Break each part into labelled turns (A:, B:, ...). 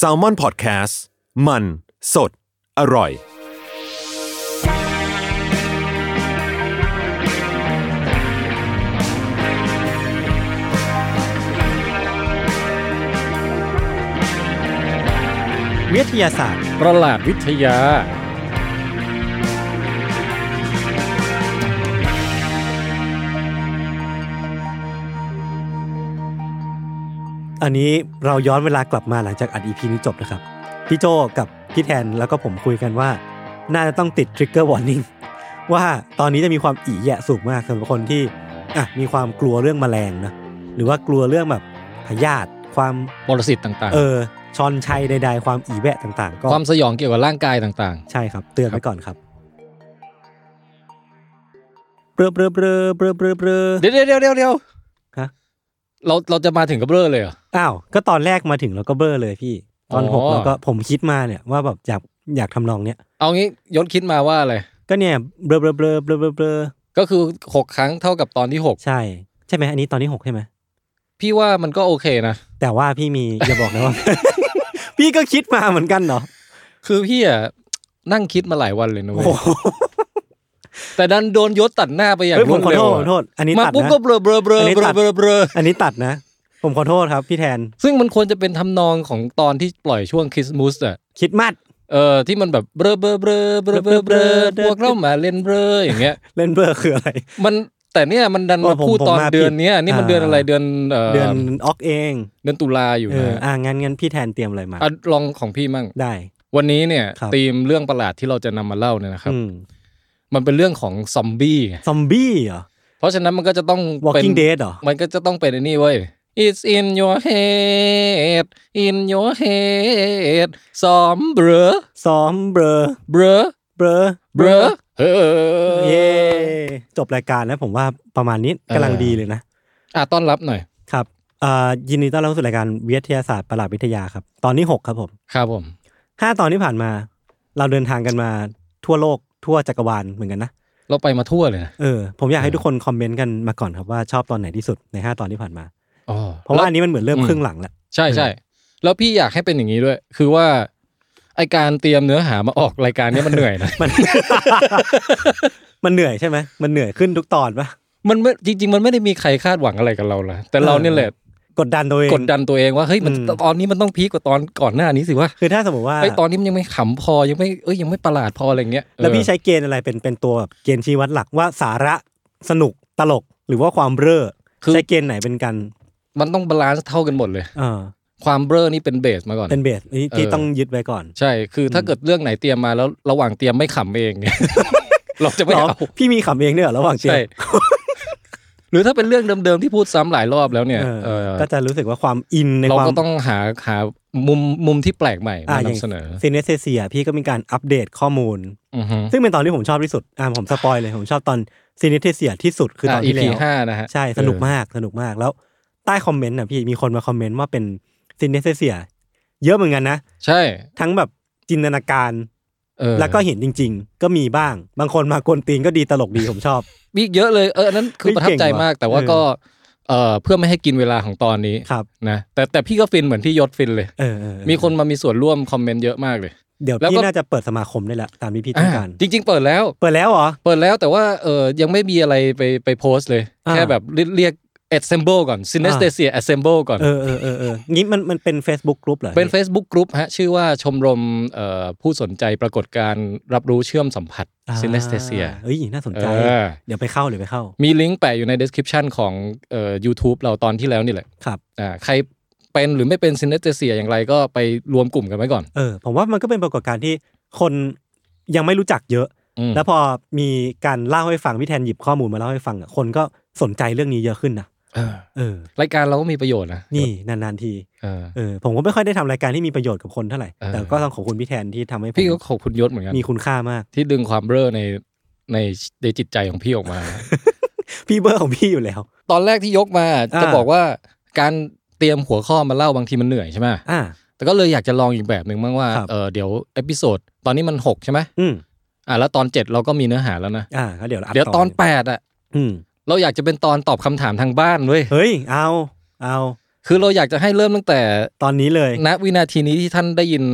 A: s a l m o n PODCAST มันสดอร่อย
B: วิทยาศาสตร์
C: ประหลาดวิทยา
B: อันนี้เราย้อนเวลากลับมาหลังจากอัดอีพีนี้จบนะครับ พี่โจกับพี่แทนแล้วก็ผมคุยกันว่า น่าจะต้องติด Trigger Warning ว่าตอนนี้จะมีความอีแยะสูงมากสำหรับคนที่อ่ะมีความกลัวเรื่องแมลงนะหรือว่ากลัวเรื่องแบบพยาธิความ
C: มลสิทธิ์ต่าง
B: เออชอนชัยใดๆความอีแวะต่างๆ ก็
C: ๆ ความสยองเกี่ยวกับร่างกายต่าง
B: ใช่ครับ เตือนไว้ก่อนครับเบลอเบลอเบลอเบลอเบลอเบลอ
C: ๆ เดี๋ยวเดี๋ยวเดี๋ยวเดี๋ยว
B: ฮะ
C: เราเราจะมาถึงกับเบ้อเลยเหรอ
B: อ้าว ก็ตอนแรกมาถึงเราก็เบลอเลยพี่ ตอน
C: อ๋อ
B: หกเราก็ผมคิดมาเนี่ยว่าแบบอยากอยากทำนองเนี้ย
C: เอางี้ยศคิดมาว่าอะไร
B: ก็เนี่ยเบลอเบลอเบลอเบลอเบลอเบลอ
C: ก็คือหกครั้งเท่ากับตอนที่หก
B: ใช่ ใช่ไหมอันนี้ตอนที่หกใช่ไหม
C: พี่ว่ามันก็โอเคนะ
B: แต่ว่าพี่มี อย่าบอกนะว่า พี่ก็คิดมาเหมือนกันเหรอ
C: คือพี่อ่ะนั่งคิดมาหลายวันเลยนะ
B: โอ้
C: เว้ย
B: โห
C: แต่ดันโดนยศตัดหน้าไปอย่าง
B: เฮ้ย
C: ร
B: ผ
C: ว
B: ม
C: ด
B: ขอ
C: เร็
B: โท
C: ว
B: ษข
C: อะ
B: อโทษ อันนี้
C: มา
B: ตัด
C: ปุ๊บ
B: นะ
C: ก็เบลอเบลอเบล
B: อันนี้
C: อ
B: ตัด
C: เบลอเบลอ
B: อันนี้ตัดนะ ผมขอโทษครับพี่แทน
C: ซึ่งมันควรจะเป็นทำนองของตอนที่ปล่อยช่วงคริสต์มาสอ่ะ
B: คิดมัด
C: เออที่มันแบบเบลอเบลอเบลอเบลอเบลอเบลอพวกเรามาเล่นเบลออย่างเงี้ ย
B: เล่นเบลอคืออะไร
C: มันแต่เนี่ยมันดัน
B: โอ้
C: มา
B: ผม
C: พูด
B: ผม
C: ตอน
B: มา
C: เดือน
B: ผิด
C: เนี้ยนี่มัน
B: อ่า
C: เดือนอะไรเดือนเอ่อ
B: เดือนออกเอง
C: เดือนตุลาอยู่
B: เอ
C: นะ
B: ออ่างั้นงั้นพี่แทนเตรียมอะไรมา
C: อ่ะลองของพี่มั่ง
B: ได้
C: วันนี้เนี่ย
B: ครับ
C: ธีมเรื่องประหลาดที่เราจะนำมาเล่าเนี่ยนะครับ
B: อืม
C: มันเป็นเรื่องของซอมบี้ไง
B: ซอมบี้เหรอ
C: เพราะฉะนั้นมันก็จะต้องเป็น
B: Walking Dead เหรอ
C: มันก็จะต้องเป็นไอ้นี่เว้ย It's in your head in your head ซอมเบรอ
B: ซอมเบลอ
C: เบรอ
B: เบลอ
C: เบรอเฮ้
B: เย้จบรายการแล้วผมว่าประมาณนี้กำลังดีเลยนะ
C: อ่ะต้อนรับหน่อย
B: ครับเอ่อยินดีต้อนรับเข้าสู่รายการวิทยาศาสตร์ประหลาดวิทยาครับ ตอนที่หกครับผม
C: ครับผม
B: ห้าตอนที่ผ่านมา เราเดินทางกันมาทั่วโลกทั่วจักรวาลเหมือนกันนะ
C: เราไปมาทั่วเลยนะ
B: เออผมอยากให้ทุกคนคอมเมนต์กันมาก่อนครับว่าชอบตอนไหนที่สุดในห้าตอนที่ผ่านมา
C: อ๋อ
B: เพราะว่าอันนี้มันเหมือนเริ่ม
C: อืม
B: ครึ่งหลังแล้ว
C: ใช่ใช่แล้วพี่อยากให้เป็นอย่างนี้ด้วย คือว่าไอการเตรียมเนื้อหามาออกรายการเนี้มันเหนื่อยนะ
B: มัน มันเหนื่อยใช่ไหมมันเหนื่อยขึ้นทุกตอนปะ
C: มันไม่จริง ๆ มันไม่ได้มีใครคาดหวังอะไรกับเราละแต่เรา
B: เออ
C: เนี่ยแหละ
B: กดดันตัวเอง
C: กดดันตัวเองว่าเฮ้ยมัน
B: อืม
C: ตอนนี้มันต้องพีคกว่าตอนก่อนหน้านี้สิว่า
B: คือถ้าสมมติว่า
C: ไอยตอนนี้มันยังไม่ขำพอยังไม่เอ้ยยังไม่ประหลาดพออะไรเงี้ย
B: แล้วพี่
C: เออ
B: ใช้เกณฑ์อะไรเป็นเป็นตัวแบบเกณฑ์ชี้วัดหลักว่าสาระสนุกตลกหรือว่าความเร่อ
C: คือ
B: ใช้เกณฑ์ไหนเป็นกัน
C: มันต้องบาลานซ์เท่ากันหมดเลย
B: เออ
C: ความเบ้อนี่เป็นเบสมาก่อน
B: เป็นเบสที่
C: เออ
B: ที่ต้องยึดไว้ก่อน
C: ใช่คือถ้าเกิดเรื่องไหนเตรียมมาแล้วระหว่างเตรียมไม่ขำเองเนี่ย เราจะไม่
B: หรอ
C: เอา
B: พี่มีขำเองเนี่ยเหรอระหว่างเตรีย
C: ใช่
B: ม
C: หรือถ้าเป็นเรื่องเดิมๆที่พูดซ้ำหลายรอบแล้วเนี่ย
B: เออ
C: เออ
B: ก็จะรู้สึกว่าความอินใน
C: เรา
B: ความ
C: ก็ต้องหาหามุมมุมที่แปลกใหม่
B: อ่า
C: า
B: ม
C: นำ
B: อย่าง
C: เสนอ
B: ซีเนสเซียพี่ก็มีการอัปเดตข้อมูล
C: อือฮึ
B: ซึ่งเป็นตอนที่ผมชอบที่สุดอ่าผมสปอยเลยผมชอบตอนซีเนสเซียที่สุดคือตอนที่
C: ะ EP
B: แล้ว
C: ห้านะฮะ
B: ใช่สนุก
C: เออ
B: มากสนุกมากแล้วใต้คอมเมนต์น่ะพี่มีคนมาคอมเมนต์ว่าเป็นซีเนสเซียเยอะเหมือนกันนะ
C: ใช่
B: ทั้งแบบจินตนาการ
C: เออ
B: แล้วก็เห็นจริง ๆ ก็มีบ้าง บางคนมากวนตีนก็ดีตลกดีผมชอบ
C: มีอีกเยอะเลยเอออันนั้นคือ
B: นี่
C: ประทับใจ
B: เก่งว่ะ
C: มากแต่ว่า
B: เออ
C: ก็เออเพื่อไม่ให้กินเวลาของตอนนี้
B: ครับ
C: นะแต่แต่พี่ก็ฟินเหมือนที่ยศฟินเลย
B: เออเออเออ
C: มีคนมามีส่วนร่วมคอมเมนต์เยอะมากเลย
B: เดี๋ยว
C: แล้วก็
B: พี่น่าจะเปิดสมาคมได้แล้วตามที่พี่ต้องการ
C: อ่ะจริง ๆ เปิดแล้ว
B: เปิดแล้วเหรอ
C: เปิดแล้วแต่ว่าเออยังไม่มีอะไรไปไปโพสต์เลย
B: อ่า
C: แค่แบบเรียกเรียก assemble ก่อน synesthesia assemble ก่อน
B: เออเออเออเอองี้มันมันเป็น Facebook กลุ่มเหรอ
C: เป็น Facebook Group ฮะชื่อว่าชมรมเอ่อผู้สนใจปรากฏการณ์รับรู้เชื่อมสัมผัส
B: อ่า
C: synesthesia
B: เอ้ยน่าสนใจ
C: เออ
B: เดี๋ยวไปเข้าเดี๋ยวไปเข้า
C: มีลิงก์แปะอยู่ใน description ของเอ่อ YouTube เราตอนที่แล้วนี่แหละ
B: ครับ
C: อ่าใครเป็นหรือไม่เป็น synesthesia อย่างไรก็ไปรวมกลุ่มกันไว้ก่อน
B: เออ ผมว่ามันก็เป็นปรากฏการณ์ที่คนยังไม่รู้จักเยอะ
C: อืม
B: แล้วพอมีการเล่าให้ฟังพี่แทนหยิบข้อมูลมาเล่าให้ฟังอ่ะคนก็สนใจเรื่องนี้เยอะขึ้นนะ
C: เออ
B: เออ
C: รายการเราก็มีประโยชน์นะ
B: นี่นานๆที
C: เออ
B: เออผมก็ไม่ค่อยได้ทำรายการที่มีประโยชน์กับคนเท่าไหร่
C: เออ
B: แต่ก็ต้องขอบคุณพี่แทนที่ทำให้ผม
C: พี่ก็ขอบคุณยศเหมือนกัน
B: มีคุณค่ามาก
C: ที่ดึงความเบ้อในในในจิตใจของพี่ออก มา
B: พี่เบอร์ของพี่อยู่แล้ว
C: ตอนแรกที่ยกมา
B: อ่า
C: จะบอกว่าการเตรียมหัวข้อมาเล่าบางทีมันเหนื่อยใช่ไหม
B: อ่า
C: แต่ก็เลยอยากจะลองอีกแบบหนึ่งบ้างว่า
B: ครับ
C: เออเดี๋ยวเอพิโซดตอนนี้มันหกใช่ไหม
B: อืม
C: อ่ะแล้วตอนเจ็ดเราก็มีเนื้อหาแล้วนะ
B: อ่าก็เดี๋ยวราด
C: เดี๋ยวตอนแปดอ่ะ
B: อืม
C: เราอยากจะเป็นตอนตอบคำถามทางบ้านเว้ย
B: เฮ้ยเอาเอา
C: คือเราอยากจะให้เริ่มตั้งแต่
B: ตอนนี้เลย
C: ณวินาทีนี้ที่ท่านได้ยิน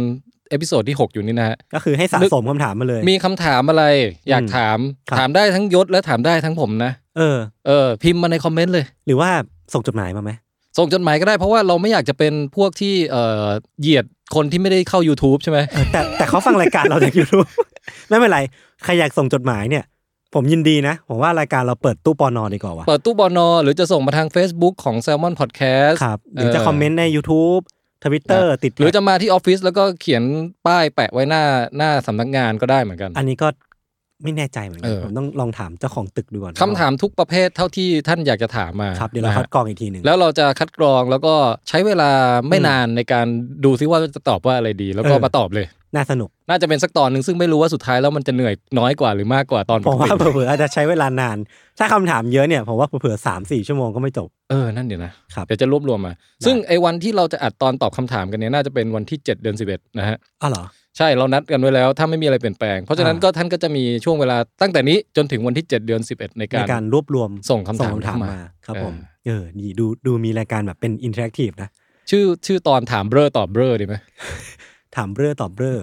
C: เอพิโซดที่หกอยู่นี่นะฮะ
B: ก็คือให้สะ
C: นึก
B: สมคำถามมาเลย
C: มีคำถามอะไรอยาก
B: อืม
C: ถาม
B: ครับ
C: ถามได้ทั้งยศและถามได้ทั้งผมนะ
B: เออ
C: เออพิมพ์มาในคอมเมนต์เลย
B: หรือว่าส่งจดหมายมาไหม
C: ส่งจดหมายก็ได้เพราะว่าเราไม่อยากจะเป็นพวกที่เอ่อเหยียดคนที่ไม่ได้เข้า YouTube ใช่ไหม
B: เออแต่แต่เขาฟังรายการเราจากยูทูบ ไม่เป็นไร ใครอยากส่งจดหมายเนี่ย ผมยินดีนะ ผมว่ารายการเราเปิดตู้ปอนอดีกว่าวะ
C: เปิดตู้บอนอหรือจะส่งมาทาง Facebook ของ Salmon Podcast
B: ครับหรือจะคอมเมนต์ใน YouTube Twitter ติด
C: หรือจะมาที่ออฟฟิศแล้วก็เขียนป้ายแปะไว้หน้าหน้าสำนักงานก็ได้เหมือนกัน
B: อันนี้ก็ไม่แน่ใจเหมือนกั
C: เอน อ
B: ผมต้องลองถามเจ้าของตึกดูก่อน
C: คำถามทุกประเภทเท่าที่ท่านอยากจะถามมา
B: ครับเดี๋ยวเราคัด
C: นะฮะ
B: กรองอีกทีหนึ่ง
C: แล้วเราจะคัดกรองแล้วก็ใช้เวลาไม่
B: อืม
C: นานในการดูซิว่าจะตอบว่าอะไรดี แล้วก็
B: เออ
C: มาตอบเลย
B: น่าส นุก
C: น่าจะเป็นสักตอนหนึ่งซึ่งไม่รู้ว่าสุดท้ายแล้วมันจะเหนื่อยน้อยกว่าหรือมากกว่าตอน
B: ผมว่า
C: ปกติ
B: เผื่อๆอาจจะใช้เวลานาน ถ้าคำถามเยอะเนี่ยผมว่าเผื่อๆสามสี่ชั่วโมงก็ไม่จบ
C: เออนั่นเดี๋ยวนะครับ เดี๋ยวจะรวบรวมมา ซึ่งไอ้วันที่เราจะอัดตอนตอบคำถามกันเนี่ยน่าจะเป็นวันที่เจ็ดเดือนสิบเอ็ดนะฮะ
B: อ้าวเหรอ
C: ใช่เรานัดกันไว้แล้วถ้าไม่มีอะไรเปลี่ยนแปลง เพราะฉะนั้น
B: อ่า
C: ก็ท่านก็จะมีช่วงเวลาตั้งแต่นี้จนถึงวันที่ 7 เดือน 11 ใน
B: ใน
C: การ
B: การรวบรวม
C: ส่งคำถามเข้ามา
B: ครับผม เออดีดูดูมีรายการแบบเป็นอินเทอร์แอคทีฟนะ
C: ชื่อชื่อตอนถามเบลอตอบเบลอดีไหม
B: ถามเบ้อตอบเบ้อ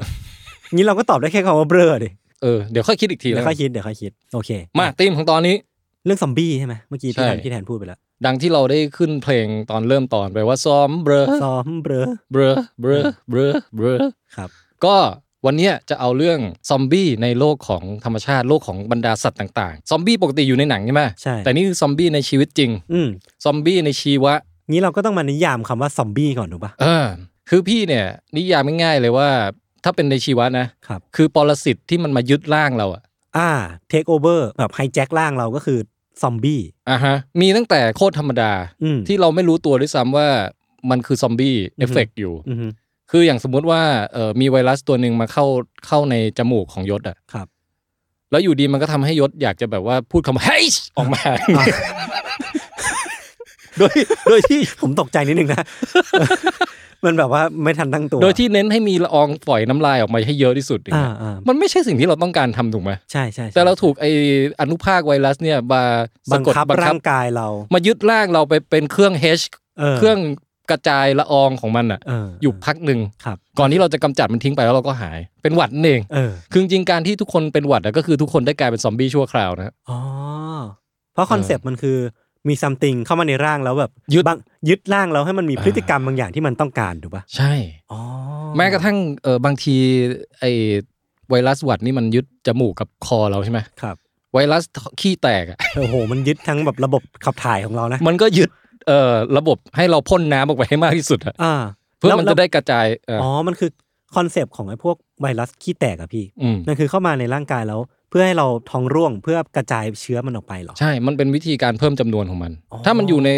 B: งี้เราก็ตอบได้แค่คำว่าเบ้อดิ
C: เออเดี๋ยวค่อยคิดอีกที
B: เดี๋
C: แล้
B: ยว วค่อยคิดเดี๋ยวค่อยคิด โอเค
C: มาธีมของตอนนี้
B: เรื่องซอมบี้ใช่ไหมเมื่อกี้พี่
C: ใช่
B: แทนพี่แทนพูดไปแล้ว
C: ดังที่เราได้ขึ้นเพลงตอนเริ่มตอนไปว่าซ้อมเบลอ
B: ซอมเบ้อ
C: เบลอเบลอเบลอเบลอ
B: ครับ
C: ก็วันเนี้ยจะเอาเรื่องซอมบี้ในโลกของธรรมชาติโลกของบรรดาสัตว์ต่างๆ ซอมบี้ปกติอยู่ในหนังใช่ไหม
B: ใช่
C: แต่นี่คือซอมบี้ในชีวิตจริง
B: อืม
C: ซอมบี้ในชีวะ
B: งี้เราก็ต้องมานิยามคำว่าซอมบี้ก่อนถูกปะ
C: เออคือพี่เนี่ยนิยามง่ายๆเลยว่า ถ้าเป็นในชีวะนะครับ คือปรสิตที่มันมายึดร่างเราอะ
B: อ่าเทคโอเวอร์แบบไฮแจ็คล่างเราก็คือซอมบี้
C: อ่ะฮะมีตั้งแต่โคตรธรรมดา
B: อืม
C: ที่เราไม่รู้ตัวด้วยซ้ำว่ามันคือซอมบี้
B: อื
C: เอฟ
B: อฮึ
C: เฟกอยู่
B: อือฮึ
C: คืออย่างสมมุติว่าเออมีไวรัสตัวหนึ่งมาเข้าเข้าในจมูกของยศอะ
B: ครับ
C: แล้วอยู่ดีมันก็ทำให้ยศอยากจะแบบว่าพูดคำว่าเฮ้ยออกมา
B: โดยโดยที่ผมตกใจนิดนึงนะ มันแบบว่าไม่ทันตั้งตัว
C: โดยที่เน้นให้มีละอองฝอยน้ำลายออกมาให้เยอะที่สุดอย่าง
B: อ่า
C: เงี้ย
B: อ่า
C: มันไม่ใช่สิ่งที่เราต้องการทำถูกไหม
B: ใช่ใช่ใช่
C: แต่เราถูกไออนุภาคไวรัสเนี่ยมา
B: บั
C: สะ
B: ง
C: กด
B: คับร่างกายเรา
C: มายึดร่างเราไปเป็นเครื่อง H เครื่องกระจายละอองของมันอ่ะ
B: เ
C: อยู่พักหนึ่ง
B: ครับ
C: ก่อนที่เราจะกำจัดมันทิ้งไปแล้วเราก็หาย เป็นหวัดนั่นเอง
B: เออ
C: คือจริงๆการที่ทุกคนเป็นหวัดอะก็คือทุกคนได้กลายเป็นซอมบี้ชั่วคราวนะ
B: อ๋อเพราะคอนเซปต์มันคือมีซัมติงเข้ามาในร่างแล้วแบบ
C: ยึด
B: บังยึดร่างแล้วให้มันมีพฤติกรรมบางอย่างที่มันต้องการถูกป่ะ
C: ใช่
B: อ๋อ
C: แม้กระทั่งเออบางทีไอไวรัสหวัดนี่มันยึดจมูกกับคอเราใช่ไหม
B: ครับ
C: ไวรัสขี้แตกอะ
B: โอ้โห มันยึดทั้งแบบระบบขับถ่ายของเรานะ
C: มันก็ยึดเอ่อระบบให้เราพ่นน้ำออกไปให้มากที่สุดอะ
B: อ่า
C: เพื่อ
B: แล้ว
C: มันจะได้กระจายเออ
B: อ๋อมันคือคอนเซปต์ของไอ้พวกไวรัสขี้แตกอะพี่
C: อืม
B: นั่นคือเข้ามาในร่างกายแล้ว เพื่อให้เราท้องร่วงเพื่อกระจายเชื้อมันออกไปเหรอ
C: ใช่ มันเป็นวิธีการเพิ่มจำนวนของมัน
B: อ๋อ
C: ถ้ามันอยู่ใน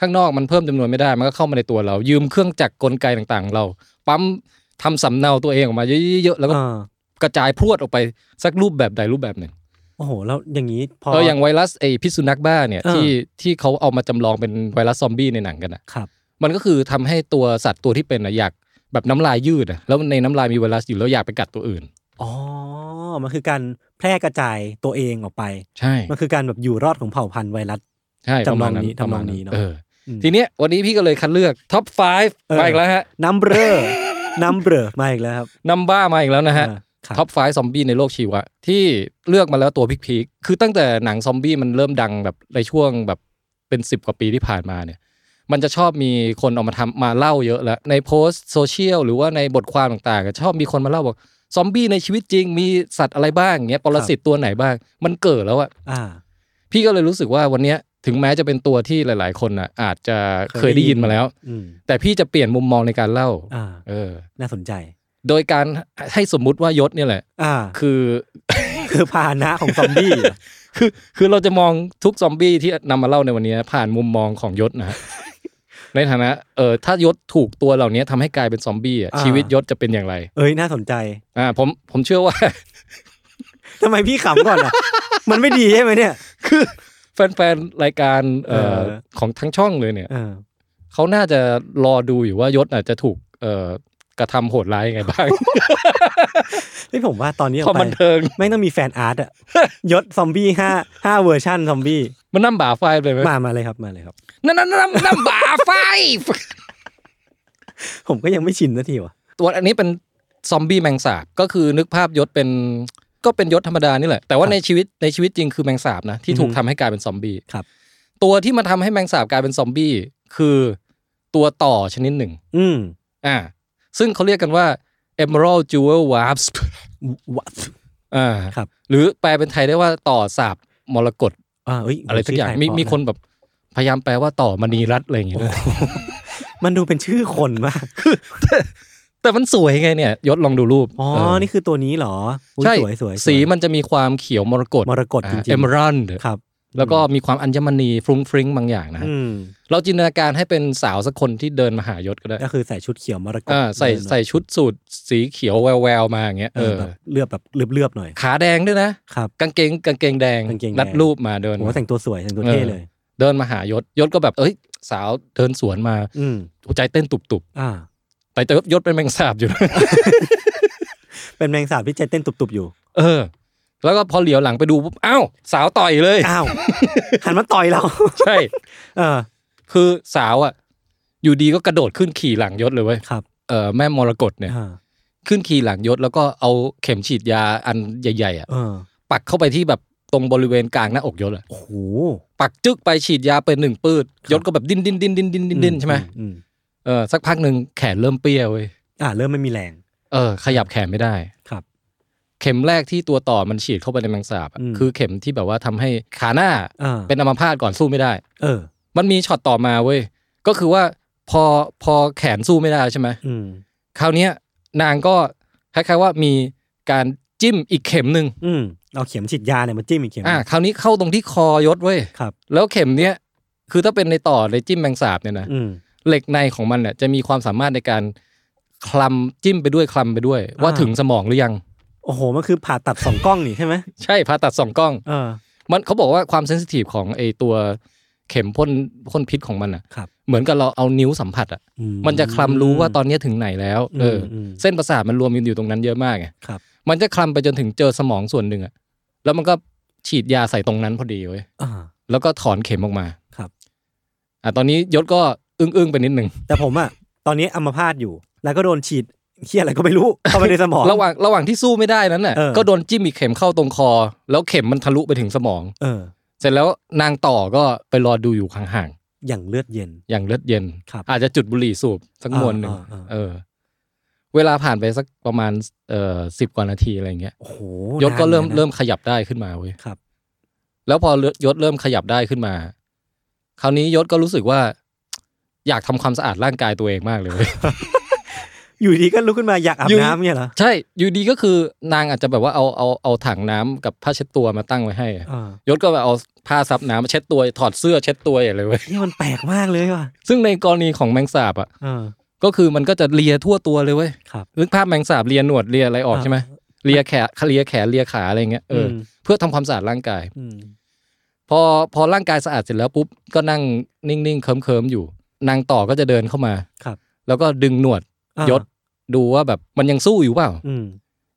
C: ข้างนอกมันเพิ่มจำนวนไม่ได้ มันก็เข้ามาในตัวเรา ยืมเครื่องจักรกลไกต่างๆของเรา ปั๊มทำสำเนาตัวเองออกมาเยอะๆ แล้วก็
B: อ่าก
C: ระจายพรวดออกไปสักรูปแบบใดรูปแบบหนึ่ง
B: โอ้โห แล้วอย่างนี้พอ
C: เออ อย่างไวรัสไอพิษสุนัขบ้าเนี่ย
B: เออ
C: ที่ที่เขาเอามาจำลองเป็นไวรัสซอมบี้ในหนังกันนะครับ มันก็คือทำให้ตัวสัตว์ตัวที่เป็นนะอยากแบบน้ำลายยืดอะแล้วในน้ำลายมีไวรัสอยู่แล้วอยากไปกัดตัวอื่น
B: อ๋อ มันคือการแพร่กระจายตัวเองออกไป
C: ใช่
B: มันคือการแบบอยู่รอดของเผ่าพันธุ์ไวรัส
C: ใช่ประมาณ
B: จำลองนี้
C: ประมณ
B: ทำนองนี้เนอะ
C: ออ
B: อืม
C: ทีเนี้ยวันนี้พี่ก็เลยคัดเลือกท็อป
B: เออ
C: 5มาอีกแล้วฮะ
B: น้ำเบลอ น้ำเบลอมาอีกแล้วครับ
C: นัมบ้ามาอีกแล้วนะฮะ
B: อ่าครับ
C: ท็อป5ซอมบี้ในโลกชีวะ ที่เลือกมาแล้วตัวพีคๆคือตั้งแต่หนังซอมบี้มันเริ่มดังแบบในช่วงแบบเป็น 10 กว่าปีที่ผ่านมาเนี่ย มันจะชอบมีคนเออกมาทำมาเล่าเยอะแล้ว ในโพสต์โซเชียลหรือว่าในบทความต่างๆอะชอบมีคนมาเล่าบอกซอมบี้ในชีวิตจริงมีสัตว์อะไรบ้างอย่างเงี้ยปรสิตตัวไหนบ้าง มันเกิดแล้วอะ
B: อ่า
C: พี่ก็เลยรู้สึกว่าวันเนี้ยถึงแม้จะเป็นตัวที่หลาย ๆ คนอ่ะอาจจะเค
B: เค
C: ย
B: ยได้
C: ได้
B: ยิ
C: ยิน
B: น
C: มาแล้ว
B: อืม
C: แต่พี่จะเปลี่ยนมุมมองในการเล่า
B: อ่า
C: เออ
B: น่าสนใจ
C: โดยการให้สมมุติว่ายศเนี่ยแหละ
B: อ่า
C: คือ
B: คือพาหนะของซอมบี้เหรอ
C: คือคือเราจะมองทุกซอมบี้ที่นำมาเล่าในวันนี้ผ่านมุมมองของยศ นะฮะ ในฐานะเออถ้ายศถูกตัวเหล่านี้ทำให้กลายเป็นซอมบี้อะ
B: อ่า
C: ชีวิตยศจะเป็นอย่างไร
B: เอ้ยน่าสนใจ
C: อ่าผมผมเชื่อว่า
B: ทำไมพี่ขำก่อนอ่ะ มันไม่ดีใช่ไหมเนี่ย
C: คือแฟนๆรายการเอ่อ
B: เออ
C: ของทั้งช่องเลยเนี่ย
B: เออ
C: เขาน่าจะรอดูอยู่ว่ายศอาจจะถูกเอ่อกระทำโหดร้ายยังไงบ้าง
B: ที่ผมว่าตอนนี้อ
C: ค
B: อ
C: วาม
B: ก ไป
C: บันเทิง
B: ไม่งต้องมีแฟนอาร์ตอ่ะ ยศซอมบี้ห้าห้าเวอร์ชันซอมบี้
C: มันน้ำบ่าไฟเลยไหม
B: มามาเลยครับมาเลยครับ
C: นั่นนั่นนั่นน้ำบ่าไฟ
B: ผมก็ยังไม่ชินนาทีว่ะ
C: ตัวอันนี้เป็นซอมบี้แมงสาบก็คือนึกภาพยศเป็นก็เป็นยศธรรมดานี่แหละ แต่ว่าในชีวิตในชีวิตจริงคือแมงสาบนะที่ถูก
B: อือฮึ
C: ทำให้กลายเป็นซอมบี้
B: ครับ
C: ตัวที่มาทำให้แมงสาบกลายเป็นซอมบี้คือตัวต่อชนิดหนึ่ง
B: อืม
C: อ่าซึ่งเขาเรียกกันว่า Emerald Jewel Wasp
B: วะ
C: อ่า
B: ครับ
C: หรือแปลเป็นไทยได้ว่าต่อสาบมรกต
B: อ่าเอ้ย
C: อะไรสักอย่างมี
B: ชื่ไท
C: มี
B: เพะะ
C: คนแบบพยายามแปลว่าต่อมณีรัตน์อะไรอย่างเงี้ย
B: มันดูเป็นชื่อคนมาก
C: แต่มันสวยไงเนี่ยยศลองดูรูป
B: อ๋อ
C: เ
B: นี่คือตัวนี้เหรออุ๊ย
C: ใช่
B: สวยสวยวย
C: สีมันจะมีความเขียวมรกต
B: มรกตจริงๆ
C: เอมรัน
B: ครับ
C: แล้วก็มีความอัญมณีฟรุ้งฟริ้งบางอย่างนะฮะ
B: อืม
C: เราจินตนาการให้เป็นสาวสักคนที่เดินมาหายศก็ได้
B: ก็คือใส่ชุดเขียวมรกต
C: อ่าใส่
B: เดินมา
C: ใส่ชุดสูทสีเขียวแววแววๆมาอย่างเงี้ย
B: เอ
C: เอ
B: อ
C: อ
B: แบบเลือบแบบเลือบๆหน่อย
C: ขาแดงด้วยนะ
B: ครับ
C: กางเกงกางเกงแดง
B: กางเกงแดง
C: รัดรูปมาเดิน
B: ผม
C: มา
B: ว่าแต่งตัวสวยแต่งตัวเท่เลย
C: เดินมาหายศยศก็แบบเอ้ยสาวเดินสวนมา
B: อืม
C: หัวใจเต้นตุบ
B: อ่า
C: ๆแต่ยศเป็นแมงสาบอยู่นะ
B: เป็นแมงสาบที่ใจเต้นตุบๆอยู่
C: เออ แล้วก็พอเหลียวหลังไปดูปุ๊บอ้าวสาวต่อยเลย
B: อ้าว หันมาต่อยเรา
C: ใช่
B: เออ
C: คือสาวอ่ะ อยู่ดีก็กระโดดขึ้นขี่หลังยศเลยเว้ย
B: ครับ
C: เออแม่มรกตเนี่ย
B: อ่า
C: ขึ้นขี่หลังยศแล้วก็เอาเข็มฉีดยาอันใหญ่ๆอ่ะ
B: เออ
C: ปักเข้าไปที่แบบตรงบริเวณกลางหน้าอกยศอะ
B: โอ้โห
C: ปักจึกไปฉีดยาไปหนึ่งปืด
B: ครับ
C: ยศก็แบบดิ้นดิ้นดิ้นดิ้นดิ้นดิ้นดิ้นใช่ไหม
B: อือื
C: เออสักพักหนึ่งแขนเริ่มเปรี้ยวเว้ย
B: อ่า เริ่มไม่มีแรง
C: เออขยับแขนไม่ได้
B: ครับ
C: เข็มแรกที่ตัวต่อมันฉีดเข้าไปในแมงสาบอะ
B: อืม
C: คือเข็มที่แบบว่าทำให้ขาหน้า
B: อ่า
C: เป็นอัมพาตก่อนสู้ไม่ได้
B: เออ
C: มันมีช็อตต่อมาเว้ยก็คือว่าพอพอแขนสู้ไม่ได้ใช่ไหม
B: อืม
C: คราวเนี้ยนางก็คล้ายๆว่ามีการจิ้มอีกเข็มหนึ่ง
B: อืมเอาเข็มฉีดยาเนี่ยมาจิ้มอีกเข็ม
C: อ่าคราวนี้เข้าตรงที่คอยศเว้ย
B: ครับ
C: แล้วเข็มเนี้ยคือถ้าเป็นในต่อในจิ้มแมงสาบเนี่ยนะ
B: อืม
C: เหล็กในของมันเนี่ยจะมีความสามารถในการคลำจิ้มไปด้วยคลำไปด้วย
B: อ่า
C: ว่าถึงสมองหรือยัง
B: โอ้โห มันคือผ่าตัดสองกล้องนี่ใช่ไหม
C: ใช่ผ่าตัดสองกล้อง
B: เออ
C: มันเขาบอกว่าความเซนซิทีฟของไอตัวเข็มพ่นพ่นพิษของมันอ่ะ
B: ครับ
C: เหมือนกับเราเอานิ้วสัมผัสอ่ะ
B: อื
C: มันจะคลำรู้ว่าตอนเนี้ยถึงไหนแล้วเอออ
B: มม
C: เส้นประสาทมันรวมกันอยู่ตรงนั้นเยอะมากไง
B: ครับ
C: มันจะคลำไปจนถึงเจอสมองส่วนหนึ่งอ่ะแล้วมันก็ฉีดยาใส่ตรงนั้นพอดีเว้ย
B: อ่า
C: แล้วก็ถอนเข็มออกมา
B: ครับ
C: อ่ะตอนนี้ยศก็อึ้งอึ้งๆไปนิดหนึ่ง
B: แต่ผมอะตอนนี้อัมพาตอยู่ แล้วก็โดนฉีดเฮียอะไรก็ ไม่รู้ เข้าไปในสมอง
C: ระหว่างระหว่างที่สู้ไม่ได้นั้นน่ะ
B: เออ
C: ก็โดนจิ้มอีกเข็มเข้าตรงคอ แล้วเข็มมันทะลุไปถึงสมอง
B: เออ
C: เสร็จแล้วนางต่อก็ไปรอดูอยู่ห่าง
B: อย่างเลือดเย็น
C: ๆ อย่างเลือดเย็น
B: ครับ
C: อาจจะจุดบุหรี่สูบสัก
B: อ่าม
C: วนหนึ่ง
B: อ่าอ่า
C: เออ เวลาผ่านไปสักประมาณเอ่อสิบกว่านาทีอะไรเงี้ย
B: โอ้โห
C: ยศก็เริ่ม
B: นานลยนะ
C: เริ่มขยับได้ขึ้นมาเว้ย
B: ครับ
C: แล้วพอยศเริ่มขยับได้ขึ้นมา คราวนี้ยศก็รู้สึกว่า อยากทำความสะอาดร่างกายตัวเองมากเลยเว้ย
B: อยู่ดีก็ลุกขึ้นมาอยากอาบ
C: อยู่
B: น้ำเนี่ยเหรอ
C: ใช่ อยู่ดีก็คือนางอาจจะแบบว่าเอาเอาเอาถังน้ำกับผ้าเช็ดตัวมาตั้งไว้ให้
B: อ่าย
C: ศก็แบบเอาผ้าซับน้ำมาเช็ดตัวถอดเสื้อเช็ดตัวอย่างเลยเว้ย
B: เนี่ยมันแปลกมากเลยว่ะ
C: ซึ่งในกรณีของแมงสาบอ่ะ
B: เออ
C: ก็คือมันก็จะเลียทั่วตัวเลยเว้ย
B: ครับ
C: นึกภาพแมงสาบเลียหนวดเลียอะไรออก
B: อ่า
C: ใช่ไหมเลียแขนเลียแขนเลียขาอะไรเงี้ยเอออ
B: ม
C: เพื่อทำความสะอาดร่างกาย
B: อืม
C: พอพอร่างกายสะอาดเสร็จแล้วปุ๊บก็นั่งนิ่งๆเคิมเคิมๆอยู่ นางต่อก็จะเดินเข้ามา
B: ครับ
C: แล้วก็ดึงหนวด
B: อ่าย
C: ศดูว่าแบบมันยังสู้อยู่เปล่า
B: อืม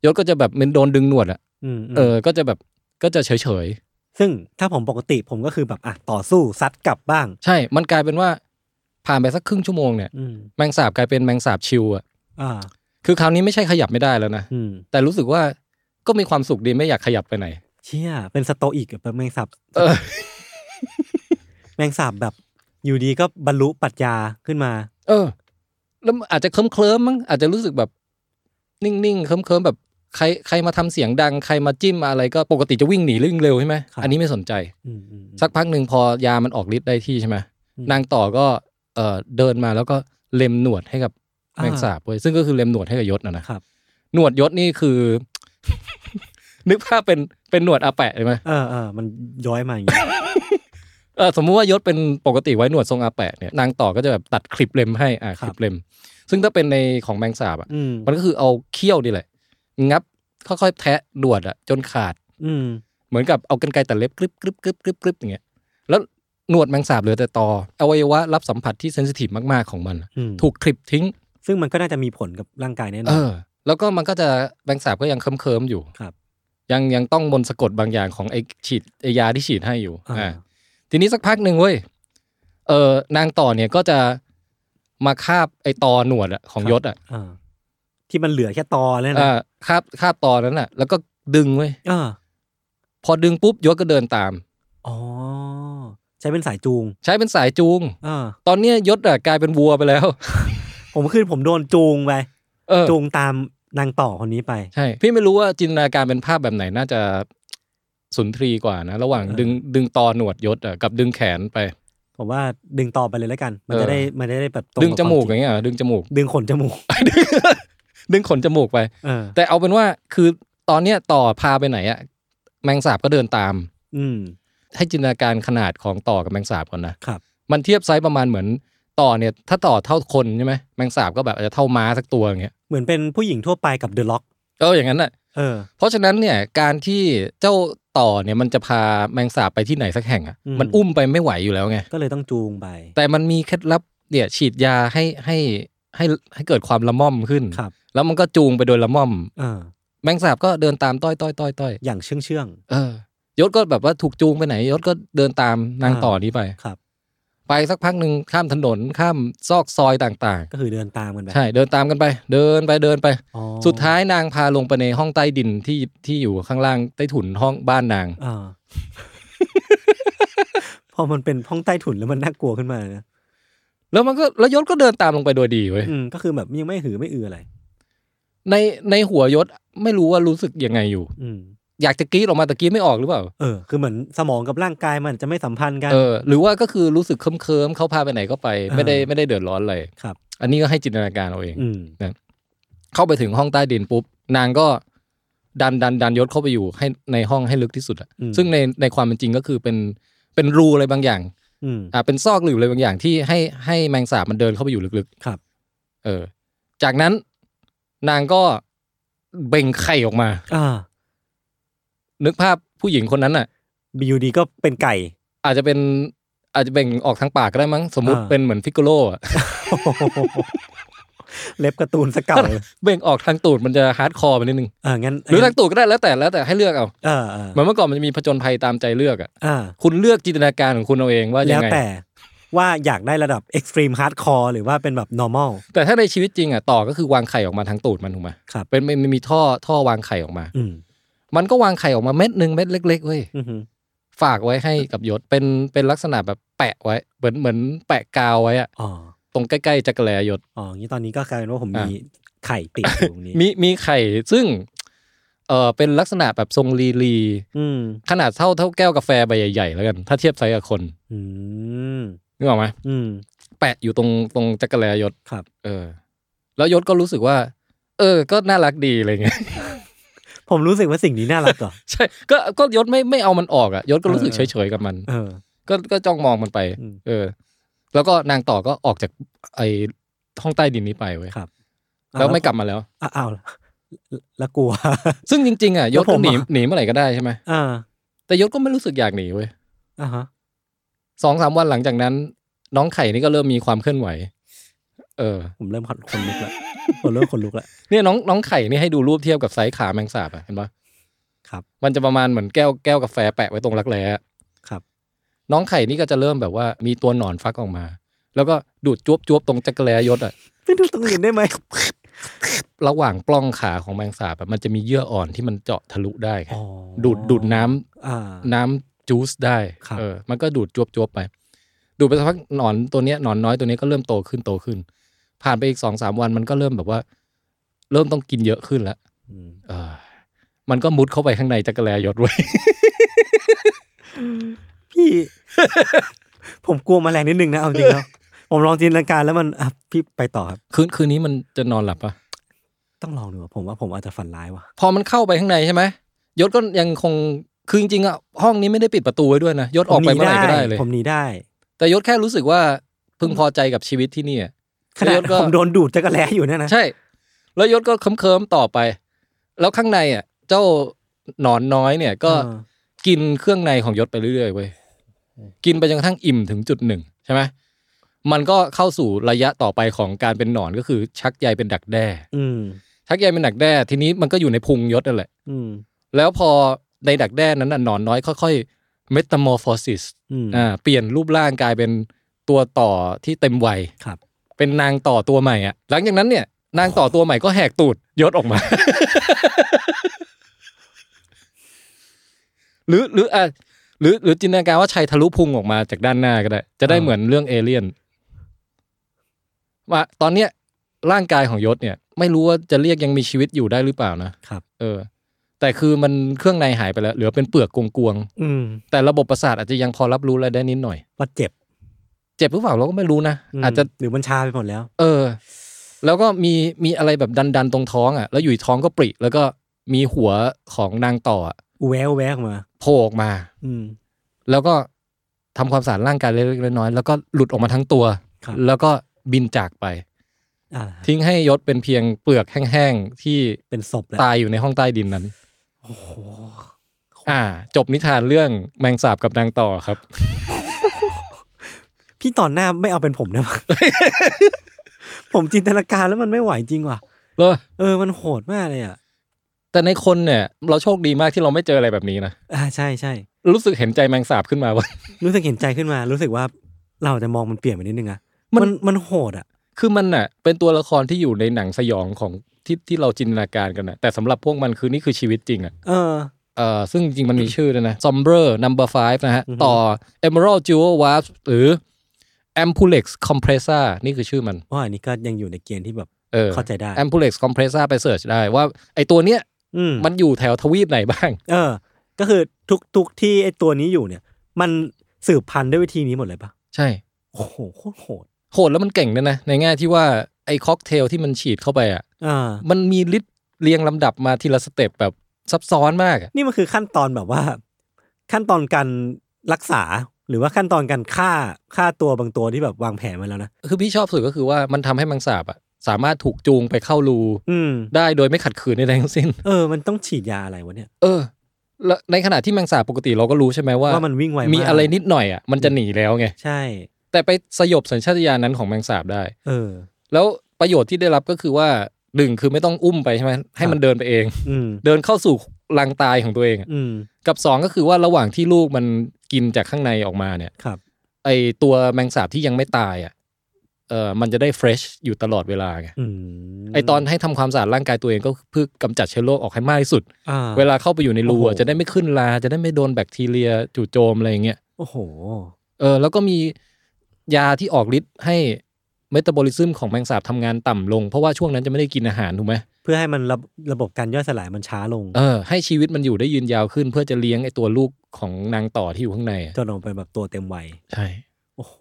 C: ยศก็จะแบบมันโดนดึงหนวดอะ
B: อืมม
C: เออ ก็จะแบบก็จะเฉยเฉย
B: ซึ่งถ้าผมปกติผมก็คือแบบอ่ะต่อสู้ซัดกลับบ้าง
C: ๆ ใช่ มันกลายเป็นว่าผ่านไปสักครึ่งชั่วโมงเนี่ย
B: อืม
C: แมงสาบกลายเป็นแมงสาบชิวอะ
B: อ่า
C: คือคราวนี้ไม่ใช่ขยับไม่ได้แล้วนะ
B: อืม
C: แต่รู้สึกว่าก็มีความสุขดีไม่อยากขยับไปไหน
B: เชี่ยเป็นสโตอีกแบบแมงสาบ
C: เออ
B: แมงสาบแบบ อยู่ดีก็บรรลุปรัชญาขึ้นมา
C: เออ แล้วอาจจะเคลิ้มเคลิ้มๆมั้งอาจจะรู้สึกแบบนิ่งๆเคลิ้มเคลิ้มๆแบบใครใครมาทำเสียงดังใครมาจิ้มมาอะไรก็ปกติจะวิ่งหนีหรือวิ่งเร็วใช่ไหม
B: ครับ
C: อันนี้ไม่สนใจ
B: อืมอืมอืม
C: สักพักหนึ่งพอยามันออกฤทธิ์ได้ที่ใช่ไหม
B: อืม
C: นางต่อก็เออเดินมาแล้วก็เล็มหนวดให้กับแมงสาบเว้ยซึ่งก็คือเล็มหนวดให้กับยศนะนะครับ หนวดยศนี่คือ นึกภาพเป็นเ เป็นหนวดอาแปะใช่ไหม
B: เออเออมันย้อยมาอย่างงี้
C: เออสมมุติว่ายศเป็นปกติไว้หนวดทรงอาแปะเนี่ยนางต่อก็จะแบบตัดคลิปเล็มให้อ่ะ
B: ค
C: ครับ ลิปเล็ม ซึ่งถ้าเป็นในของแมงสาบอ่ะ
B: อืม
C: มันก็คือเอาเขี้ยวนี่แหละ งับค่อยๆแทะหนวดอ่ะจนขาด
B: อืม
C: เหมือนกับเอากันไกรตัดเล็บกรึบกรึบกรึบกรึบกรึบอย่างเงี้ยแล้วหนวดแมงสาบเหลือแต่ตออวัยวะรับสัมผัสที่เซนซิทีฟมากๆของมันอะ
B: อืม
C: ถูกคลิปทิ้ง
B: ซึ่งมันก็น่าจะมีผลกับร่างกายแน่นอ
C: เอน อ แล้วก็มันก็จะแมงสาบก็ยังเคิมๆอยู่
B: ครับ
C: ยังยังต้องมนต์สะกดบางอย่างของไอฉีดไอยาที่ฉีดให้อยู่
B: อ่า
C: อ่าทีนี้สักพักหนึ่งเว้ยเออนางต่อเนี่ยก็จะมาคาบไอตอหนวดอะของยศอะ
B: เออที่มันเหลือแค่ตอเนี่ยนะ
C: อ่าคาบคาบตอนั้นอะแล้วก็ดึงเว้ย
B: เออ
C: พอดึงปุ๊บยศก็เดินตาม
B: อ๋อใช้เป็นสายจูง
C: ใช้เป็นสายจูง
B: เออ
C: ตอนเนี้ยยศอะกลายเป็นวัวไปแล้ว
B: ผมขึ้นผมโดนจูงไป
C: เออ
B: จูงตามนางต่อคนนี้ไป
C: ใช่ พี่ไม่รู้ว่าจินตนาการเป็นภาพแบบไหนน่าจะสุนทรีกว่านะ ระหว่าง
B: เออ
C: ดึงดึงตอหนวดยศอะกับดึงแขนไป
B: ผมว่าดึงต่อไปเลยแล้วกัน มัน
C: เออ
B: จะได้มันจะได้แบบตรง
C: ดึงจมูก
B: บ
C: อ
B: ควา
C: ย่างเงี้ยเหรอดึงจมูก
B: จริงดึงขนจมูก
C: ดึงขนจมูกไป
B: เออ
C: แต่เอาเป็นว่าคือตอนเนี้ยต่อพาไปไหนอะแมงสาบก็เดินตาม
B: อืม
C: ให้จินตนาการขนาดของต่อกับแมงสาบก่อนนะครับ มันเทียบไซส์ประมาณเหมือนต่อเนี่ย ถ้าต่อเท่าคนใช่ไหมแมงสาบก็แบบอาจจะเท่าม้าสักตัวอย่างเงี้ย
B: เหมือนเป็นผู้หญิงทั่วไปกับเดอะล็อก
C: เอออย่างนั้นอะ
B: เออ
C: เพราะฉะนั้นเนี่ยการที่เจ้าต่อเนี่ยมันจะพาแมงสาบไปที่ไหนสักแห่งอะ
B: อืม
C: มันอุ้มไปไม่ไหวอยู่แล้วไง
B: ก็เลยต้องจูงไป
C: แต่มันมีเคล็ดลับเนี่ยฉีดยาให้ให้ให้ให้เกิดความละม่อมขึ้น
B: ครับ
C: แล้วมันก็จูงไปโดยละม่อม
B: เออ
C: แมงสาบก็เดินตามต้อยต้อยต้อยต้อย
B: อย่างเชื่องเชื่อง
C: เออยศก็แบบว่าถูกจูงไปไหนยศก็เดินตามนาง
B: อ่า
C: ต่อนี้ไป
B: ๆครับ
C: ไปสักพักหนึ่งข้ามถนนข้ามซอกซอยต่าง
B: ก็คือเดินตามกันไป
C: ๆ ใช่เดินตามกันไป เดินไปเดินไป
B: อ๋อ
C: สุดท้ายนางพาลงไปในห้องใต้ดินที่ที่อยู่ข้างล่างใต้ถุนห้องบ้านนาง
B: เออ พอมันเป็นห้องใต้ถุนแล้วมันน่ากลัวขึ้นมานะ
C: แล้วมันก็แล้วยศก็เดินตามลงไปโดยดีเว้ย
B: อืมก็คือแบบยังไม่หือไม่อืออะไร
C: ในในหัวยศไม่รู้ว่ารู้สึกยังไงอยู่
B: อืม
C: อยากจะกรี๊ดออกมาแต่กรี๊ดไม่ออกหรือเปล่า
B: เออ คือเหมือนสมองกับร่างกายมันจะไม่สัมพันธ์กัน
C: เออหรือว่าก็คือรู้สึกเคิมเคิมๆเขาพาไปไหนก็ไป ไม่ได้
B: เออ
C: ไม่ได้เดือดร้อนเลย
B: ครับ
C: อันนี้ก็ให้จินตนาการเอาเอง
B: อืม
C: เข้าไปถึงห้องใต้ดินปุ๊บ นางก็ดันดันดันยศเข้าไปอยู่ให้ในห้องให้ลึกที่สุดอะ
B: อืม
C: ซึ่งในในความเป็นจริงก็คือเป็นเป็นรูอะไรบางอย่าง
B: อืม
C: อ่าเป็นซอกหรืออะไรบางอย่างที่ให้ให้แมงสาบมันเดินเข้าไปอยู่ลึกๆ
B: ครับ
C: เออ จากนั้นนางก็เบ่งไข่ออกมา
B: อ่า
C: นึกภาพผู้หญิงคนนั้นน่ะ
B: บียูดีก็เป็นไก่
C: อาจจะเป็นอาจจะเบ่งออกทางปากก็ได้มั้งสมมุติ
B: อ่า
C: เป็นเหมือนพิกโกโลอะ
B: เล็บการ์ตูนสเก่าเลย
C: เบ่งออกทางตูดมันจะฮาร์ดคอร์ไปนิดนึง
B: เอองั้น
C: หรือทางตูดก็ได้แล้วแต่แล้วแต่ให้เลือกเอา
B: เออเออ
C: เหมือนเมื่อก่อนมันจะมีผจญภัยตามใจเลือกอ่ะ
B: อ่า
C: คุณเลือกจินตนาการของคุณเอาเองว่ายั
B: แล้ว
C: งไง
B: แต่ว่าอยากได้ระดับ extreme hardcore หรือว่าเป็นแบบ normal
C: แต่ถ้าในชีวิตจริงอ่ะต่อก็คือวางไข่ออกมาทางตูดมันถูกไหม
B: ครับ
C: เป็นมันมันมีท่อท่อวางไข่ออกมา
B: อืม
C: มันก็วางไข่ออกมาเม็ดหนึ่งเม็ดเล็กๆเว้ย
B: อือหือ
C: ฝากไว้ให้กับยศเป็นเป็นลักษณะแบบแปะไว้ เหมือนเหมือนแปะกาวไว้อะ
B: อ๋อ
C: ตรงใกล้ๆจักรแลยศ
B: อ๋องี้ตอนนี้ก็กลายเป็นว่าผม
C: อ่ะ
B: มีไข่ติดอยู่ตรงนี้
C: มีมีไข่ซึ่งเออเป็นลักษณะแบบทรงลีลี
B: อืม
C: ขนาดเท่าเท่าแก้วกาแฟใบใหญ่ๆแล้วกันถ้าเทียบไซส์กับคน
B: อืม
C: นึกออกไหม
B: อืม
C: แปะอยู่ตรงตรงจักรแลยศ
B: ครับ
C: เออ แล้วยศก็รู้สึกว่า เออ ก็น่ารักดีอะไรเงี้ย
B: ผมรู้สึกว่าสิ่งนี้น่ารักเหรอ
C: ใช่ ก็ก็ยศไม่ไม่เอามันออกอ่ะยศก็รู้สึก
B: เอ
C: เฉ
B: อ
C: ยเฉยๆกับมัน
B: เออ
C: ก็ก็จ้องมองมันไป
B: อืม
C: เออ แล้วก็นางต่อก็ออกจากไอห้องใต้ดินนี้ไปเว้ย
B: ครับ
C: แล้วไม่กลับมาแล้ว
B: อ่ะอ้าวแล้วกลัว
C: ซึ่งจริง ๆอ่ะยศ
B: แล้วผ
C: ก็ห
B: ม
C: นี
B: อ่ะ
C: หนีเมื่อไหร่ก็ได้ใช่ไหม
B: อ่า
C: แต่ยศก็ไม่รู้สึกอยากหนีเว้ย
B: อ่าฮะ
C: สองสามวันหลังจากนั้น น้องไข่นี่ก็เริ่มมีความเคลื่อนไหว เออ
B: ผมเริ่มขนขนลุกละผมเริ่มขนลุก ละ
C: เนี่ยน้องน้องไข่นี่ให้ดูรูปเทียบกับไซส์ขาแมงสาบอ่ะเห็นปะ
B: ครับ
C: มันจะประมาณเหมือนแก้วแก้วกาแฟแปะไว้ตรงรักแร้อะ
B: ครับ
C: น้องไข่นี่ก็จะเริ่มแบบว่ามีตัวหนอนฟักออกมา แล้วก็ดูดจวบจวบๆตรงจักรแลยศอ่ะ
B: ไปดูตรงอื่นได้ไหม
C: ระหว่างปล้องขาของแมงสาบอะมันจะมีเยื่ออ่อนที่มันเจาะทะลุได้ไง
B: อ๋อ
C: ดูดดูดน้ำ
B: อ่า
C: น้ำจูสได้
B: ครับ
C: เออมันก็ดูดจวบจวบๆไป ดูดไปสักพักหนอนตัวเนี้ยหนอนน้อยตัวเนี้ยก็เริ่มโตขึ้นโตขึ้น ผ่านไปอีกสองสามวันมันก็เริ่มแบบว่า เริ่มต้องกินเยอะขึ้นแล้ว
B: อืม
C: เออมันก็มุดเข้าไปข้างในจักรแลยศไว้ย
B: พี่ ผมกลัวแมลงนิดนึงนะเอาจริงแล้ว ผมลองจินตนาการแล้วมันอ่ะพี่ไปต่อครับ
C: คืนคืนนี้มันจะนอนหลับปะ
B: ต้องลองดูอะผมว่าผมอาจจะฝันร้ายว่ะ
C: พอมันเข้าไปข้างในใช่ไหมยศก็ยังคง คือจริงๆอ่ะห้องนี้ไม่ได้ปิดประตูไว้ด้วยนะยศออกไปเมื่อไหร่ก็ได้เลย
B: ผมหนีได้
C: แต่ยศแค่รู้สึกว่าพึงพอใจกับชีวิตที่นี่อะ
B: ขนา
C: แล้
B: ด
C: วก็
B: ผมโดนดูดจักรแล้อยู่เนี่ยนะ
C: ใช่ แล้วยศก็เคิมๆต่อไป แล้วข้างในอ่ะ เจ้าหนอนน้อยเนี่ยก็
B: เออ
C: กินเครื่องในของยศไปเรื่อยๆเว้ย กินไปจนกระทั่งอิ่มถึงจุดหนึ่งใช่ไหมมันก็เข้าสู่ระยะต่อไปของการเป็นหนอนก็คือ ชักใยเป็นดักแด้
B: อืม
C: ชักใยเป็นดักแด้ ทีนี้มันก็อยู่ในพุงยศนั่นแหละ
B: อืม
C: แล้วพอในดักแด้นั้นน่ะหนอนน้อยค่อยๆ metamorphosis
B: อืม
C: อ่า เปลี่ยนรูปร่างกลายเป็นตัวต่อที่เต็มวัย
B: ครับ
C: เป็นนางต่อตัวใหม่อ่ะ หลังจากนั้นเนี่ย นางต่อตัวใหม่ก็แหกตูดยศออกมา หรือหรืออ่ะหรือหรือจินตนาการว่าชัยทะลุพุงออกมาจากด้านหน้าก็ได้ จะได้เหมือนเรื่องเอเลี่ยนว่าตอนเนี้ยร่างกายของยศเนี่ย ไม่รู้ว่าจะเรียกยังมีชีวิตอยู่ได้หรือเปล่านะครับ เออ แต่คือมันเครื่องในหายไปแล้วเหลือเป็นเปลือกกวงๆ
B: อืม
C: แต่ระบบประสาทอาจจะยังพอรับรู้อะไรได้นิดหน่อย
B: ว่าเจ็บ
C: เจ็บหรือเปล่าเราก็ไม่รู้นะ
B: ม
C: อาจจะ
B: หรือมันชาไปหมดแล้ว
C: เออ แล้วก็มีมีอะไรแบบดันๆตรงท้องอ่ะ แล้วอยู่ท้องก็ปริแล้วก็มีหัวของนางต่ออะ
B: อูแววแววออกมา
C: โผล่ออกมา
B: อืม
C: แล้วก็ทำความสะอาดร่างกายเล็กๆน้อยๆแล้วก็หลุดออกมาทั้งตัว
B: ครับ
C: แล้วก็บินจากไป
B: อ่า
C: ทิ้งให้ยศเป็นเพียงเปลือกแห้งๆที่
B: เป็นศพแล้ว
C: ตายอยู่ในห้องใต้ดินนั้น
B: โอ้โห
C: อ่า จบนิทานเรื่องแมงสาบกับนางต่อครับ
B: พี่ตอนหน้าไม่เอาเป็นผม ได้ปะ ผมจินตนาการแล้วมันไม่ไหวจริงว่ะ
C: แล้ว
B: เออ มันโหดมากเลยอ่ะ
C: แต่ในคนเนี่ย เราโชคดีมากที่เราไม่เจออะไรแบบนี้นะ
B: อ่าใช่ใช่
C: รู้สึกเห็นใจแมงสาบขึ้นมาเว่า
B: รู้สึกเห็นใจขึ้นมา รู้สึกว่าเราจะมองมันเปลี่ยนไปนิดนึงอะ
C: มัน
B: มันมันโหดอะ
C: คือมันน่ะ เป็นตัวละครที่อยู่ในหนังสยองของที่ที่เราจินตนาการกันน่ะ แต่สำหรับพวกมันคือนี่คือชีวิตจริงอ่ะ
B: เออ
C: เอ่อ ซึ่งจริงมันมีชื่อด้วยนะ Somber Number 5 นะฮะ
B: อือฮึ
C: ต่อ Emerald Jewel Wasp หรือ Ampulex Compressor นี่คือชื่อมัน
B: ว่าอันนี้ก็ยังอยู่ในเกณฑ์ที่แบบ
C: เออ
B: เข้าใจได้
C: Ampulex Compressor ไปเสิร์ชได้ว่าไอตัวเนี้ย
B: อืม
C: มันอยู่แถวทวีปไหนบ้าง
B: เออ ก็คือทุกทุกที่ไอตัวนี้อยู่เนี่ย มันสืบพันธุ์ด้วยวิธีนี้หมดเลยปะ
C: ใช่
B: โอ้โหโคตรโหด
C: โหดแล้วมันเก่งด้วยนะ ในแง่ที่ว่าไอค็อกเทลที่มันฉีดเข้าไปอ่ะ
B: อ่า
C: มันมีฤทธิ์เรียงลำดับมาทีละสเต็ปแบบซับซ้อนมากอะ
B: นี่มันคือขั้นตอนแบบว่า ขั้นตอนการรักษา หรือว่าขั้นตอนการฆ่าฆ่าตัวบางตัวที่แบบวางแผนมาแล้วนะ
C: คือพี่ชอบสุดก็คือว่ามันทำให้มังสาบอะสามารถถูกจูงไปเข้ารู
B: อืม
C: ได้โดยไม่ขัดขืนใดๆทั้งสิ้น
B: เออ มันต้องฉีดยาอะไรวะเนี่ย
C: เออ แล้วในขณะที่แมงสาบปกติเราก็รู้ใช่ไหมว่า
B: ว่ามันวิ่งไวาก
C: มีอะไรนิดหน่อยอะมันจะหนีแล้วไง
B: ใช่
C: แต่ไปสยบสัญชาตญาณนั้นของแมงสาบได้
B: เออ
C: แล้วประโยชน์ที่ได้รับก็คือว่าหนึ่งคือไม่ต้องอุ้มไปใช่ไหมให้มันเดินไปเอง
B: อืม
C: เดินเข้าสู่รังตายของตัวเองอะ
B: อืม
C: กับสองก็คือว่าระหว่างที่ลูกมันกินจากข้างในออกมาเนี่ย
B: ครับ
C: ไอตัวแมงสาบที่ยังไม่ตายอ่ะเออมันจะได้เฟรชอยู่ตลอดเวลาไง
B: อืม
C: ไอตอนให้ทำความสะอาดร่างกายตัวเองก็เพื่อกำจัดเชื้อโรคออกให้มากที่สุด
B: อ่า
C: เวลาเข้าไปอยู่ในรู
B: โอ้
C: อะ
B: โห
C: จะได้ไม่ขึ้นลา จะได้ไม่โดนแบคทีเรียจู่โจมอะไรอย่างเงี้ย
B: โอ้โห
C: เออ แล้วก็มียาที่ออกฤทธิ์ให้เมตาบอลิซึมของแมงสาบทำงานต่ำลง เพราะว่าช่วงนั้นจะไม่ได้กินอาหารถูกไหม
B: เพื่อให้มันระบระบบการย่อยสลายมันช้าลง
C: เออ ให้ชีวิตมันอยู่ได้ยืนยาวขึ้น เพื่อจะเลี้ยงไอตัวลูกของนางต่อที่อยู่ข้างในอะ
B: จนออกไปนแบบตัวเต็มวัย
C: ใช่
B: โอ้โห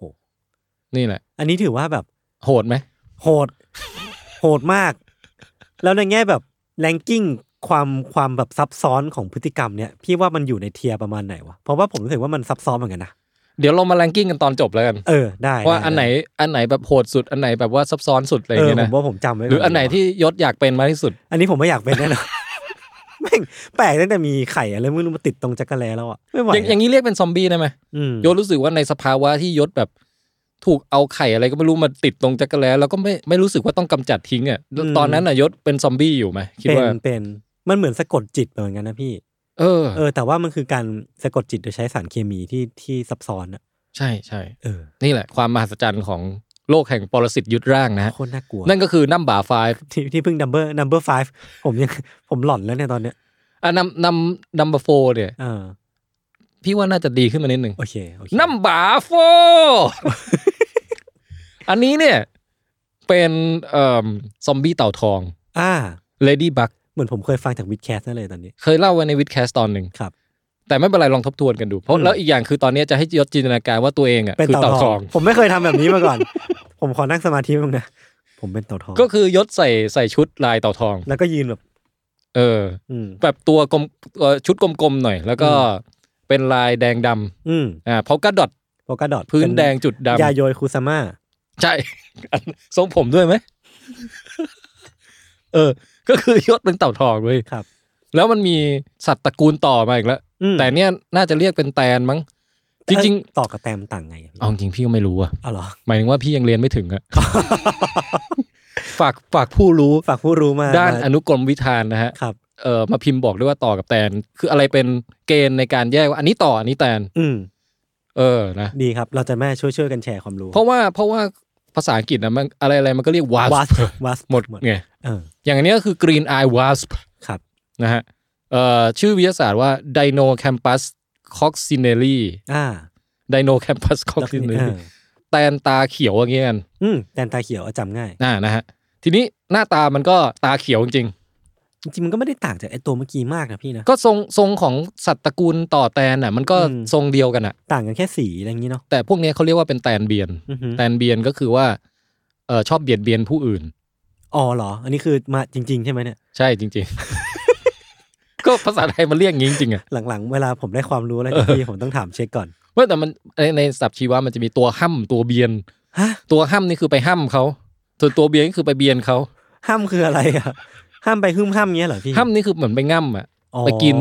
C: นี่แหละ
B: อันนี้ถือว่าแบบ
C: โหดไหม
B: โหด โหดมาก แล้วในแง่แบบแรงกิ้งความความแบบซับซ้อนของพฤติกรรมเนี่ย พี่ว่ามันอยู่ในเทียร์ประมาณไหนวะ เพราะว่าผมรู้สึกว่ามันซับซ้อนเหมือนกันนะ
C: เดี๋ยวเรามาแรงกิ้งกันตอนจบแล้วกัน
B: เออ ได้
C: ว่า
B: ด้
C: อันไหนอันไหนแบบโหดสุดอันไหนแบบว่าซับซ้อนสุดอะไรอ
B: เอย่างอ
C: เงี้ย
B: ผ
C: นะ
B: มว่าผมจำไว้
C: หรืออันไหน
B: ก่
C: ที่ยศอยากเป็นมากที่สุด
B: อันนี้ผมไม่อยากเป็นแน่นอน แม่งแปลกตั้งแต่มีไข่อะไรไม่รู้มาติดตรงจักรแลแล้วอ่ะ ไม่ไหว
C: อย่างอย่างนี้เรียกเป็นซอมบี้ได้ไหม
B: อืม
C: ยศรู้สึกว่าในสภาวะที่ยศแบบถูกเอาไข่อะไรก็ไม่รู้มาติดตรงจักรแล้แล้วก็ไม่ไม่รู้สึกว่าต้องกำจัดทิ้งอ่ะแล้วตอนนั้นน่ะยศเป็นซอมบี้อยู่ไหมคิด
B: เป็น
C: ว่า
B: เป็น มันเหมือนสะกดจิตเหมือนกันนะพี่
C: เออ
B: เออแต่ว่ามันคือการสะกดจิตโดยใช้สารเคมีที่ที่ซับซ้อนอะ
C: ใช่ใช่
B: เออ
C: นี่แหละความมหัศจรรย์ของโลกแห่งปรสิตยึดร่างนะฮะ
B: โคตรน่ากลัว
C: นั่นก็คือนัมบาไฟ
B: ที่ที่เพิ่งดัมเบอร์นัมเบอร์ไฟผมยัง ผมหลอนแล้วเนี่ยตอนเนี้ย
C: อ่ะนำนำนัมบาโฟเนี่ย
B: เออ
C: พี่ว่าน่าจะดีขึ้นมานิดหนึ่ง
B: โอเคโอเค
C: นัมบาโฟ อันนี้เนี่ย เป็นเอ่อซอมบี้เต่าทอง
B: อ่า
C: เลดี้บั
B: เหมือนผมเคยฟังจากวิดแคสนั่นเลยตอนนี้
C: เคยเล่าไว้ในวิดแคสตอนหนึ่ง
B: ครับ
C: แต่ไม่เป็นไรลองทบทวนกันดู เพ
B: อื
C: ราะ
B: ม
C: แล้วอีกอย่างคือตอนนี้จะให้ยศจินตนาการว่าตัวเองอ่ะ
B: เป็น
C: คือ
B: เต่า
C: เต่า
B: ท
C: ท
B: อ
C: อง ง
B: ผมไม่เคยทำแบบนี้มาก่อน ผมขอนั่งสมาธิบ้างนะ ผมเป็นเต่าทอง
C: ก็คือยศใส่ใส่ชุดลายเต่าทอง
B: แล้วก็ยืนแบบ
C: เออ
B: อืม
C: แบบตัวกลมเอ่อชุดกลมๆหน่อย แล้วก็
B: อื
C: เป็นลายแดงดำ
B: อืม
C: อ่าเพราะกระดอด
B: โปกาดอท
C: พื้นแดงจุดดำ
B: ยาโยยคุซาม่า
C: ใช่ อันทรงผมด้วยไหม เออ ก็คือยศเป็นเต่าทองเว้ย
B: ครับ
C: แล้วมันมีสัตว์ตระกูลต่อมาอีกแล้ว
B: อืม
C: แต่เนี่ยน่าจะเรียกเป็นแตนมั้ง จริง
B: เอ้ยต่อกับแตมต่างไงอะ
C: ๆ เอาจริงพี่ก็ไม่รู้อะ
B: เอาเหรอ
C: หมายถึงว่าพี่ยังเรียนไม่ถึง อะ ฝากฝากผู้รู้
B: ฝากผู้รู้มา
C: ด้าน
B: ม
C: อนุกรมวิธานนะฮะ
B: ครับ
C: เออมาพิมพ์บอกด้วยว่าต่อกับแตน คืออะไรเป็นเกณฑ์ในการแยกว่าอันนี้ต่ออันนี้แตน
B: อืม
C: เออนะ
B: ดีครับ เราจะแม่ช่วยช่วยๆกันแชร์ความรู้
C: เพราะว่าเพราะว่าภาษาอังกฤษนะมันอะไรอะไรมันก็เรียก wasp
B: วัสวัส
C: หมดไง
B: เออ
C: อย่างอันเนี้ยก็คือ green eye wasp
B: ครับ
C: นะฮะเอ่อชื่อวิทยาศาสตร์ว่า dinocampus coccinelli
B: อ่า
C: dinocampus
B: เอ
C: coccinelli
B: อ
C: แตนตาเขียวอย่างเงี้ยกัน
B: อืมแตนตาเขียวอะจำง่าย
C: อ่านะฮะทีนี้หน้าตามันก็ตาเขียวจริง
B: จริงๆมันก็ไม่ได้ต่างจากไอตัวเมื่อกี้มากนะพี่นะ
C: ๆ ก็ทรงทรงของสัตว์ตระกูลต่อแตนอ่ะมันก็
B: อืม
C: ทรงเดียวกันอ่ะ
B: ต่างกันแค่สีอะไรอย่างนี้เนาะ
C: แต่พวกเนี้ยเขาเรียกว่าเป็นแตนเบียน
B: อือหือ
C: แตนเบียนก็คือว่าเออชอบเบียดเบียนผู้อื่น
B: อ๋อเหรอ อันนี้คือมาจริง ๆ ใช่ไหมเนี่ย
C: ใช่จริง ๆ ก็ภาษาไทยมันเรียกงี้จริงๆอ่ะ
B: หลังๆ เวลาผมได้ความรู้อะไรจาก พี่ผมต้องถามเช็คก่อน
C: เว้ยแต่มันในในศัพท์ชีวะมันจะมีตัวห้ำตัวเบียน
B: ฮะ
C: ตัวห้ำนี่คือไปห้ำเขาส่วนตัวเบียนก็คือไปเบียนเขา
B: ห้ามคืออะไรอะห้ามไปหึ่มห้ามเงี้ยเหรอพี่
C: ห้ำนี่คือเหมือนไปง่ำอ่ะ
B: อ๋อ
C: ไปกิน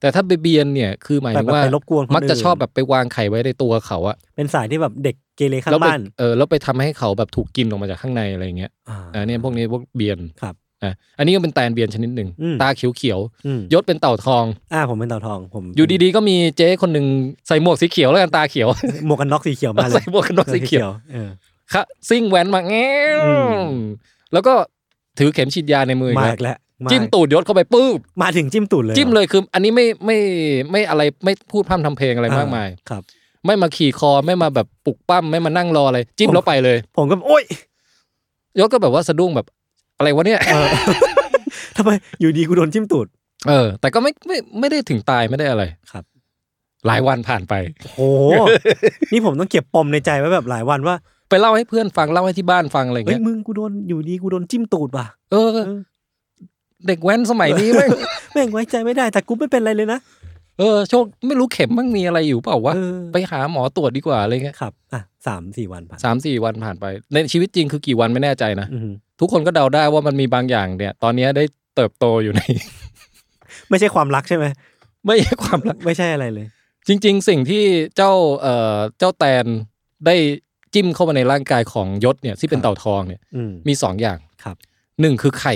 C: แต่ถ้าไปเบียนเนี่ยคือหมาย
B: แบ
C: ถึง
B: บ
C: ว่า
B: ไปรบกวนคน
C: มักจะ
B: น
C: ชอบแบบไปวางไข่ไว้ในตัวเขาอะ
B: เป็นสายที่แบบเด็กเกเรข้า
C: แล้ว
B: ง
C: ไป
B: บ้าน
C: เออแล้วไปทำให้เขาแบบถูกกินออกมาจากข้างในอะไรอย่างเงี้ย
B: อ่า
C: อ่าเนี่ยพวกนี้พวกเบียน
B: ครับ
C: อ่ะอันนี้ก็เป็นแตนเบียนชนิดหนึ่ง
B: อืม
C: ตาเขียว
B: อืม
C: ๆยศเป็นเต่าทอง
B: อ่าผมเป็นเต่าทองผม
C: อยู่ดีๆก็มีเจ๊คนหนึ่งใส่หมวกสีเขียวแล้วกันตาเขียว
B: หมวกกันน็อกสีเขียวมาเล
C: ใส่
B: ย
C: หมวกกันน็อกสีเขียว
B: เออ
C: ค่ะซิ่งแว้นมาแง่ว
B: อืม
C: แล้วก็ถือเข็มฉีดยาในมืออีก
B: มา
C: แล้ว
B: อีกแล้วา
C: จิ้มตูดยศเข้าไปปุ๊บ
B: มาถึงจิ้มตูดเลย
C: จิ้มเลยคือ อันนี้ไม่ไม่ไม่อะไรไม่พูดพร่ำทำเพลงอะไรมากมาย
B: ครับ
C: ไม่มาขี่คอไม่มาแบบปลุกปั้มไม่มานั่งรออะไร จิ้ม
B: ผม
C: แล้วไปเลย
B: ผมก็โอ๊ย
C: ยศก็แบบว่าสะดุ้งแบบอะไรวะเนี่ย
B: เออ ทำไมอยู่ดีกูโดนจิ้มตูด
C: เออ แต่ก็ไม่ไม่ไม่ได้ถึงตายไม่ได้อะไร
B: ครับ
C: หลายวันผ่านไป
B: โอ้โห นี่ผมต้องเก็บปมในใจไว้แบบหลายวันว่า
C: ไปเล่าให้เพื่อนฟังเล่าให้ที่บ้านฟังอะไรอย่าง
B: เฮ้ย
C: เงี้ย
B: มึงกูโดนอยู่ดีกูโดนจิ้มตูดว่ะ
C: เออ
B: เออ
C: เด็กแว้นสมัยนี้แม่ง
B: แม่งไว้ใจไม่ได้แต่กูไม่เป็นไรเลยนะ
C: เออโชคไม่รู้เข็มมั่งมีอะไรอยู่เปล่าวะ
B: เออ
C: ไปหาหมอตรวจดีกว่าอะไรเงี้ย
B: ครับอ่ะสามสี่วันผ่าน
C: สามสี่วันผ่านไป ในชีวิตจริงคือกี่วันไม่แน่ใจนะ
B: อือหือ
C: ทุกคนก็เดาได้ว่ามันมีบางอย่างเนี่ย ตอนเนี้ยได้เติบโตอยู่ใน
B: ไม่ใช่ความรักใช่ไหม
C: ไม่ใช่ความรัก
B: ไม่ใช่อะไรเลย
C: จริง ๆ สิ่งที่เจ้าเอ่อเจ้าแตนได้จิ้มเข้ามาในร่างกายของยศเนี่ยที่เป็น
B: ครับ
C: เต่าทองเนี่ย
B: อืม
C: มีสองอย่าง
B: ครับ
C: หนึ่งคือไข่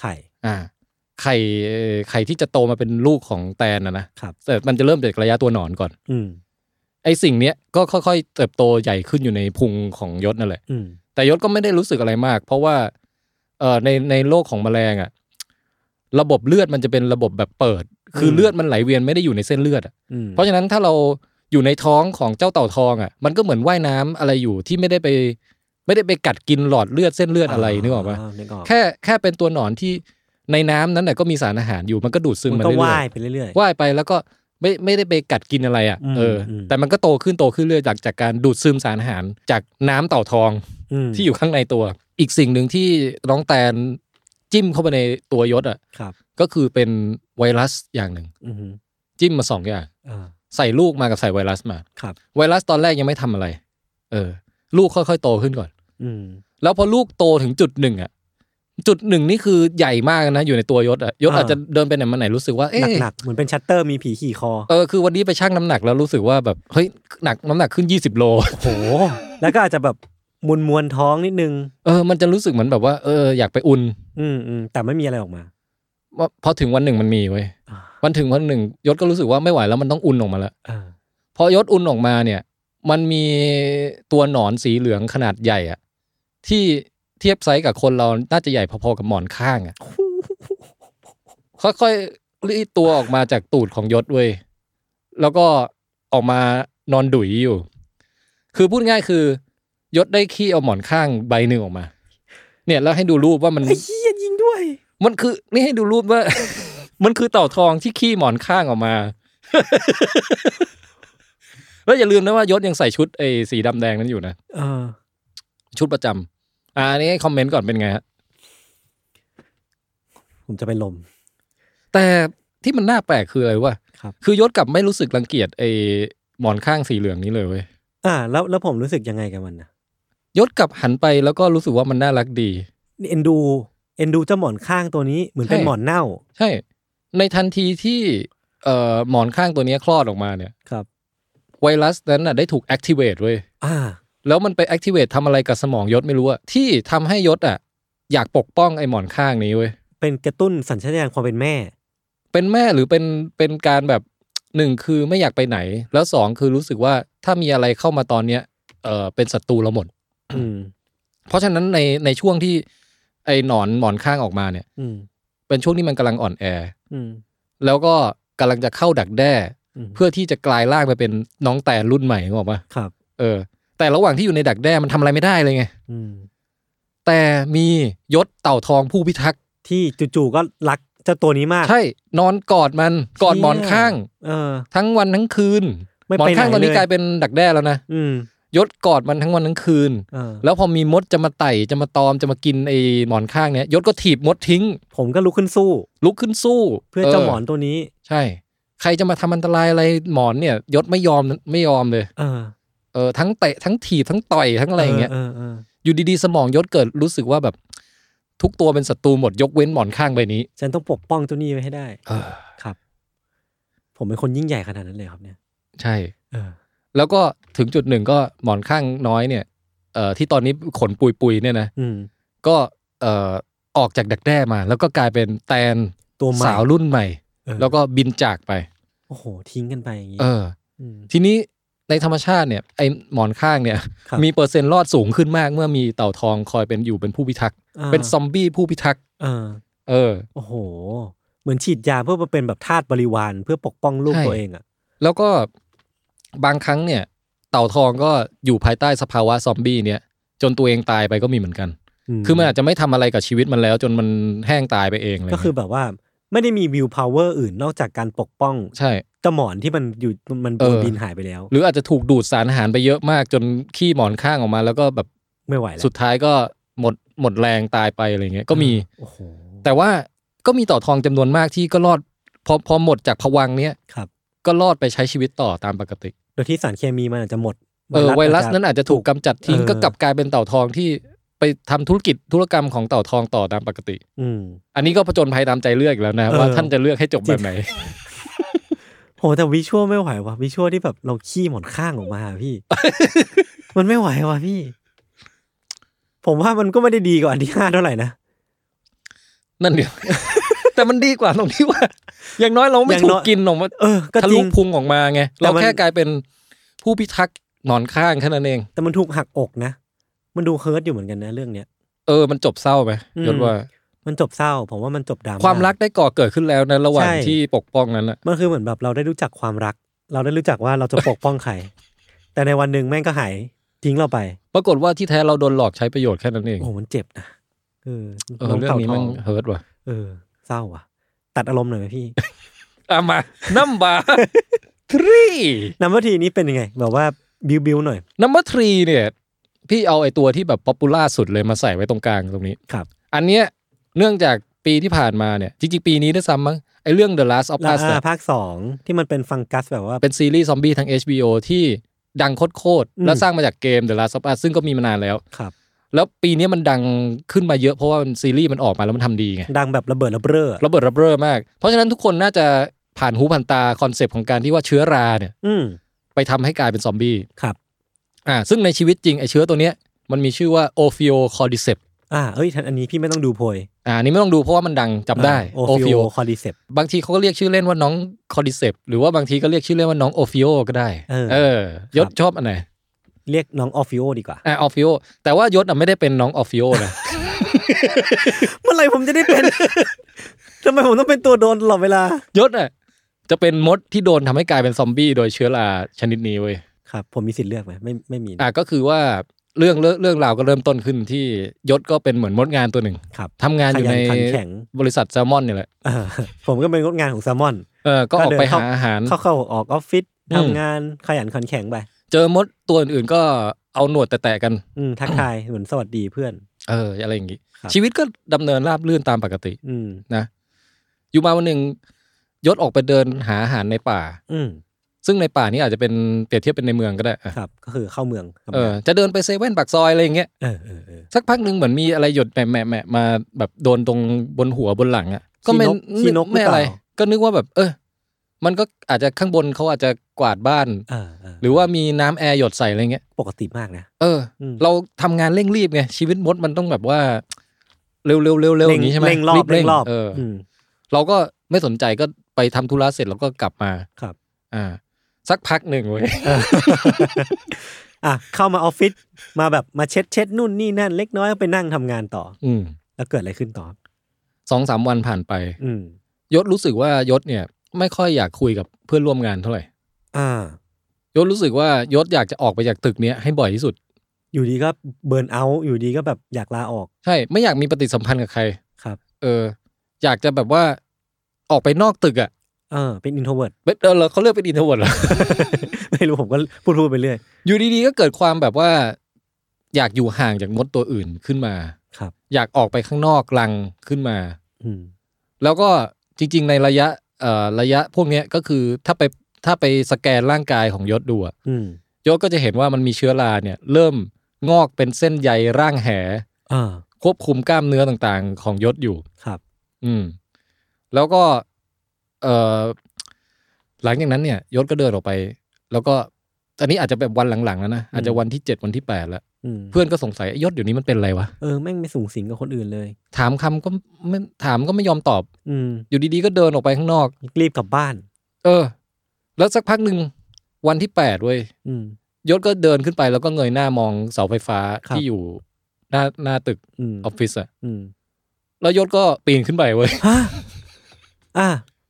B: ไข่
C: อ่าไข่เอ่อไข่ที่จะโตมาเป็นลูกของแตนนะนะครับ แต่มันจะเริ่มจากระยะตัวหนอนก่อน
B: อืม
C: ไอ้สิ่งเนี้ยก็ค่อยๆ เติบโตใหญ่ขึ้นอยู่ในพุงของยศนั่นแหละ
B: อืม
C: แต่ยศก็ไม่ได้รู้สึกอะไรมาก เพราะว่าเอ่อในในโลกของแมลงอะระบบเลือดมันจะเป็นระบบแบบเปิด คือเลือดมันไหลเวียนไม่ได้อยู่ในเส้นเลือดอะ
B: อืม
C: เพราะฉะนั้นถ้าเราอยู่ในท้องของเจ้าเต่าทองอะมันก็เหมือนว่ายน้ำอะไรอยู่ที่ไม่ได้ไป ไม่ได้ไปกัดกินหลอดเลือดเส้นเลือดอะไรนึกออกปะ
B: นึกออก
C: แค่แค่เป็นตัวหนอนที่ในน้ำนั้นแหละก็มีสารอาหารอยู่มันก็ดูดซึม
B: มั
C: มา
B: นก็
C: เรื่
B: ว่า
C: อย
B: ยไปเรื่อย
C: ๆว่ายไปแล้วก็ไม่ไม่ได้ไปกัดกินอะไรอ่ะ
B: อืม
C: เอออ
B: ม
C: แต่มันก็โตขึ้นโตขึ้นเรื่อยจากจากการดูดซึมสารอาหารจากน้ำเต่าทอง
B: ๆอืม
C: ที่อยู่ข้างในตัว อีกสิ่งหนึ่งที่น้องแตนจิ้มเข้าไปในตัวยศอ่ะ
B: ครับ
C: ก็คือเป็นไวรัสอย่างหนึ่ง
B: อือหือ
C: จิ้มมาสองอย่าง
B: อ่า
C: ใส่ลูกมากับใส่ไวรัสมา
B: ครับ
C: ไวรัสตอนแรกยังไม่ทำอะไร เออ ลูกค่อยๆโตขึ้นก่อน
B: อืม
C: แล้วพอลูกโตถึงจุดหนึ่งอ่ะ จุดหนึ่งนี่คือใหญ่มากนะอยู่ในตัวยศอ่ะยศ
B: อ่า
C: อาจจะเดินไปไหนมาไหนรู้สึกว่าเอ๊ะ
B: หนักๆเหมือนเป็นชัตเตอร์มีผีขี่คอ
C: เออคือวันนี้ไปชั่งน้ำหนักแล้วรู้สึกว่าแบบเฮ้ยหนักน้ำหนักขึ้น 20 โล
B: โอ้โห แล้วก็อาจจะแบบมวนมวนๆท้องนิดนึง
C: เออมันจะรู้สึกเหมือนแบบว่าเอออยากไปอุ่น
B: อืมอืมแต่ไม่มีอะไรออกมา
C: ว่าพอถึงวันหนึ่งมันมีเว้ย
B: อ่า
C: วันถึงวันหนึ่งยศก็รู้สึกว่าไม่ไหวแล้วมันต้องอุ่นออกมาแล้ว
B: อ่า
C: พอยศอุ่นออกมาเนี่ย มันมีตัวหนอนสีเหลืองขนาดใหญ่อะที่เทียบไซส์กับคนเราน่าจะใหญ่พอๆกับหมอนข้างอะค่อยๆรีดตัวออกมาจากตูดของยศเว้ยแล้วก็ออกมานอนดุ๋ยอยู่ คือพูดง่ายคือยศได้ขี้เอาหมอนข้างใบหนึ่งออกมา เนี่ยแล้วให้ดูรูปว่ามัน
B: ไอ้เหี้ยยิงด้วย
C: มันคือนี่ให้ดูรูปว่า มันคือเต่าทองที่ขี้หมอนข้างออกมา แล้วอย่าลืมนะว่ายศยังใส่ชุดไอ้สีดำแดงนั้นอยู่นะ
B: เออ
C: ชุดประจำอ่าอันนี้ให้คอมเมนต์ก่อนเป็นไงฮะ
B: ผมจะไปนลม
C: แต่ที่มันน่าแปลกคืออะไรวะ
B: ครับ
C: คือยศกลับไม่รู้สึกรังเกียจไอ้หมอนข้างสีเหลืองนี้เลยเว้ย
B: อ่า แล้วแล้วผมรู้สึกยังไงกับมันนะ
C: ยศกลับหันไปแล้วก็รู้สึกว่ามันน่ารักดี
B: เอ็นดูเอ็นดูเจ้าหมอนข้างตัวนี้เหมือนเป็น
C: ใช่
B: หมอนเน่า
C: ใช่ ในทันทีที่เอ่อหมอนข้างตัวเนี้ยคลอดออกมาเนี่ย
B: ครับ
C: ไวรัสนั้นน่ะได้ถูกแอคทีเวตเว้ย
B: อ่า
C: แล้วมันไปแอคทีเวตทำอะไรกับสมองยศไม่รู้อะที่ทำให้ยศอะอยากปกป้องไอ้หมอนข้างนี้เว้ย
B: เป็นกระตุ้นสัญชาตญาณความเป็นแม่
C: เป็นแม่หรือเป็นเป็นการแบบ หนึ่งคือไม่อยากไปไหน แล้วสองคือรู้สึกว่าถ้ามีอะไรเข้ามาตอนเนี้ยเออเป็นศัตรูเราหมด
B: อืม
C: เพราะฉะนั้นในในช่วงที่ไอ้หนอนหมอนข้างออกมาเนี่ย
B: อืม
C: เป็นช่วงที่มันกำลังอ่อนแอ
B: อืม
C: แล้วก็กำลังจะเข้าดักแด้
B: ม
C: เพื่อที่จะกลายร่างไปเป็นน้องแตนรุ่นใหม่นึกออกปะ
B: ครับ
C: เออ แต่ระหว่างที่อยู่ในดักแด้มันทำอะไรไม่ได้เลยไง
B: อืม
C: แต่มียศเต่าทองผู้พิทักษ์
B: ที่จู่ๆก็รักเจ้าตัวนี้มาก
C: ใช่นอนกอดมันกอดหมอนข้าง
B: เออ
C: ทั้งวันทั้งคืน
B: ไม่
C: หมอ
B: ไป
C: น
B: ไหน
C: ข้างตอนนี้
B: เลย
C: กลายเป็นดักแด้แล้วนะ
B: อืม
C: ยศกอดมันทั้งวันทั้งคืน
B: เออ
C: แล้วพอมีมดจะมาไต่จะมาตอมจะมากินไอ้หมอนข้างเนี้ยยศก็ถีบมดทิ้ง
B: ผมก็ลุกขึ้นสู้
C: ลุกขึ้นสู้
B: เพื่อเจ้าหมอนตัวนี้
C: ใช่ ใครจะมาทำอันตรายอะไรหมอนเนี่ย ยศไม่ยอมไม่ยอมเลย
B: เออ
C: เออทั้งเตะทั้งถีบทั้งต่อยทั้งอะไรอย่างเงี้ย
B: เออเออเออ
C: อยู่ดีๆสมองยศเกิดรู้สึกว่าแบบ ทุกตัวเป็นศัตรูหมดยกเว้นหมอนข้างใบนี้
B: ฉันต้องปกป้องเจ้านี้ไว้ให้ได้
C: เออ
B: ครับ ผมเป็นคนยิ่งใหญ่ขนาดนั้นเลยครับเนี่ย
C: ใช่
B: เออ
C: แล้วก็ถึงจุดหนึ่งก็หมอนข้างน้อยเนี่ยเอ่อที่ตอนนี้ขนปุยปุยๆเนี่ยนะ
B: อืม
C: ก็เอ่อออกจากดักแด้มา แล้วก็กลายเป็นแตน
B: ตัวใหม่
C: สาวรุ่นใหม่
B: เออ
C: แล้วก็บินจากไป
B: โอ้โห ทิ้งกันไปอย่างนี้
C: เออ
B: ม
C: ทีนี้ในธรรมชาติเนี่ยไอหมอนข้างเนี่ย
B: ครับ
C: มีเปอร์เซ็นต์รอดสูงขึ้นมาก เมื่อมีเต่าทองคอยเป็นอยู่เป็นผู้พิทักษ์
B: อ่า
C: เป็นซอมบี้ผู้พิทักษ์
B: เออ
C: เออ
B: โอ้โห เหมือนฉีดยาเพื่อมาเป็นแบบทาสบริวารเพื่อปกป้องลูก
C: ใช่
B: ตัวเองอ่ะ
C: แล้วก็บางครั้งเนี่ย เต่าทองก็อยู่ภายใต้สภาวะซอมบี้เนี่ยจนตัวเองตายไปก็มีเหมือนกัน คือมันอาจจะไม่ทำอะไรกับชีวิตมันแล้ว จนมันแห้งตายไปเองเลย
B: ก็คือแบบว่าไม่ได้มีวิวพาวเวอร์อื่นนอกจากการปกป้อง
C: ใช่
B: เจ้าหมอนที่มันอยู่มัน
C: เออ
B: บินหายไปแล้ว
C: หรืออาจจะถูกดูดสารอาหารไปเยอะมาก จนขี้หมอนข้างออกมา แล้วก็แบบ
B: ไม่ไหวแล้ว
C: สุดท้ายก็หมดหมดแรงตายไปอะไรเงี้ยก็มี
B: โอ้โห
C: แต่ว่าก็มีเต่อทองจำนวนมากที่ก็รอดพอพอหมดจากภวังค์เนี้ย
B: ครับ
C: ก็รอดไปใช้ชีวิตต่อตามปกติ
B: โดยที่สารเคมีมันอาจจะหมด
C: เออไวรัส
B: จ
C: นั้นอาจจะถูกกำจัดทิ้ง
B: เออ
C: ก็กลับกลายเป็นเต่าทองที่ไปทำธุรกิจธุรกรรมของเต่าทองต่อตามปกติ
B: อืม
C: อันนี้ก็ผจญภัยตามใจเลือกอีกแล้วนะ
B: เออ
C: ว่าท่านจะเลือกให้จบแบบไหน
B: โหแต่วิชวลไม่ไหวว่ะวิชวลที่แบบเราขี้หมอนข้างออกมา พี่ มันไม่ไหวว่ะพี่ ผมว่ามันก็ไม่ได้ดีกว่าอันที่ห้าเท่าไหร่นะ
C: นั่นเดียว แต่มันดีกว่าตรงที่ว่า อย่างน้อยเราไม่ถูกกินออกมา
B: เออ ก็
C: ทะ
B: จ
C: ลุ
B: ริง
C: พุงออกมาไง
B: แต่
C: เรา
B: มัน
C: แค่กลายเป็นผู้พิทักษ์หนอนข้างแค่นั้นเอง
B: แต่มันถูกหักอกนะ มันดูเฮิร์ตอยู่เหมือนกันนะเรื่องเนี้ย
C: เออ มันจบเศร้าไหม
B: อืม
C: ยศว่า
B: มันจบเศร้า ผมว่ามันจบดราม่า
C: ความรักได้ก่อเกิดขึ้นแล้วนะระหว่าง
B: ใช่
C: ที่ปกป้องนั้นนะ
B: มันคือเหมือนแบบเราได้รู้จักความรัก เราได้รู้จักว่าเราจะปกป้องใคร แต่ในวันหนึ่งแม่งก็หายทิ้งเราไป
C: ปรากฏว่าที่แท้เราโดนหลอกใช้ประโยชน์แค่นั้นเอง
B: โอ้โหมันเจ็บนะเออ
C: เออเรื่องนี้
B: ต่า
C: มัน
B: ท
C: เฮิร์ตว่ะ
B: เออ เศร้าว่ะ ตัดอารมณ์หน่อยไหมพี่
C: อ่ะมานัมบาร์ทรี
B: นัมเบอร์ทีนี้เป็นยังไง แบบว่าบิวบิวหน่อย
C: นัมเบอร์ทรีเนี่ย พี่เอาไอ้ตัวที่แบบป๊อปปูล่าสุดเลยมาใส่ไว้ตรงกลางตรงนี้
B: ครับ
C: อันเนี้ยเนื่องจากปีที่ผ่านมาเนี่ย จริงๆ ปีนี้ด้วยซ้ำมั้งไอเรื่อง The Last of
B: แล้ว
C: Us
B: อ่า
C: เนี่ย
B: ภาคสองที่มันเป็นฟังกัสแบบว่า
C: เป็นซีรีส์ซอมบี้ทาง HBO ที่ดังโคตร
B: อื
C: ๆ
B: ม
C: แล้วสร้างมาจากเกม The Last of Us ซึ่งก็มีมานานแล้ว
B: ครับ
C: แล้วปีนี้มันดังขึ้นมาเยอะเพราะว่ามันซีรีส์มันออกมาแล้วมันทำดีไง
B: ดังแบบระเบิดระเบ้อ
C: ระเบิดระเบ้อมาก เพราะฉะนั้นทุกคนน่าจะผ่านหูผ่านตาคอนเซปต์ของการที่ว่าเชื้อราเนี่ย
B: อืม
C: ไปทำให้กลายเป็นซอมบี้
B: ครับ
C: อ่าซึ่งในชีวิตจริงไอเชื้อตัวเนี้ยมันมีชื่อว่าโอฟิโอคอร์ดิเซป
B: อ่าเอ้ยท่านอันนี้พี่ไม่ต้องดูโพย
C: อ่าอันนี้ไม่ต้องดูเพราะว่ามันดังจำได้
B: โอฟิโอคอร์ดิเซป
C: บางทีเขาก็เรียกชื่อเล่นว่าน้องคอดิเซปหรือว่าบางทีก็เรียกชื่อเล่นว่าน้องโอฟิโอก็ได้
B: เออ
C: เออ ยศ
B: ครับ
C: ชอบอันไหน
B: เรียกน้องออฟิโอดีกว่า
C: อ่ะออฟิโอแต่ว่ายศอ่ะไม่ได้เป็นน้องออฟิโอนะ
B: เมื่อไหรผมจะได้เป็น ทำไมผมต้องเป็นตัวโดนตลอดเวลา
C: ยศอ่ะจะเป็นมดที่โดนทำให้กลายเป็นซอมบี้โดยเชื้อราชนิดนี้เว้ย
B: ครับ ผมมีสิทธิ์เลือกไหมไม่ไม่มีนะ
C: อ่ะก็คือว่าเรื่องเรื่องเรื่องราวก็เริ่มต้นขึ้นที่ยศก็เป็นเหมือนมดงานตัวหนึ่ง
B: ครับ
C: ทำงานอยู่ใน
B: ขยันขันแข็ง
C: บริษัทแซลมอนเนี่ยแหละ
B: เออผมก็เป็นงดงานของแซลมอน
C: เออก็ออกไป
B: ก็เดินเข้า
C: หาอาหาร
B: เข้าเข้าออกออฟฟิศ
C: อืม
B: ทำงานขยันขันแข็งไป
C: เจอมดตัวอื่นๆก็เอาหนวดแตะๆกัน
B: อืมทักทาย เหมือนสวัสดีเพื่อน
C: เอออะไรอย่างงี้
B: ครับ
C: ชีวิตก็ดำเนินราบรื่นตามปกติ
B: อืม
C: นะ อยู่มาวันหนึ่งยศออกไปเดินหาอาหารในป่า
B: อืม
C: ซึ่งในป่านี้อาจจะเป็นเปรียบเทียบเป็นในเมืองก็ได้อะ
B: ครับ ก็คือเข้าเมืองกับ
C: เออจะเดินไปเซเว่นปากซอยอะไรอย่างเงี้ย
B: เออเออเออ
C: สักพักหนึ่งเหมือนมีอะไรหยดแหมะแหมะแหมะมาแบบโดนตรงบนหัวบนหลังอ่ะก็ไม่
B: ขี้นก
C: ไม่
B: ห
C: อะ
B: เป
C: ไร
B: ล่า
C: ก็นึกว่าแบบ เออ มันก็อาจจะข้างบนเขาอาจจะกวาดบ้าน
B: อ่าา
C: หรือว่ามีน้ำแอร์หยดใส่อะไรเงี้ย
B: ปกติมากนะ
C: เอออ
B: ม
C: เราทำงานเร่งรีบไงชีวิตมดมันต้องแบบว่า เร็วเร็วเร็วเร็วอย่างนี้ใช่ไหม
B: เร่งรอบเร่งรอบ
C: เอออ
B: ม
C: เราก็ไม่สนใจก็ไปทำธุระเสร็จแล้วก็กลับมา
B: ครับ
C: อ่า สักพักหนึ่งเว้ย
B: อ่ะเข้ามาออฟฟิศมาแบบมาเช็ดเช็ดนู่นนี่นั่น เล็กน้อยก็ไปนั่งทำงานต่อ
C: อืม
B: แล้วเกิดอะไรขึ้นต่อ
C: สองสามวันผ่านไป
B: อืม
C: ยศรู้สึกว่ายศเนี่ย ไม่ค่อยอยากคุยกับเพื่อนร่วมงานเท่าไหร่
B: อ่า
C: ยศรู้สึกว่ายศอยากจะออกไปจากตึกเนี้ยให้บ่อยที่สุด
B: อยู่ดีก็เบิร์นเอาท์อยู่ดีก็แบบอยากลาออก
C: ใช่ ไม่อยากมีปฏิสัมพันธ์กับใคร
B: ครับ
C: เออ อยากจะแบบว่าออกไปนอกตึกอะ่ะ
B: เออ เป็นอินโทรเวิร์ด
C: เว้ยเออเราเขาเลือกเป็นอินทวดเหรอ
B: ไม่รู้ผมก็พูดพูดไปเรื่อย
C: อยู่ดีๆก็เกิดความแบบว่า อยากอยู่ห่างจากมดตัวอื่นขึ้นมา
B: ครับ
C: อยากออกไปข้างนอกลังขึ้นมา
B: อืม
C: แล้วก็จริง ๆ ในระยะเอ่อระยะพวกเนี้ยก็คือถ้าไปถ้าไปสแกนร่างกายของยศดูอะ
B: อืม
C: ยศก็จะเห็นว่ามันมีเชื้อราเนี่ย เริ่มงอกเป็นเส้นใยร่างแห
B: อ่า
C: ควบคุมกล้ามเนื้อต่างๆ ของยศอยู่
B: ครับ
C: อืม แล้วก็เอ่อหลังจากนั้นเนี่ย ยศก็เดินออกไป แล้วก็อันนี้อาจจะแบบวันหลังๆแล้วนะอาจจะวันที่เจ็ดวันที่แปดแล้ว
B: อืม
C: เพื่อนก็สงสัยไอ้ยศเดี๋ยวนี้มันเป็นอะไรวะ
B: เออ แม่งไม่สูงสิงกับคนอื่นเลย
C: ถามคำก็ไม่ถามก็ไม่ยอมตอบ
B: อืม
C: อยู่ดีๆก็เดินออกไปข้างนอก
B: รีบกลับบ้าน
C: เออ แล้วสักพักหนึ่งวันที่แปดเว้ย
B: อืม
C: ยศก็เดินขึ้นไปแล้วก็เงยหน้ามองเสาไฟฟ้า
B: ครับ
C: ที่อยู่หน้าหน้าตึก
B: อืม
C: ออฟฟิศอะ
B: อืม
C: แล้วยศก็ปีนขึ้นไปเว้ย
B: ฮะอ่ะ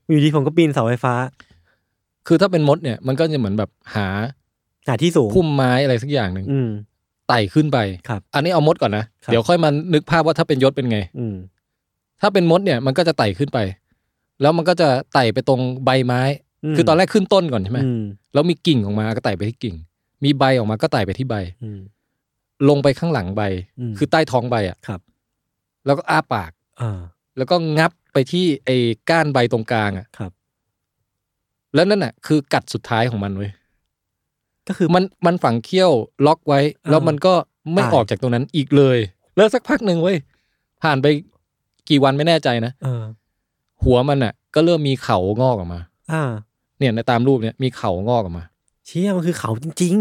B: อยู่ดีผมก็ปีนเสาไฟฟ้า
C: คือถ้าเป็นมดเนี่ย มันก็จะเหมือนแบบหา
B: หาที่สูง
C: พุ่มไม้อะไรสักอย่างหนึ่ง
B: อืม
C: ไต่ขึ้นไป
B: ครับ
C: อันนี้เอามดก่อนนะ
B: ครับ
C: เดี๋ยวค่อยมานึกภาพว่าถ้าเป็นยศเป็นไง
B: อืม
C: ถ้าเป็นมดเนี่ยมันก็จะไต่ขึ้นไป แล้วมันก็จะไต่ไปตรงใบไม้
B: ม
C: คือตอนแรกขึ้นต้นก่อนใช่ไหม
B: อืม
C: แล้วมีกิ่งออกมาก็ไต่ไปที่กิ่ง มีใบออกมาก็ไต่ไปที่ใบ
B: อืม
C: ลงไปข้างหลังใบ
B: อืม
C: คือใต้ท้องใบอ่ะ
B: ครับ
C: แล้วก็อ้าปาก
B: อ่า
C: แล้วก็งับไปที่ไอ้ก้านใบตรงกลางอ่ะ
B: ครับ
C: แล้วนั่นน่ะ คือกัดสุดท้ายของมันเว้ย
B: ก็คือ
C: มันมันฝังเขี้ยวล็อกไว้
B: อ่า
C: แล้วมันก็ไม่
B: ตาย
C: ออกจากตรงนั้นอีกเลย แล้วสักพักหนึ่งเว้ยผ่านไปกี่วันไม่แน่ใจนะ
B: เออ
C: หัวมันอ่ะ ก็เริ่มมีเขางอกออกมา
B: อ่า
C: เนี่ยในตามรูปเนี่ยมีเขางอกออกมา
B: เชี่ยมันคือเขาจริง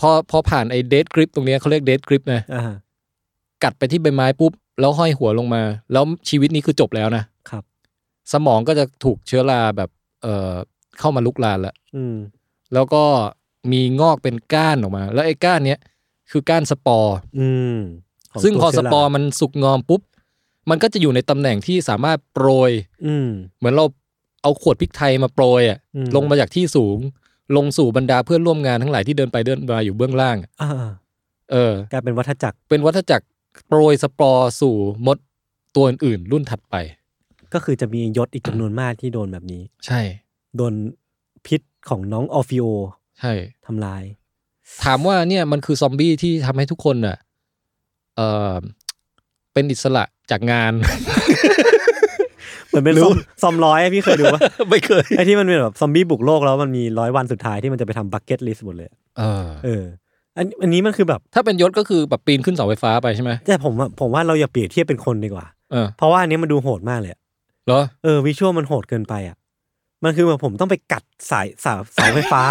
C: พอพอผ่านไอ้เดทกริปตรงเนี้ยเขาเรียกเดทกริปนะ
B: ๆ อ่า
C: กัดไปที่ใบไม้ปุ๊บแล้วห้อยหัวลงมา แล้วชีวิตนี้คือจบแล้วนะ
B: ครับ
C: สมองก็จะถูกเชื้อราแบบ เอ่อเข้ามาลุกลานแล้ว
B: อืม
C: แล้วก็มีงอกเป็นก้านออกมา แล้วไอ้ก้านเนี้ยคือก้านสปอร์
B: อืม
C: ซึ่ง
B: ตัว
C: พอส
B: เชื้า
C: ปอร์มันสุกงอมปุ๊บ มันก็จะอยู่ในตำแหน่งที่สามารถโปรย
B: อืม
C: เหมือนเราเอาขวดพริกไทยมาโปรยอะ
B: อืม
C: ลงมาจากที่สูง ลงสู่บรรดาเพื่อนร่วมงานทั้งหลายที่เดินไปเดินมาอยู่เบื้องล่างอะ
B: อ่า
C: เออ
B: กลายเป็นวัฏจักร
C: เป็นวัฏจักรโปรยสปอร์สู่มดตัวอื่นๆรุ่นถัดไป
B: ก็คือจะมียศอีกจำนวนมากที่โดนแบบนี้
C: ใช่
B: โดนพิษของน้องออฟิโอ
C: ใช่
B: ทำลาย
C: ถามว่าเนี่ยมันคือซอมบี้ที่ทำให้ทุกคนน่ะเออเป็นอิสระจากงาน
B: เหมือนเป็นซอมซอมร้อยอะพี่เคยดู ปะ
C: ไม่เคย
B: ไอ้ที่มันเป็นแบบซอมบี้บุกโลกแล้วมันมีร้อยวันสุดท้ายที่มันจะไปทำบักเก็ตลิสต์หมดเลยอะ
C: เออ
B: เออ อันอันนี้มันคือแบบ
C: ถ้าเป็นยศก็คือแบบปีนขึ้นเสาไฟฟ้าไปใช่ไหม
B: แต่ผมว่าผมว่าเราอย่าเปรียบเทียบเป็นคนดีกว่า
C: เออ
B: เพราะว่าอันนี้มันดูโหดมากเลยอะ
C: เหรอ
B: เออวิชวลมันโหดเกินไปอ่ะ มันคือแบบผมต้องไปกัดสายสายสายไฟฟ้า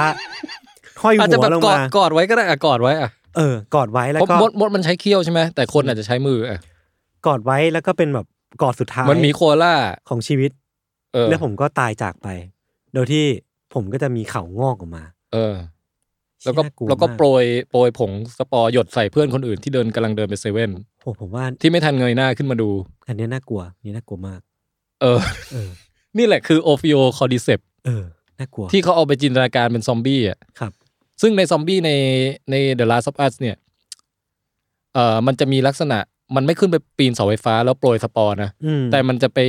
B: ห้อย
C: อาจจะ
B: หั
C: แบ
B: ว
C: บ
B: ลง
C: กอด
B: มาก
C: อดไว้ก็ได้อะกอดไว้อะ
B: เออกอดไว้แล้ว
C: เพราะ
B: ก็
C: มดมดมันใช้เขี้ยวใช่ไหมแต่คนอาจจะใช้มืออะ
B: กอดไว้แล้วก็เป็นแบบกอดสุดท้าย
C: มันมีโคอาล่า
B: ของชีวิต
C: เออ
B: แล้วผมก็ตายจากไป โดยที่ผมก็จะมีเข่างอกออกมา
C: เออ แล้วก็
B: เชี่ยน่าลั
C: แล้วก็
B: มา
C: โปรยโปรยผงสปอร์หยดใส่เพื่อนคนอื่นที่เดินกำลังเดินไปเซเว่น
B: โอ้ผมว่า
C: ที่ไม่ทันเงยหน้าขึ้นมาดู
B: อันเนี้ยน่ากลัวอันนี่น่ากลัวมาก
C: เออ
B: เออ
C: นี่แหละคือโอฟิโอคอร์ดิเซป
B: เออน่ากลัว
C: ที่เขาเอาไปจินตนาการเป็นซอมบี้อ่ะ
B: ครับ
C: ซึ่งในซอมบี้ในใน The Last of Us เนี่ย เอ่อ มันจะมีลักษณะ มันไม่ขึ้นไปปีนเสาไฟฟ้าแล้วโปรยสปอร์นะ
B: อืม
C: แต่มันจะไป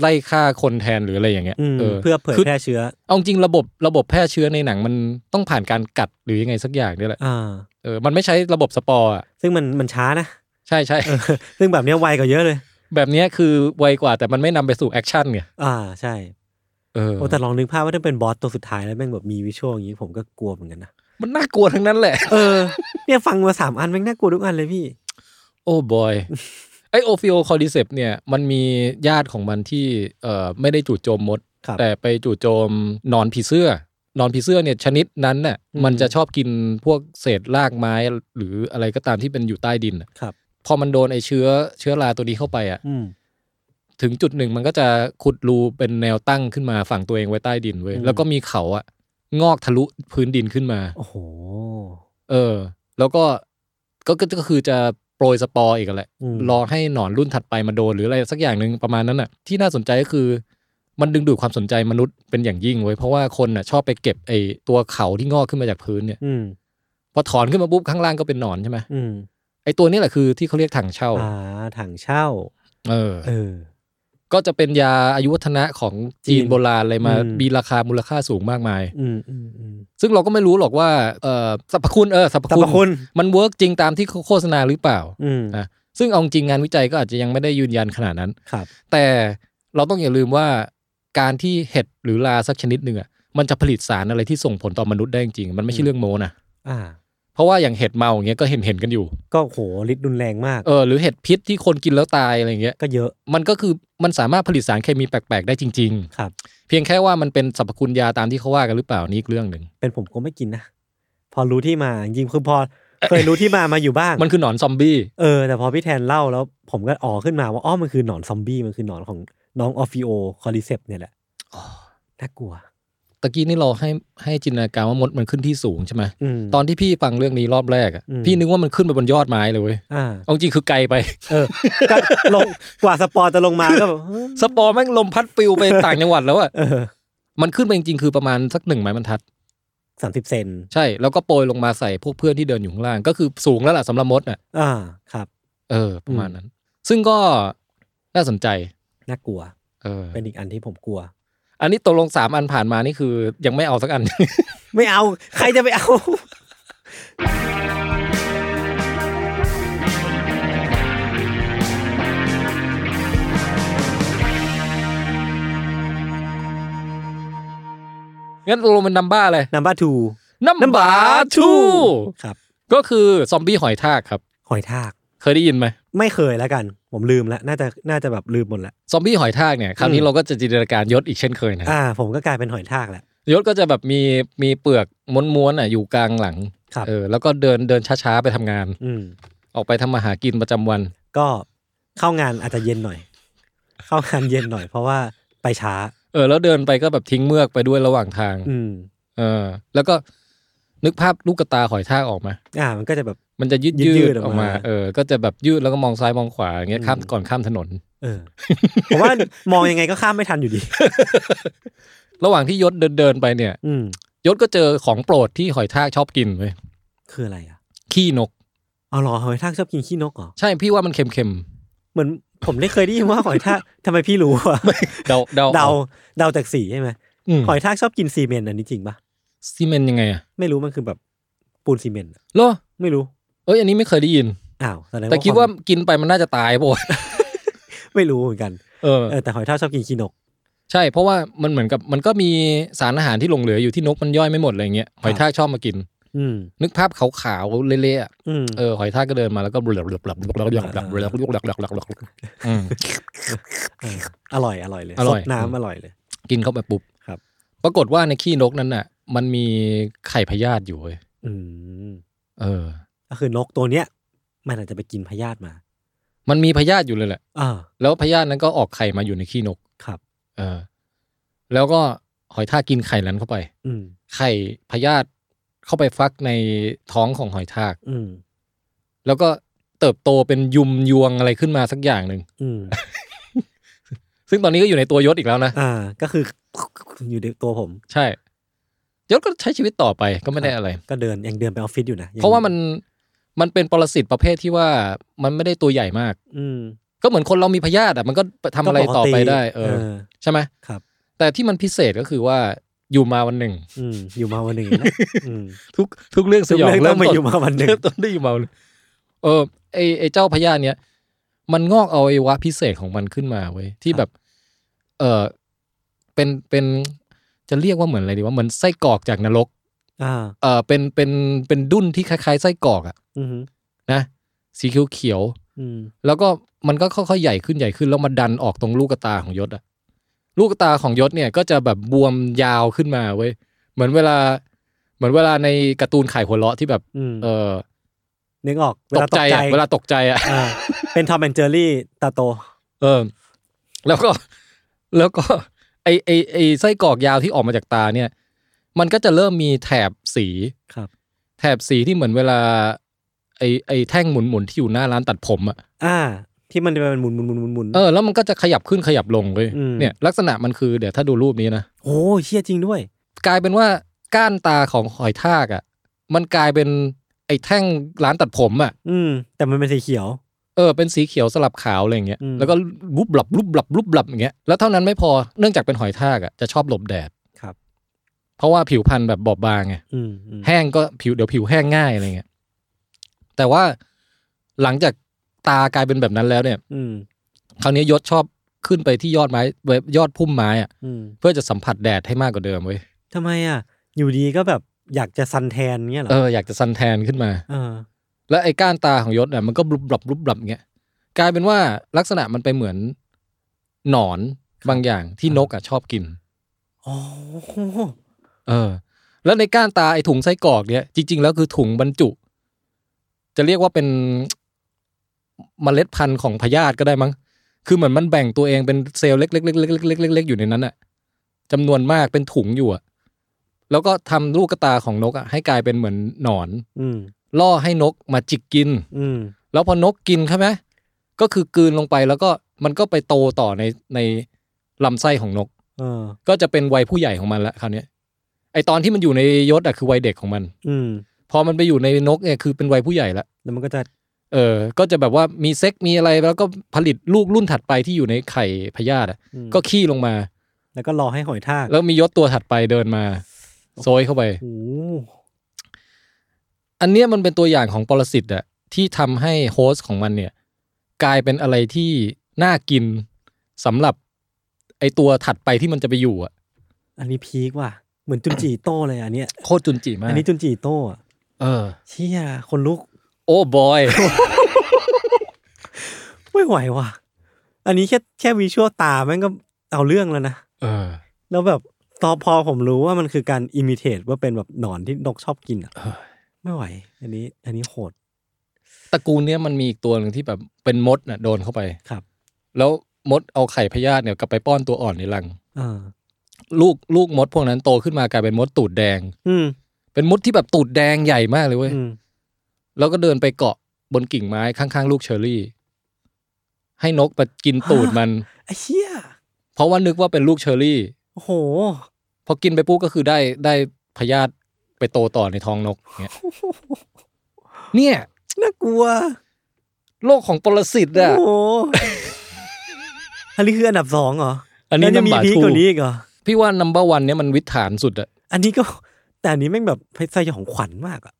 C: ไล่ฆ่าคนแทนหรืออะไรอย่างเงี้ย
B: อืม
C: เออ
B: เพื่อเผย
C: คือ
B: แพร่เชื้อ
C: เอาจริงระบบระบบแพร่เชื้อในหนังมันต้องผ่านการกัดหรือยังไงสักอย่างเนี่ยแหละ
B: อ่า
C: เออ มันไม่ใช้ระบบสปอร์อะ
B: ซึ่งมันมันช้านะ
C: ใช่ใช่
B: เออ ซึ่งแบบเนี้ยไวกว่าเยอะเลย
C: แบบเนี้ยคือไวกว่าแต่มันไม่นำไปสู่แอคชั่นไง
B: อ่าใช่
C: เออ
B: โอ้แต่ลองนึกภาพว่าถ้าเป็นบอสตัวสุดท้ายแล้วแม่งแบบมีวิชวลอย่างนี้ผมก็กลัวเหมือนกันนะ
C: มันน่ากลัวทั้งนั้นแหละ
B: เออ เนี่ยฟังมาสามอันแม่งน่ากลัวทุกอันเลยพี่
C: โอ้บ อยไอโอฟิโอคอริเซปเนี่ยมันมีญาติของมันที่เอ่อไม่ได้จู่โจมมด
B: ครับ
C: แต่ไปจู่โจมนอนผีเสื้อ นอนผีเสื้อเนี่ยชนิดนั้นน่ะ
B: อืม
C: มันจะชอบกินพวกเศษรากไม้หรืออะไรก็ตามที่เป็นอยู่ใต้ดินน่ะ
B: ครับ
C: พอมันโดนไอเชื้อเชื้อราตัวนี้เข้าไปอ่ะ
B: อืม
C: ถึงจุดหนึ่งมันก็จะขุดรูเป็นแนวตั้งขึ้นมาฝังตัวเองไว้ใต้ดินเว้ย
B: อืม
C: แล้วก็มีเขาอ่ะงอกทะลุพื้นดินขึ้นมา
B: โอ้โห
C: เออ แล้วก็ก็ก็ก็คือจะโปรยสปอร์อีกอะแหละ
B: อืม
C: รอให้หนอนรุ่นถัดไปมาโดนหรืออะไรสักอย่างหนึ่งประมาณนั้นน่ะ ที่น่าสนใจก็คือ มันดึงดูดความสนใจมนุษย์เป็นอย่างยิ่งเว้ยเพราะว่าคนน่ะชอบไปเก็บไอ้ตัวเขาที่งอกขึ้นมาจากพื้นเนี่ย
B: อืม
C: พอถอนขึ้นมาปุ๊บข้างล่างก็เป็นหนอนใช่ไหม
B: อืม
C: ไอ้ตัวนี้แหละคือที่เขาเรียกถังเช่า
B: อ่าถังเช่า
C: เออ
B: เออ
C: ก็จะเป็นยาอายุวัฒนะของจี
B: จี
C: น
B: น
C: โบราณอะไรมา
B: อืม
C: มีราคามูลค่าสูงมากมาย
B: อืมอืมอืม
C: ซึ่งเราก็ไม่รู้หรอกว่าเออสรรพคุณเออสรรพ
B: สรร
C: คุ
B: พ
C: ณ
B: คุณ
C: มันเวิร์กจริงตามที่เขาโฆษณาหรือเปล่า
B: อืม
C: อ่ะ ซึ่งเอาจริงงานวิจัยก็อาจจะยังไม่ได้ยืนยันขนาดนั้น
B: ครับ
C: แต่เราต้องอย่าลืมว่าการที่เห็ดหรือลาสักชนิดหนึ่งอ่ะมันจะผลิตสารอะไรที่ส่งผลต่อมนุษย์ได้จริงๆมันไม่ใช่เรื่องโมนะ
B: อ่า
C: เพราะว่าอย่างเห็ดเมาอย่างเงี้ยก็เห็นเห็นๆกันอยู่
B: ก็โหฤทธิ์รุนแรงมาก
C: เออหรือเห็ดพิษที่คนกินแล้วตายอะไรอย่างเงี้ย
B: ก็เยอะ
C: มันก็คือมันสามารถผลิตสารเคมีแปลกๆได้จริง
B: ครับ
C: ๆ เพียงแค่ว่ามันเป็นสรรพคุณยาตามที่เขาว่ากันหรือเปล่านี่อีกเรื่องหนึ่ง
B: เป็นผมก็ไม่กินนะ พอรู้ที่มาจริงๆคือพอเคยรู้ที่มามาอยู่บ้าง
C: มันคือหนอนซอมบี้
B: เออแต่พอพี่แทนเล่าแล้วผมก็อ๋อขึ้นมาว่าอ้อมันคือหนอนซอมบี้มันคือหนอนของน้องออฟิโอคอริเซปเนี่ยแหละน่ากลัว
C: ตะกี้นี่เราให้ให้จินตนาการว่ามดมันขึ้นที่สูงใช่ไหม
B: อืม
C: ตอนที่พี่ฟังเรื่องนี้รอบแรกอะ
B: อืม
C: พี่นึกว่ามันขึ้นไปบนยอดไม้เลยเว้ย
B: อ่า
C: เอาจริงคือไกลไป
B: เออก็ลง กว่าสปอร์จะลงมาก็แบบเออ
C: สปอร์แม่งลมพัดปลิวไป ต่างจังหวัดแล้วอะ
B: เออ
C: มันขึ้นไปจริงๆคือประมาณสักหนึ่งไม้บรรทัด
B: สามสิบเซน
C: ใช่ แล้วก็โปรยลงมาใส่พวกเพื่อนที่เดินอยู่ข้างล่าง ก็คือสูงแล้วล่ะสำหรับมดน่ะ
B: อ่าครับ
C: เออประมาณนั้น ซึ่งก็น่าสนใจ
B: น่ากลัว
C: เออ
B: เป็นอีกอันที่ผมกลัว
C: อันนี้ตกลงสามอันผ่านมานี่คือยังไม่เอาสักอัน
B: ไม่เอา ใครจะไปเอา
C: งั้นตกลงเป็นนัมบ้าเลย
B: นัมบ้าทู
C: นัม
B: นัม
C: บ้า
B: บ้า
C: ทู
B: ครับ
C: ก็คือซอมบี้หอยทากครับ
B: หอยทาก
C: เคยได้ยินไหม
B: ไม่เคยแล้วกัน ผมลืมแล้ว น่าจะน่าจะแบบลืมหมดแล้ว
C: ซอมบี้หอยทากเนี่ยคราวนี้
B: อืม
C: เราก็จะจินตนาการยศอีกเช่นเคยนะ
B: อ่า ผมก็กลายเป็นหอยทากแหละ
C: ยศก็จะแบบมีมีเปลือกม้วนๆอ่ะอยู่กลางหลัง
B: ครับ
C: เออแล้วก็เดินเดินช้าๆ ไปทำงาน
B: อืม
C: ออกไปทำมาหากินประจำวัน
B: ก็เข้างานอาจจะเย็นหน่อย เข้างานเย็นหน่อยเพราะว่าไปช้า
C: เออ แล้วเดินไปก็แบบทิ้งเมือกไปด้วยระหว่างทาง
B: อืม
C: เออ แล้วก็นึกภาพลูกกระตาหอยทากออกมา
B: อ่า มันก็จะแบบ
C: มันจะยืด
B: ยืด
C: ยืด
B: ๆ
C: อ
B: อ
C: อ
B: อก ก
C: มา
B: มา
C: เออ ก็จะแบบยืดแล้วก็มองซ้ายมองขวาอย่างเงี้ยข้ามก่อนข้ามถนน
B: เออ ผมว่ามองยังไงก็ข้ามไม่ทันอยู่ดี
C: ระหว่างที่ยศเดินเดินๆไปเนี่ย
B: อืม
C: ยศก็เจอของโปรดที่หอยทากชอบกินเว้ย
B: คืออะไรอ่ะ
C: ขี้นก
B: เอาเหรอหอยทากชอบกินขี้นกเหรอ
C: ใช่พี่ว่ามันเค็ม
B: เหมือนผมได้เคยได้ยินว่าหอยทากทำไมพี่รู้อ่ะ
C: ๆเดาเดา
B: เดา
C: อ
B: เดาจากสีใช่ไหม
C: ม
B: หอยทากชอบกินซีเมนต์อันนี้จริงปะ
C: ซีเมนต์ยังไงอะ
B: ไม่รู้มันคือแบบปูนซีเมนต์อะ
C: เหรอ
B: ไม่รู้
C: เอ้ยอันนี้ไม่เคยได้ยิน
B: อ้าวสดง
C: แต่คิดว่ากินไปมันน่าจะตายป่ะวะ
B: ไม่รู้เหมือนกัน
C: เออ
B: เออแต่หอยทากชอบกินขี้นก
C: ใช่เพราะว่ามันเหมือนกับมันก็มีสารอาหารที่หลงเหลืออยู่ที่นกมันย่อยไม่หมดอะไรเงี้ยหอยทากชอบมากิน
B: อืม
C: นึกภาพขาวๆเละๆอะ
B: อืม
C: เออหอยทากก็เดินมาแล้วก็บลับลับลับลับลับลับลับลับลับลับลับลับลับอืม
B: เอออร่อยอร่อยเลย
C: อร่อย
B: สดน้ำอร่อยเลย
C: กินเข้าไปปุ๊บ
B: ครับ
C: ปรากฏว่าในขี้นกนั้นน่ะ มันมีไข่พยาธิอยู่เว้ย
B: อืม
C: เออ
B: ก็คือนกตัวเนี้ย มันอาจจะไปกินพยาธิมา
C: มันมีพยาธิอยู่เลยแหละ
B: อ่า
C: แล้วพยาธินั้นก็ออกไข่มาอยู่ในขี้นก
B: ครับ
C: เออ แล้วก็หอยทากกินไข่นั้นเข้าไป
B: อืม
C: ไข่พยาธิเข้าไปฟักในท้องของหอยทาก
B: อืม
C: แล้วก็เติบโตเป็นยุมยวงอะไรขึ้นมาสักอย่างหนึ่ง
B: อื ม
C: ซึ่งตอนนี้ก็อยู่ในตัวยศอีกแล้วนะ
B: อ่า ก็คืออยู่ในตัวผม
C: ใช่ ยศก็ใช้ชีวิตต่อไปก็ไม่ได้อะไร
B: ก็เดินยังเดินไปออฟฟิศอยู่นะยัง
C: เพราะว่ามันมันเป็นปรสิตประเภทที่ว่ามันไม่ได้ตัวใหญ่มาก
B: อืม
C: ก็เหมือนคนเรามีพยาธิอ่ะมันก็ทำอะไร
B: ก็ก
C: ต่อไปได้ เออ ใช่ไหม
B: ครับ
C: แต่ที่มันพิเศษก็คือว่าอยู่มาวันหนึ่ง
B: อืม อยู่มาวันหนึ่ง นะอืม
C: ทุกทุกเรื่องส
B: ซึ่ง
C: ยอง
B: เรื่องต้
C: เริ่
B: อ
C: ม
B: งมา
C: ต้น
B: อยู่มาวันหนึ่ง
C: เริ่มต้นได้อยู่มาวันหนึ่งเออไอไอเจ้าพยาธิเนี้ย มันงอกเอาอวัยวะพิเศษของมันขึ้นมาเว้ยที่แบบ เออเป็นเป็นจะเรียกว่าเหมือนอะไรดีว่าเหมือนไส้กรอกจากนรก
B: อ่า
C: เออเป็นเป็นเป็นดุ้นที่คล้ายๆไส้กรอกอะ
B: อือหือ
C: นะสีเขียวๆ
B: อืม
C: แล้วก็มันก็ค่อยๆใหญ่ขึ้นใหญ่ขึ้นแล้วมาดันออกตรงลูกตาของยศอะลูกตาของยศเนี่ยก็จะแบบบวมยาวขึ้นมาเว้ยเหมือนเวลา เหมือนเวลาในการ์ตูนไข่หัวเราะที่แบบ
B: อืม
C: เออ
B: นึกออกเว
C: ต
B: ลาก
C: ใจอะเวลาตกใจอะ
B: อ่าเป็นทอมแอนเจอรี่ตาโต
C: เออ แล้วก็ แล้วก็ไอไอไอไส้กรอกยาวที่ออกมาจากตาเนี่ย มันก็จะเริ่มมีแถบสี
B: ครับ
C: แถบสีที่เหมือนเวลา ไอไอแท่งหมุนๆที่อยู่หน้าร้านตัดผมอะ
B: อ่า ที่มันเป็นหมุนหมุนหมุนหมุนหมุน
C: เออแล้วมันก็จะขยับขึ้นขยับลงเว้ย
B: อืม
C: เนี่ยลักษณะมันคือเดี๋ยวถ้าดูรูปนี้นะ
B: โอ้เชี่ยจริงด้วย
C: กลายเป็นว่าก้านตาของหอยทากอ่ะ มันกลายเป็นไอ้แท่งร้านตัดผมอ่ะ
B: อืม แต่มันเป็นสีเขียว
C: เออเป็นสีเขียวสลับขาวอะไรอย่างเงี้ย
B: อืม
C: แล้วก็รูปหลับรูปหลับรูปหลับอย่างเงี้ยแล้วเท่านั้นไม่พอเนื่องจากเป็นหอยทากอ่ะจะชอบหลบแดด
B: ครับ
C: เพราะว่าผิวพรรณแบบบอบบางไง
B: อืมอืม
C: แห้งก็ผิวเดี๋ยวผิวแห้งง่ายอะไรเงี้ยแต่ว่าหลังจากตากลายเป็นแบบนั้นแล้วเนี่ย
B: อืม
C: คราวนี้ยศชอบขึ้นไปที่ยอดไม้ยอดพุ่มไม้อ่ะ
B: อืม
C: เพื่อจะสัมผัสแดดให้มากกว่าเดิมเว้ย
B: ทำไมอ่ะ อยู่ดีก็แบบอยากจะซันแทนเงี้ยเหรอ
C: เอออยากจะซันแทนขึ้นมา
B: เออ
C: แล้วไอ้ก้านตาของยศเนี่ยมันก็บลุบหลับลุบหลับอย่างเงี้ยกลายเป็นว่าลักษณะมันไปเหมือนหนอนบางอย่างที่
B: ครับ
C: นกอ่ะชอบกิน
B: โอ้โห
C: เออ แล้วในก้านตาไอ้ถุงไส้กรอกเนี่ยจริง ๆ แล้วคือถุงบรรจุ จะเรียกว่าเป็น เมล็ดพันธุ์ของพยาธิก็ได้มั้งคือเหมือนมันแบ่งตัวเองเป็นเซลล์เล็กๆๆๆๆๆๆอยู่ในนั้นอ่ะจำนวนมากเป็นถุงอยู่อ่ะแล้วก็ทำลูกกระตาของนกอ่ะให้กลายเป็นเหมือนหนอน
B: อืม
C: ล่อให้นกมาจิกกิน
B: อืม
C: แล้วพอนกกินใช่ไหมก็คือกลืนลงไปแล้วก็มันก็ไปโตต่อในในลำไส้ของนก
B: เออ
C: ก็จะเป็นวัยผู้ใหญ่ของมันละคราวเนี้ยไอตอนที่มันอยู่ในยศอะคือวัยเด็กของมัน
B: อืม
C: พอมันไปอยู่ในนกเนี่ยคือเป็นวัยผู้ใหญ่ละ
B: แล้วมันก็จะ
C: เออ ก็จะแบบว่ามีเซ็กมีอะไรแล้วก็ผลิตลูกรุ่นถัดไปที่อยู่ในไข่พยาธิอะ
B: อืม
C: ก็ขี้ลงมา
B: แล้วก็รอให้หอยทาก
C: แล้วมียศตัวถัดไปเดินมาโซยเข้าไป
B: โอ้โห
C: อันเนี้ยมันเป็นตัวอย่างของปรสิตอะที่ทำให้โฮสต์ของมันเนี่ย กลายเป็นอะไรที่น่ากินสำหรับไอตัวถัดไปที่มันจะไปอยู่อะ
B: อันนี้พีคว่ะ เหมือนจุนจีโต้เลย อันเนี้ย
C: โคตรจุนจิมาก
B: อันนี้จุนจีโต้อะ
C: เออ
B: เชี่ยคนลุก
C: โอ้บอย
B: ไม่ไหวว่ะ อันนี้แค่แค่วิชวลตาแม่งก็เอาเรื่องแล้วนะ
C: เออ
B: แล้วแบบตอนพอผมรู้ว่ามันคือการอิมิเทตว่าเป็นแบบหนอนที่นกชอบกินอ่ะ
C: เออ
B: ไม่ไหว อันนี้ อันนี้โหด
C: ตระกูลเนี้ยมันมีอีกตัวหนึ่งที่แบบเป็นมดน่ะโดนเข้าไป
B: ครับ
C: แล้วมดเอาไข่พยาธิเนี่ยกลับไปป้อนตัวอ่อนในรัง
B: เออ
C: ลูกลูกมดพวกนั้นโตขึ้นมากลายเป็นมดตูดแดง
B: อืม
C: เป็นมดที่แบบตูดแดงใหญ่มากเลยเว้ย
B: อืม
C: แล้วก็เดินไปเกาะบนกิ่งไม้ข้างๆ ลูกเชอรี่ ให้นกไปกินตูด มัน
B: ไอ้เชี่ย
C: เพราะว่านึกว่าเป็นลูกเชอรี่
B: โอ้โห
C: พอกินไปปุ๊บก็คือได้ได้พยาธิไปโตต่อในท้องนกเงี้ ยเนี่ย
B: น่ากลัว
C: โลกของปรสิต
B: โอ้
C: อะ
B: โห อันนี้คืออันดับสองเหรอ
C: อั
B: อั
C: นนี้
B: จะมี
C: number
B: พีค
C: two
B: กว่านี้อีกเหรอ
C: พี่ว่านัมเบอร์วันเนี่ยมันวิถฐานสุดอะ
B: อันนี้ก็ แต่อันนี้แม่งแบบสยองขวัญมากอ่ะ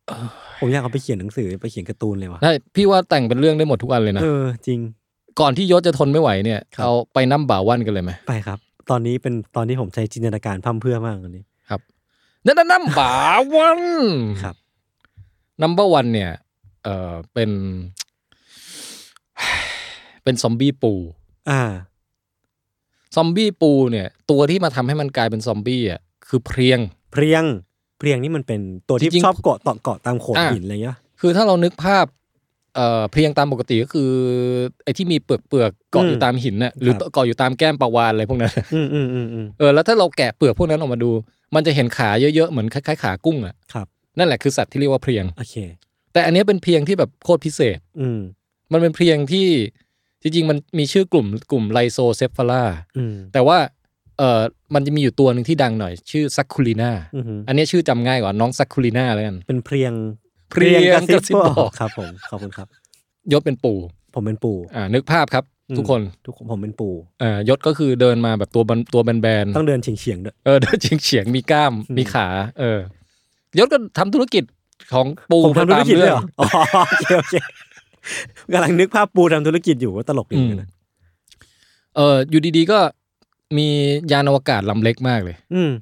B: ผมอยากเอาไปเขียนหนังสือไปเขียนการ์ตูนเลยว่ะ
C: ใช่พี่ว่าแต่งเป็นเรื่องได้หมดทุกอันเลยนะ
B: เออ จริง
C: ก่อนที่ยศจะทนไม่ไหวเนี่ย
B: ครับ
C: เอาไปนัมเบอร์วันกันเลยไหม
B: ไปครับ ตอนนี้เป็นตอนที่ผมใช้จินตนาการพร่ำเพรื่อมากอันนี้
C: นั่นนัมเบอร์วัน
B: ครับ
C: นัมเบอร์วันเนี่ย เออเป็น เป็นซอมบี้ปู
B: อ่า
C: ซอมบี้ปูเนี่ย ตัวที่มาทำให้มันกลายเป็นซอมบี้อ่ะคือเพรียง
B: เพลียง เพลียงนี่มันเป็นตัวที่
C: จริงๆ
B: ชอบเกาะเกาะเกาะตามโขด
C: อ่ะ
B: หินอะไรเงี้ย
C: คือถ้าเรานึกภาพเอ่อเพรียงตามปกติก็คือ ไอ้ที่มีเปลือกเปลือกๆเกาะอยู่
B: อืม
C: ตามหินน่ะหรือ
B: ครับ
C: เกาะอยู่ตามแก้มปลาวานอะไรพวกนั้น
B: อืมอืมอืมอืม
C: เออแล้วถ้าเราแกะเปลือกพวกนั้นออกมาดู มันจะเห็นขาเยอะๆเหมือนคล้ายๆขากุ้งอ่ะ
B: ครับ
C: นั่นแหละคือสัตว์ที่เรียกว่าเพรียง
B: โอเค
C: แต่อันเนี้ยเป็นเพรียงที่แบบโคตรพิเศษ
B: อืม
C: มันเป็นเพรียงที่จริงๆ มันมีชื่อกลุ่มกลุ่มไลโซเซฟาล่า
B: อืม
C: แต่ว่าเออมันจะมีอยู่ตัวหนึ่งที่ดังหน่อย ชื่อซักคูลิน่า
B: อือหือ
C: อันเนี้ยชื่อจำง่ายกว่าน้องซักคูลิน่าแล้วกัน
B: เป็นเพลียง
C: เพลียงกระซิบบอก
B: ครับผม ขอบคุณครับ
C: ยศเป็นปู่
B: ผมเป็นปู่
C: อ่านึกภาพครับ
B: อืม
C: ทุกคน
B: ทุกคนผมเป็นปู่
C: อ่ายศก็คือเดินมาแบบตัวบันตัวแบน
B: ต้องเดินเฉียงเฉียงๆด้วย
C: ๆเอ อเดินเฉียงเฉียงๆมีกล้าม
B: อืม
C: มีขา เออยศก็ทำธุรกิจของปู่
B: ผมทำธุรกิจ
C: ไปตาม
B: ด้วย
C: ง
B: เหรออ๋อโอเคโอเค กำลังนึกภาพปูทำธุรกิจอยู่ว่าตลกดีเหมือนกันนะ
C: เอออยู่ดีๆก็มียานอวกาศลำเล็กมากเลย
B: อืม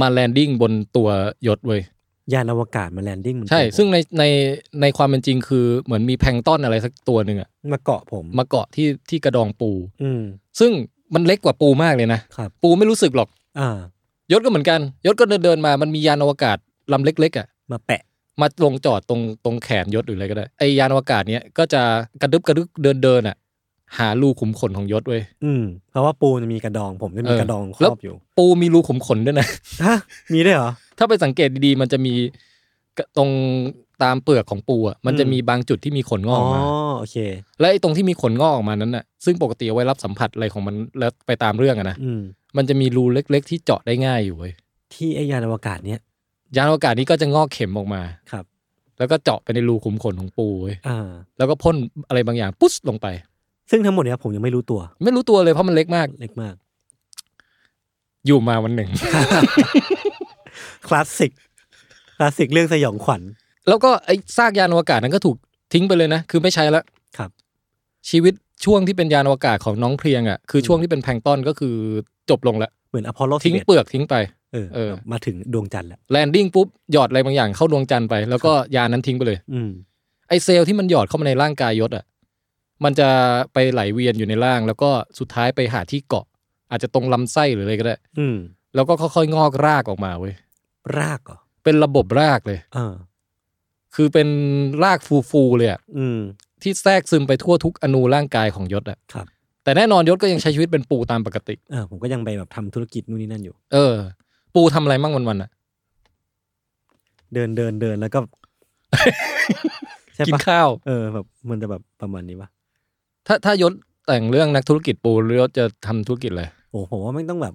C: มาแลนดิ้งบนตัวยศเว้ย
B: ยานอวกาศมาแลนดิ้งบน
C: ใช่
B: ตัวผม
C: ซึ่งในในในความเป็นจริงคือเหมือนมีแพลงก์ต้อนอะไรสักตัวหนึ่งอะ
B: มาเกาะผม
C: มาเกาะที่ที่กระดองปู
B: อืม
C: ซึ่งมันเล็กกว่าปูมากเลยนะ
B: ครับ
C: ปูไม่รู้สึกหรอก
B: อ่า
C: ยศก็เหมือนกันยศก็เดินเดินๆมามันมียานอวกาศลำเล็กๆอะ
B: มาแปะ
C: มาลงจอดตรงตรงแขนยศหรืออะไรก็ได้ไอยานอวกาศเนี้ยก็จะกระดึบกระดึบเดินเดินๆอะหารูขุมขนของยศเว้ย
B: อืม เพราะว่าปูมันมีกระดองผมจะมี
C: เออ
B: กระดองครอบอยู่
C: ปูมีรูขุมขนด้วยนะ
B: ฮะมีด้วยเหรอ
C: ถ้าไปสังเกตดีๆ มันจะมีกระตรงตามเปลือกของปูอ่ะ มันจะมีบางจุดที่มีขนงอกอ
B: อ๋อ
C: อกมา
B: โอเค
C: และไอ้ตรงที่มีขนงอกออกมานั้นน่ะ ซึ่งปกติเอาไว้รับสัมผัสอะไรของมันแล้วไปตามเรื่องอะนะ
B: อืม
C: มันจะมีรูเล็กๆ ที่เจาะได้ง่ายอยู่เว้ย
B: ที่ไอยานอวกาศเนี้ย
C: ยานอวกาศนี้ก็จะงอกเข็มออกมา
B: ครับ
C: แล้วก็เจาะไปในรูขุมขนของปูเว้ย
B: อ่า
C: แล้วก็พ่นอะไรบางอย่างปุ๊บลงไป
B: ซึ่งทั้งหมดเนี้ยผมยังไม่รู้ตัว
C: ไม่รู้ตัวเลยเพราะมันเล็กมาก
B: เล็กมาก
C: อยู่มาวันหนึ่ง
B: คลาสสิก คลาสสิกเรื่องสยองขวัญ
C: แล้วก็ไอ้ซากยานอวกาศนั้นก็ถูกทิ้งไปเลยนะ คือไม่ใช้ละ
B: ครับ
C: ชีวิตช่วงที่เป็นยานอวกาศของน้องเพลียงอ่ะ คือช่วงที่เป็นแพลงก์ต้นก็คือจบลงละ
B: เหมือนอพอลโล
C: ทิ้งเปลือกทิ้งไป
B: เออ
C: เออ
B: มาถึงดวงจันทร์แล้ว
C: แลนดิ้งปุ๊บ หยอดอะไรบางอย่างเข้าดวงจันทร์ไป แล้วก็ยานนั้นทิ้งไปเลย
B: อืม
C: ไอเซลล์ที่มันหยอดเข้ามาในร่างกายยศอ่ะ มันจะไปไหลเวียนอยู่ในร่าง แล้วก็สุดท้ายไปหาที่เกาะ อาจจะตรงลำไส้หรืออะไรก็ได้
B: อืม
C: แล้วก็ค่อยๆงอกรากออกมาเว้ย
B: รากเหรอ
C: เป็นระบบรากเลย
B: เออ
C: คือเป็นรากฟูๆเลยอ่ะ
B: อืม
C: ที่แทรกซึมไปทั่วทุกอนูร่างกายของยศอะ
B: ครับ
C: แต่แน่นอนยศก็ยังใช้ชีวิตเป็นปูตามปกติ
B: เออ ผมก็ยังไปแบบทำธุรกิจนู่นนี่นั่นอยู่
C: เออ ปูทำอะไรมั่งวันๆอะ
B: เดินเดินเดินแล้วก็ ใช่
C: กิน
B: ปะ
C: ข้าว
B: เออ แบบมันจะแบบประมาณนี้ปะ
C: ถ้าถ้ายศแต่งเรื่องนักธุรกิจปูยศจะทำธุรกิจอะไร
B: โอ้ผมว่าไม่ต้องแบบ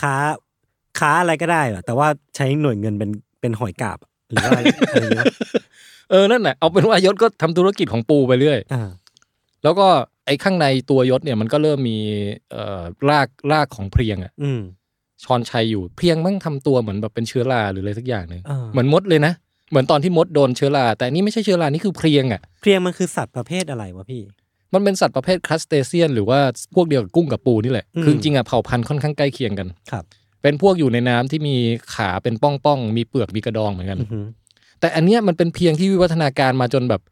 B: ค้า ค้าอะไรก็ได้อะแต่ว่าใช้หน่วยเงินเป็นเป็นหอยกาบอะหรือว่าอะไรอะไรอย่างเงี้ย
C: เออ นั่นแหละเอาเป็นว่ายศก็ทำธุรกิจของปูไปเรื่อย
B: อ่า
C: แล้วก็ไอ้ข้างในตัวยศเนี่ยมันก็เริ่มมีเอ่อรากรากของเพลียงอะ
B: อืม
C: ชอนชัยอยู่เพลียงมั่งทำตัวเหมือนแบบเป็นเชื้อราหรืออะไรสักอย่างหนึ่ง
B: อ่า
C: เหมือนมดเลยนะ เหมือนตอนที่มดโดนเชื้อราแต่อันนี่ไม่ใช่เชื้อรานี่คือเพลียงอะ
B: เพลียงมันคือสัตว์ประเภทอะไรวะพี่
C: มันเป็นสัตว์ประเภทครัสเตเซียน หรือว่าพวกเดียวกับกุ้งกับปูนี่แหละ
B: อืม
C: คือจริงๆอ่ะเผ่าพันธุ์ค่อนข้างใกล้เคียงกัน
B: ครับ
C: เป็นพวกอยู่ในน้ำที่มีขาเป็นป้องๆ มีเปลือกมีกระดองเหมือนกัน
B: อือหือ
C: แต่อันเนี้ยมันเป็นเพียงที่วิวัฒนาการมาจนแบบ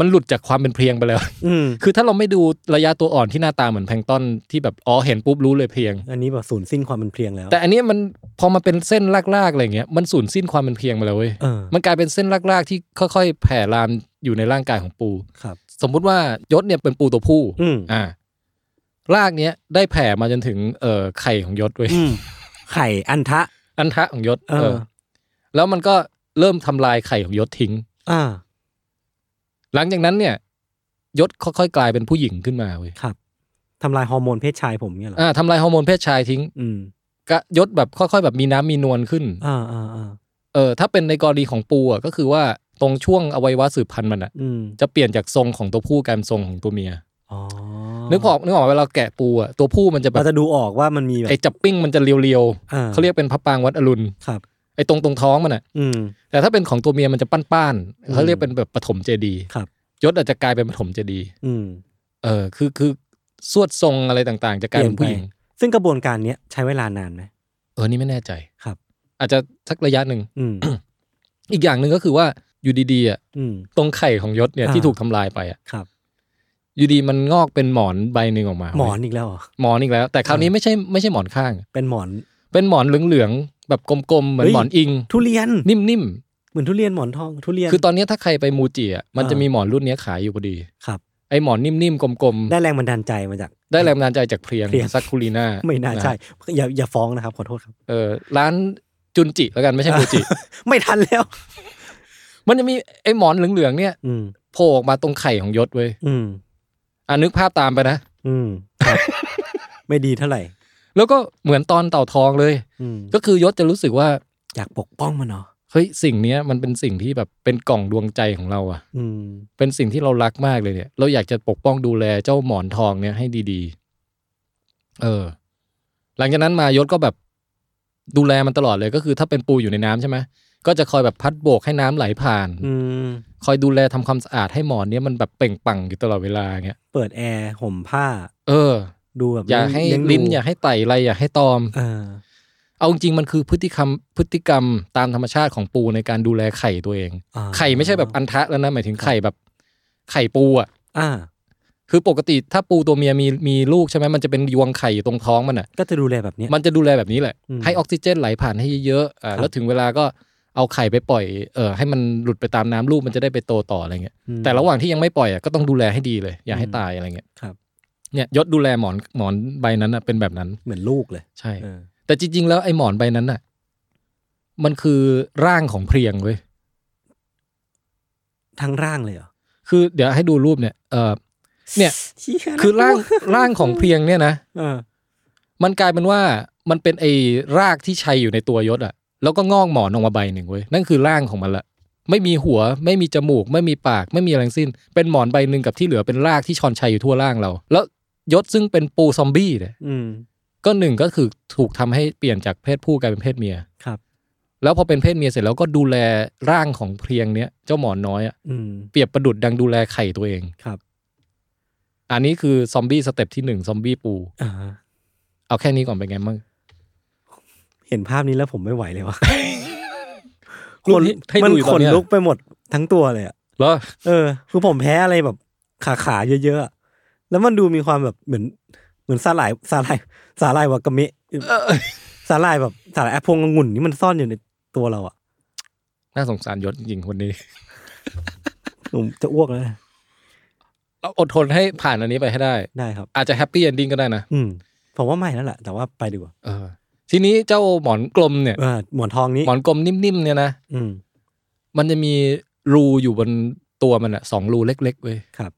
C: มันหลุดจากความเป็นเพลียงไปแล้ว
B: อืม
C: คือถ้าเราไม่ดูระยะตัวอ่อนที่หน้าตาเหมือนแพลงก์ต้นที่แบบอ๋อเห็นปุ๊บรู้เลยเพลียง
B: อันนี้แบบสูญสิ้นความเป็นเพลียงแล้ว
C: แต่อันเนี้ยมันพอมาเป็นเส้นลากๆอะไรเงี้ยมันสูญสิ้นความเป็นเพลียงไปแล้วเว้ย
B: เออ
C: มันกลายเป็นเส้นลากๆที่ค่อย ๆ แผ่ลามอยู่ในร่างกายของปู
B: ครับ
C: สมมุติว่ายศเนี่ยเป็นปูตัวผู้
B: อืม
C: อ่ารากเนี้ยได้แผ่มาจนถึงเอ่อไข่ของยศเว้ย
B: อืมไข่อันทะ
C: อันทะของยศ
B: เออ
C: แล้วมันก็เริ่มทำลายไข่ของยศทิ้ง
B: อ่า
C: หลังจากนั้นเนี่ย ยศค่อยๆกลายเป็นผู้หญิงขึ้นมาเว้ย
B: ครับทำลายฮอร์โมนเพศชายผมเนี่ยเหรอ
C: อ่าทำลายฮอร์โมนเพศชายทิ้ง
B: อืม
C: กะยศแบบค่อยๆ แบบมีน้ำมีนวลขึ้น
B: อ่าอ่าอ่า
C: เออถ้าเป็นในกรณีของปูอ่ะก็คือว่าตรงช่วงอวัยวะสืบพันธุ์มันอ่ะ
B: อืม
C: จะเปลี่ยนจากทรงของตัวผู้กลายเป็นทรงของตัวเมีย
B: อ๋อ
C: นึกออกนึกออกเวลาเราแกะปูอ่ะตัวผู้มันจะแบ
B: เรา
C: บ
B: จะดูออกว่ามันมีแบบ
C: ไอ้จับปิ้งมันจะเรียว
B: อ่
C: ๆเขาเรียกเป็นพระปรางวัดอรุณ
B: ครับ
C: ไอ้ตรงตรงท้องมันอ่ะ
B: อืม
C: แต่ถ้าเป็นของตัวเมียมันจะป้าน
B: อื
C: ๆ
B: ม
C: เขาเรียกเป็นแบบปฐมเจดีย์
B: ครับ
C: ยศอาจจะกลายเป็นปฐมเจดีย์
B: อืม
C: เออคือคือสวดทรงอะไรต่างๆ จะกลายเป็นผู้หญิง
B: ซึ่งกระบวนการเนี้ยใช้เวลานานไหม
C: เออนี่ไม่แน่ใจ
B: ครับ
C: อาจจะสักระยะหนึ่ง
B: อืม
C: อีกอย่างหนึ่งก็คือว่าอยู่ดีๆอ่ะ
B: อืม
C: ตรงไข่ของยศเนี่ย
B: อ่า
C: ที่ถูกทำลายไปอ่ะ
B: ครับ
C: อยู่ดีมันงอกเป็นหมอนใบหนึ่งออกมา
B: หมอนอีกแล้วเหรอ
C: หมอนอีกแล้ว แต่คราวนี้ไม่ใช่ไม่ใช่หมอนข้าง
B: เป็นหมอน
C: เป็นหมอนเหลืองๆแบบกลมๆเหมือน
B: เฮ้ย
C: หมอนอิง
B: ทุเรียน
C: นิ่ม
B: เหมือนทุเรียนหมอนทองทุเรียน
C: ๆคือตอนเนี้ยถ้าใครไปมูจิอ่ะมันจะ
B: อ่ามี
C: มีหมอนรุ่นเนี้ยขายอยู่พอดี
B: ครับ
C: ไอหมอนนิ่มๆกลมๆ
B: ได้แรงบันดาลใจมาจาก
C: ได้แรงบันดาลใจจากเพลียง
B: เพลียง
C: ซักคูลีน่า
B: ไม่น่าใช่
C: ะ
B: อย่าอย่าฟ้องนะครับ ขอโทษครับ
C: เออร้านจุนจิแล้วกันไม่ใช่ มูจิ
B: ไม่ทันแล้ว
C: มันจะมีไอ้หมอนเหลืองๆเนี่ย
B: อืม
C: โผล่ออกมาตรงไข่ของยศเว้ย
B: อืม
C: อ่านึกภาพตามไปนะ
B: อืม ครับ ไม่ดีเท่าไหร่
C: แล้วก็เหมือนตอนเต่าทองเลย
B: อืม
C: ก็คือยศจะรู้สึกว่า
B: อยากปกป้องมันเนาะ
C: เฮ้ยสิ่งเนี้ยมันเป็นสิ่งที่แบบเป็นกล่องดวงใจของเราอะ
B: อืม
C: เป็นสิ่งที่เรารักมากเลยเนี่ย เราอยากจะปกป้องดูแลเจ้าหมอนทองเนี่ยให้ดีๆ เออ หลังจากนั้นมายศก็แบบดูแลมันตลอดเลยก็คือ ถ้าเป็นปูอยู่ในน้ำใช่ไหม ก็จะคอยแบบพัดโบกให้น้ำไหลผ่าน
B: อืม
C: คอยดูแลทำความสะอาดให้หมอนเนี้ยมันแบบเปล่งปลั่งอยู่ตลอดเวลาเงี้ย
B: เปิดแอร์ห่มผ้า
C: เออ
B: ดูแบบ
C: อย่าให้
B: เงดู
C: ลิ้นอย่าให้ไตอะไรอย่าให้ตอม
B: เออ
C: เอาจริงๆมันคือพฤติกรรมพฤติกรรมตามธรรมชาติของปูในการดูแลไข่ตัวเอง
B: อ่า
C: ไข่ไม่ใช่แบบอันทะแล้วนะหมายถึงไข่แบบไข่ปูอ่ะ
B: อ่า
C: คือปกติถ้าปูตัวเมียมีมีลูกใช่ไหมมันจะเป็นยวงไข่อยู่ตรงท้องมันอ่ะ
B: ก็จะดูแลแบบเนี้ย
C: มันจะดูแลแบบนี้แหละ
B: อืม
C: ให้ออกซิเจนไหลผ่านให้เยอะๆอ่า
B: ครับ
C: แล้วถึงเวลาก็เอาไข่ไปปล่อยเออให้มันหลุดไปตามน้ำลูกมันจะได้ไปโตต่ออะไรเงี้ย
B: อืม
C: แต่ระหว่างที่ยังไม่ปล่อยอ่ะก็ต้องดูแลให้ดีเลย อย่าให้
B: อืม
C: ตายอะไรเงี้ย
B: ครับ
C: เนี่ยยศดูแลหมอนหมอนใบนั้นอ่ะเป็นแบบนั้น
B: เหมือนลูกเลย
C: ใช่
B: เออ
C: แต่จริงๆ แล้วไอ้หมอนใบนั้นน่ะ มันคือร่างของเพรียงเว้ย
B: ทั้งร่างเลยเหรอ
C: คือเดี๋ยวให้ดูรูปเนี่ย เออเนี่ย
B: เชี่ยน่ากลัว
C: คือร่างร่างของเพรียงเนี่ยนะ
B: เออ
C: มันกลายเป็นว่ามันเป็นไอ้รากที่ชัยอยู่ในตัวยศอะแล้วก็งอกหมอนออกมาใบหนึ่งเว้ย นั่นคือร่างของมันละ ไม่มีหัว ไม่มีจมูก ไม่มีปาก ไม่มีอะไรทั้งสิ้น เป็นหมอนใบหนึ่งกับที่เหลือเป็นรากที่ชอนชัยอยู่ทั่วร่างเรา แล้วยศซึ่งเป็นปูซอมบี้เนี่ย
B: อืม
C: ก็หนึ่งก็คือถูกทำให้เปลี่ยนจากเพศผู้กลายเป็นเพศเมีย
B: ครับ
C: แล้วพอเป็นเพศเมียเสร็จแล้วก็ดูแลร่างของเพรียงเนี้ยเจ้าหมอนน้อยอะ
B: อืม
C: เปรียบประดุดดังดูแลไข่ตัวเอง
B: ครับ
C: อันนี้คือซอมบี้สเต็ปที่หนึ่งซอมบี้ปู
B: อ่า
C: เอาแค่นี้ก่อนเป็นไงบ้าง
B: เห็นภาพนี้แล้วผมไม่ไหวเลย ว่ะ
C: รูปที่ให้
B: มัน
C: ดูอยู่
B: ข
C: ตอน
B: น
C: เนี้ย
B: ลุกไปหมดทั้งตัวเลยอะ
C: เหรอ
B: เออคือผมแพ้อะไรแบบขาขาๆเยอะๆอะแล้วมันดูมีความแบบเหมือนเหมือนสาหร่ายสาหร่ายสาหร่ายวากาเมะสาหร่ายแบบสาหร่ายแอปพวงองุ่นนี่มันซ่อนอยู่ในตัวเราอ่ะ
C: น่าสงสารยศจริงๆคนนี้
B: ผมจะอ้วกแล้วนะ
C: เราอดทนให้ผ่านอันนี้ไปให้ได้
B: ได้ครับ
C: อาจจะแฮปปี้เอนดิ้งก็ได้นะ
B: อืมผมว่าไม่แล้วแหละแต่ว่าไปดีกว่า
C: เออ ทีนี้เจ้าหมอนกลมเนี่ย
B: เออหมอนทองนี้
C: หมอนกลมนิ่มๆเนี่ยนะ
B: อืม
C: มันจะมีรูอยู่บนตัวมันอะสองรูเล็กๆเว้ย
B: ครับ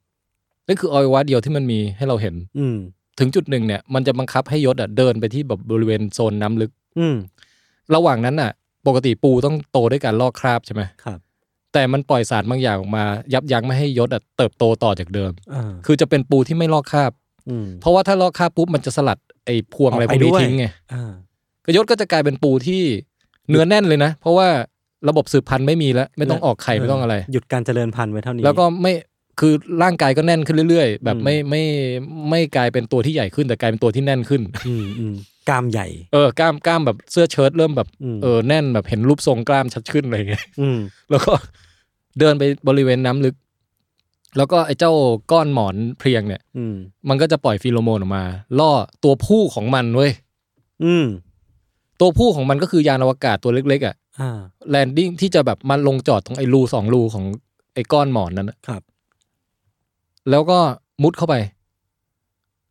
C: นั่นคืออวัยวะเดียวที่มันมีให้เราเห็น
B: อืม
C: ถึงจุดหนึ่งเนี่ยมันจะบังคับให้ยศอะเดินไปที่แบบบริเวณโซนน้ำลึก
B: อืม
C: ระหว่างนั้นอ่ะ ปกติปูต้องโตด้วยการลอกคราบใช่ไหม
B: ครับ
C: แต่มันปล่อยสารบางอย่างออกมา ยับยั้งไม่ให้ยศอะเติบโตต่อจากเดิม
B: อ่า
C: คือจะเป็นปูที่ไม่ลอกคราบ
B: อืม
C: เพราะว่าถ้าลอกคราบปุ๊บมันจะสลัดไอ้พวงอะไรพวกนี้
B: ออกไปด้วย
C: ทิ้งไง
B: อ่า
C: ก็ยศก็จะกลายเป็นปูที่เนื้อแน่นเลยนะ เพราะว่าระบบสืบพันธุ์ไม่มีแล้ว ไม่ต้องออกไข่
B: เออ
C: ไม่ต้องอะไร
B: หยุดการเจริญพันธุ์ไว้เท่านี้
C: แล้วก็ไม่คือร่างกายก็แน่นขึ้นเรื่อยๆ แบบ
B: อืม
C: ไม่ไม่ไม่กลายเป็นตัวที่ใหญ่ขึ้นแต่กลายเป็นตัวที่แน่นขึ้น
B: อืมอืมกล้ามใหญ่
C: เออกล้ามกล้ามแบบเสื้อเชิ้ตเริ่มแบบ
B: อืม
C: เออแน่นแบบเห็นรูปทรงกล้ามชัดขึ้นอะไรอย่างเงี้ย
B: อืม
C: แล้วก็ เดินไปบริเวณน้ำลึก แล้วก็ไอ้เจ้าก้อนหมอนเพลียงเนี่ย
B: อืม
C: มันก็จะปล่อยฟีโรโมนออกมา ล่อตัวผู้ของมันเว้ย
B: อืม
C: ตัวผู้ของมันก็คือยานอวกาศตัวเล็กๆอะ
B: อ่า
C: แลนดิ้งที่จะแบบมันลงจอดตรงไอ้รูสองรูของไอ้ก้อนหมอนนั้นอะ
B: ครับ
C: แล้วก็มุดเข้าไป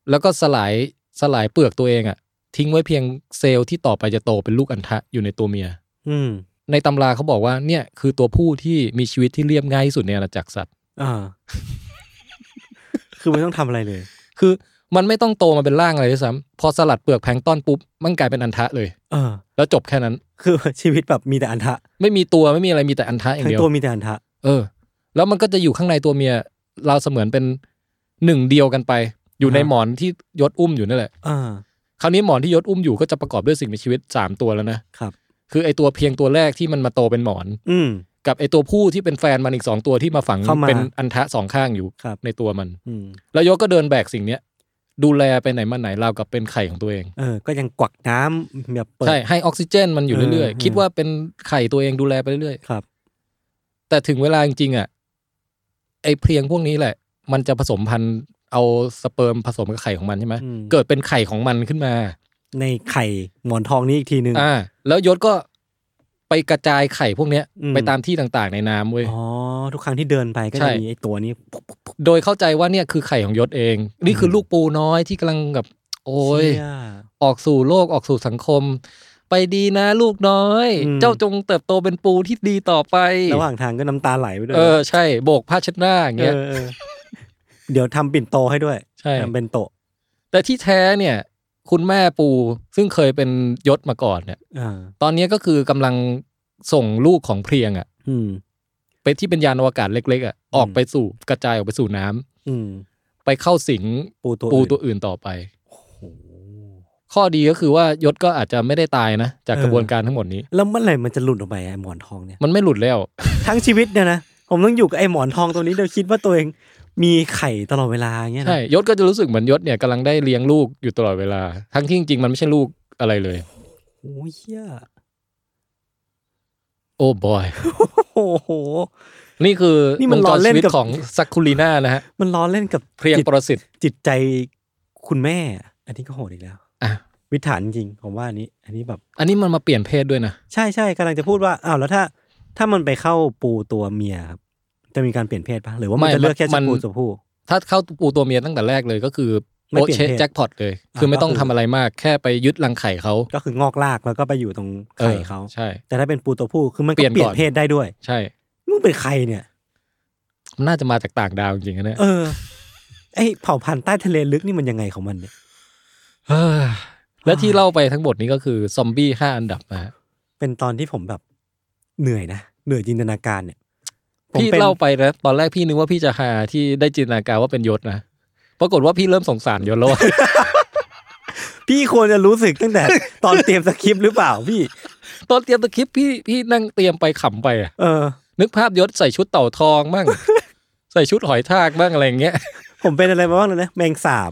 C: แล้วก็สลายสลายเปลือกตัวเองอะทิ้งไว้เพียงเซลล์ที่ต่อไปจะโตเป็นลูกอัณฑะอยู่ในตัวเมีย
B: อืม
C: ในตำราเขาบอกว่าเนี่ยคือตัวผู้ที่มีชีวิตที่เรียบง่ายที่สุดในอาณาจักรสัตว์
B: อ่า คือไม่ต้องทำอะไรเลย
C: คือมันไม่ต้องโตมาเป็นร่างอะไรด้วยซ้ำพอสลัดเปลือกแพลงก์ต้อนปุ๊บมันกลายเป็นอันทะเลย
B: เออ
C: แล้วจบแค่นั้น
B: คือชีวิตแบบมีแต่อันทะ
C: ไม่มีตัวไม่มีอะไรมีแต่อันทะอย่าง
B: ทั้ง
C: เดียว
B: ตัวมีแต่อันทะ
C: เออ แล้วมันก็จะอยู่ข้างในตัวเมีย เราเสมือนเป็นหนึ่งเดียวกันไป อยู่ใน
B: อ่า
C: หมอนที่ยศอุ้มอยู่นั่นแหละ
B: อ่า
C: คราวนี้หมอนที่ยศอุ้มอยู่ก็จะประกอบด้วยสิ่งมีชีวิตสามตัวแล้วนะครับ คือไอตัวเพียงตัวแรกที่มันมาโตเป็นหมอน
B: อืม
C: กับไอตัวผู้ที่เป็นแฟนมันอีกสองตัวที่มาฝัง
B: เข้ามา
C: เป็นอันทะสองข้างอยู่
B: ครับ
C: ในตัวมัน
B: อืม
C: แล้วยศก็เดินแบกสิ่งเนี้ย ดูแลไปไหนมาไหนราวกับเป็นไข่ของตัวเอง
B: เออ ก็ยังกวักน้ำแบบเปิด
C: ใช่ให้ออกซิเจนมันอยู่
B: เออ
C: เรื่อย
B: เออ
C: ๆ คิดว่าเป็นไข่ตัวเองดูแลไปเรื่อย
B: ครับ
C: ๆ แต่ถึงเวลาจริงๆอ่ะไอ้เพลียงพวกนี้แหละ มันจะผสมพันธุ์เอาสเปิร์มผสมกับไข่ของมันใช่ไหม
B: อืม
C: เกิดเป็นไข่ของมันขึ้นมา
B: ในไข่หมอนทองนี้อีกทีหนึ่ง
C: อ่า แล้วยศก็ไปกระจายไข่พวกเนี้ย
B: อืม
C: ไปตามที่ต่างๆ ในน้ำเว้ย
B: อ๋อ ทุกครั้งที่เดินไปก็
C: ใช่
B: จะมีไอ้ตัวนี้ปุ๊บปุ๊บปุ๊บ
C: โดยเข้าใจว่าเนี่ยคือไข่ของยศเอง นี่คือลูกปูน้อยที่กำลังแบบโอ้ย
B: เชี่ย
C: ออกสู่โลกออกสู่สังคม ไปดีนะลูกน้อย
B: อืม
C: เจ้าจงเติบโตเป็นปูที่ดีต่อไประ
B: หว่างทางก็น้ำตาไหลไปด้วย
C: เออใช่โบกผ้าเช็ดหน้าอย่าง
B: เอ
C: เงี้ย
B: อเออ เดี๋ยวทำปิ่นโตให้ด้วย
C: ใช่
B: ทำเป็นโตะ
C: แต่ที่แท้เนี่ย คุณแม่ปูซึ่งเคยเป็นยศมาก่อนเนี่ย
B: อ่า
C: ตอนนี้ก็คือกำลังส่งลูกของเพลียงอะ
B: อืม
C: ไปที่เป็นยานอวกาศเล็กๆอะออกไปสู่กระจายออกไปสู่น้ำ
B: อืม
C: ไปเข้าสิง
B: ปูตัว
C: ปู
B: อื่น
C: ตัวอื่นต่อไป
B: โอ้โห
C: ข้อดีก็คือว่ายศก็อาจจะไม่ได้ตายนะ จากกระบวนการทั้งหมดนี้
B: แล้วเมื่อไหร่มันจะหลุดออกไปไอ้หมอนทองเนี่ย
C: มันไม่หลุดแล้ว
B: ทั้งชีวิตเนี่ยนะผมต้องอยู่กับไอ้หมอนทองตัวนี้โดยคิดว่าตัวเองมีไข่ตลอดเวลาเงี้ยนะ
C: ใช่ยศก็จะรู้สึกเหมือนยศเนี่ยกำลังได้เลี้ยงลูกอยู่ตลอดเวลา ทั้งที่จริงๆมันไม่ใช่ลูกอะไรเลย
B: โอ้ยเหี้ย
C: โอ้บอย
B: โอ้โห
C: นี่คือ
B: นี่มัน
C: วงจร
B: ล้อเล่น
C: ชีวิต
B: กับ
C: ของซักคูลีน่านะฮะ
B: มันล้อเล่นกับ
C: เพรียง
B: จิต
C: ปรสิต
B: จิตใจคุณแม่ อันนี้ก็โหดอีกแล้ว
C: อ่ะ
B: วิถานจริงผมว่าอันนี้ อันนี้แบบ
C: อันนี้มันมาเปลี่ยนเพศด้วยนะ
B: ใช่ใช่กำลังจะพูดว่าอ้าวแล้วถ้า ถ้ามันไปเข้าปูตัวเมียครับจะมีการเปลี่ยนเพศปะหรือว่ามันจะเลือกแค่จะปูตัวผู้
C: ถ้าเข้าปูตัวเมียตั้งแต่แรกเลยก็คือ
B: ไม่
C: โป๊ะ
B: เปลี่ยน
C: เชะ
B: เพศ
C: แจ็คพอตเลย คือไม่ต้อง
B: ก็คื
C: ทำ
B: อ
C: อะไรมากแค่ไปยึดรังไข่เขา
B: ก็คืองอกลากแล้วก็ไปอยู่ตรง
C: ออ
B: ไข่เขา
C: ใช่
B: แต่ถ้าเป็นปูตัวผู้คือมันก็
C: เป
B: เป
C: ลี่ยนก่อ
B: ลี่ยน
C: น
B: เพศได้ด้วย
C: ใช่
B: มึงเป็นใครเนี่ย
C: มันน่าจะมาจากต่างดาวจริงๆนะเนี่ย
B: เออไอเผ่าพันธุ์ใต้ทะเลลึกนี่มันยังไงของมันเนี่ย
C: เฮ้ย และที่เล่าไปทั้งหมดนี้ก็คือซอมบี้ห้าอันดับนะฮะ
B: เป็นตอนที่ผมแบบเหนื่อยนะเหนื่อยจินตนาการเนี่ยผม
C: พี่
B: เป็น
C: เล่าไปแล้วตอนแรกพี่นึกว่าพี่จะหาที่ได้จินตนาการว่าเป็นยศนะปรากฏว่าพี่เริ่มสงสารยศแล้วอะ
B: พี่ควรจะรู้สึกตั้งแต่ ตอนเตรียมสคริปต์หรือเปล่าพี่
C: ตอนเตรียมตะคริปต์พี่พี่นั่งเตรียมไปขำไปอะ
B: เออ
C: นึกภาพยศใส่ชุดเต่าทองบ้าง ใส่ชุดหอยทากบ้างอะไรอย่างเงี้ย
B: ผมเป็นอะไรมาบ้างเลยนะแมง สาบ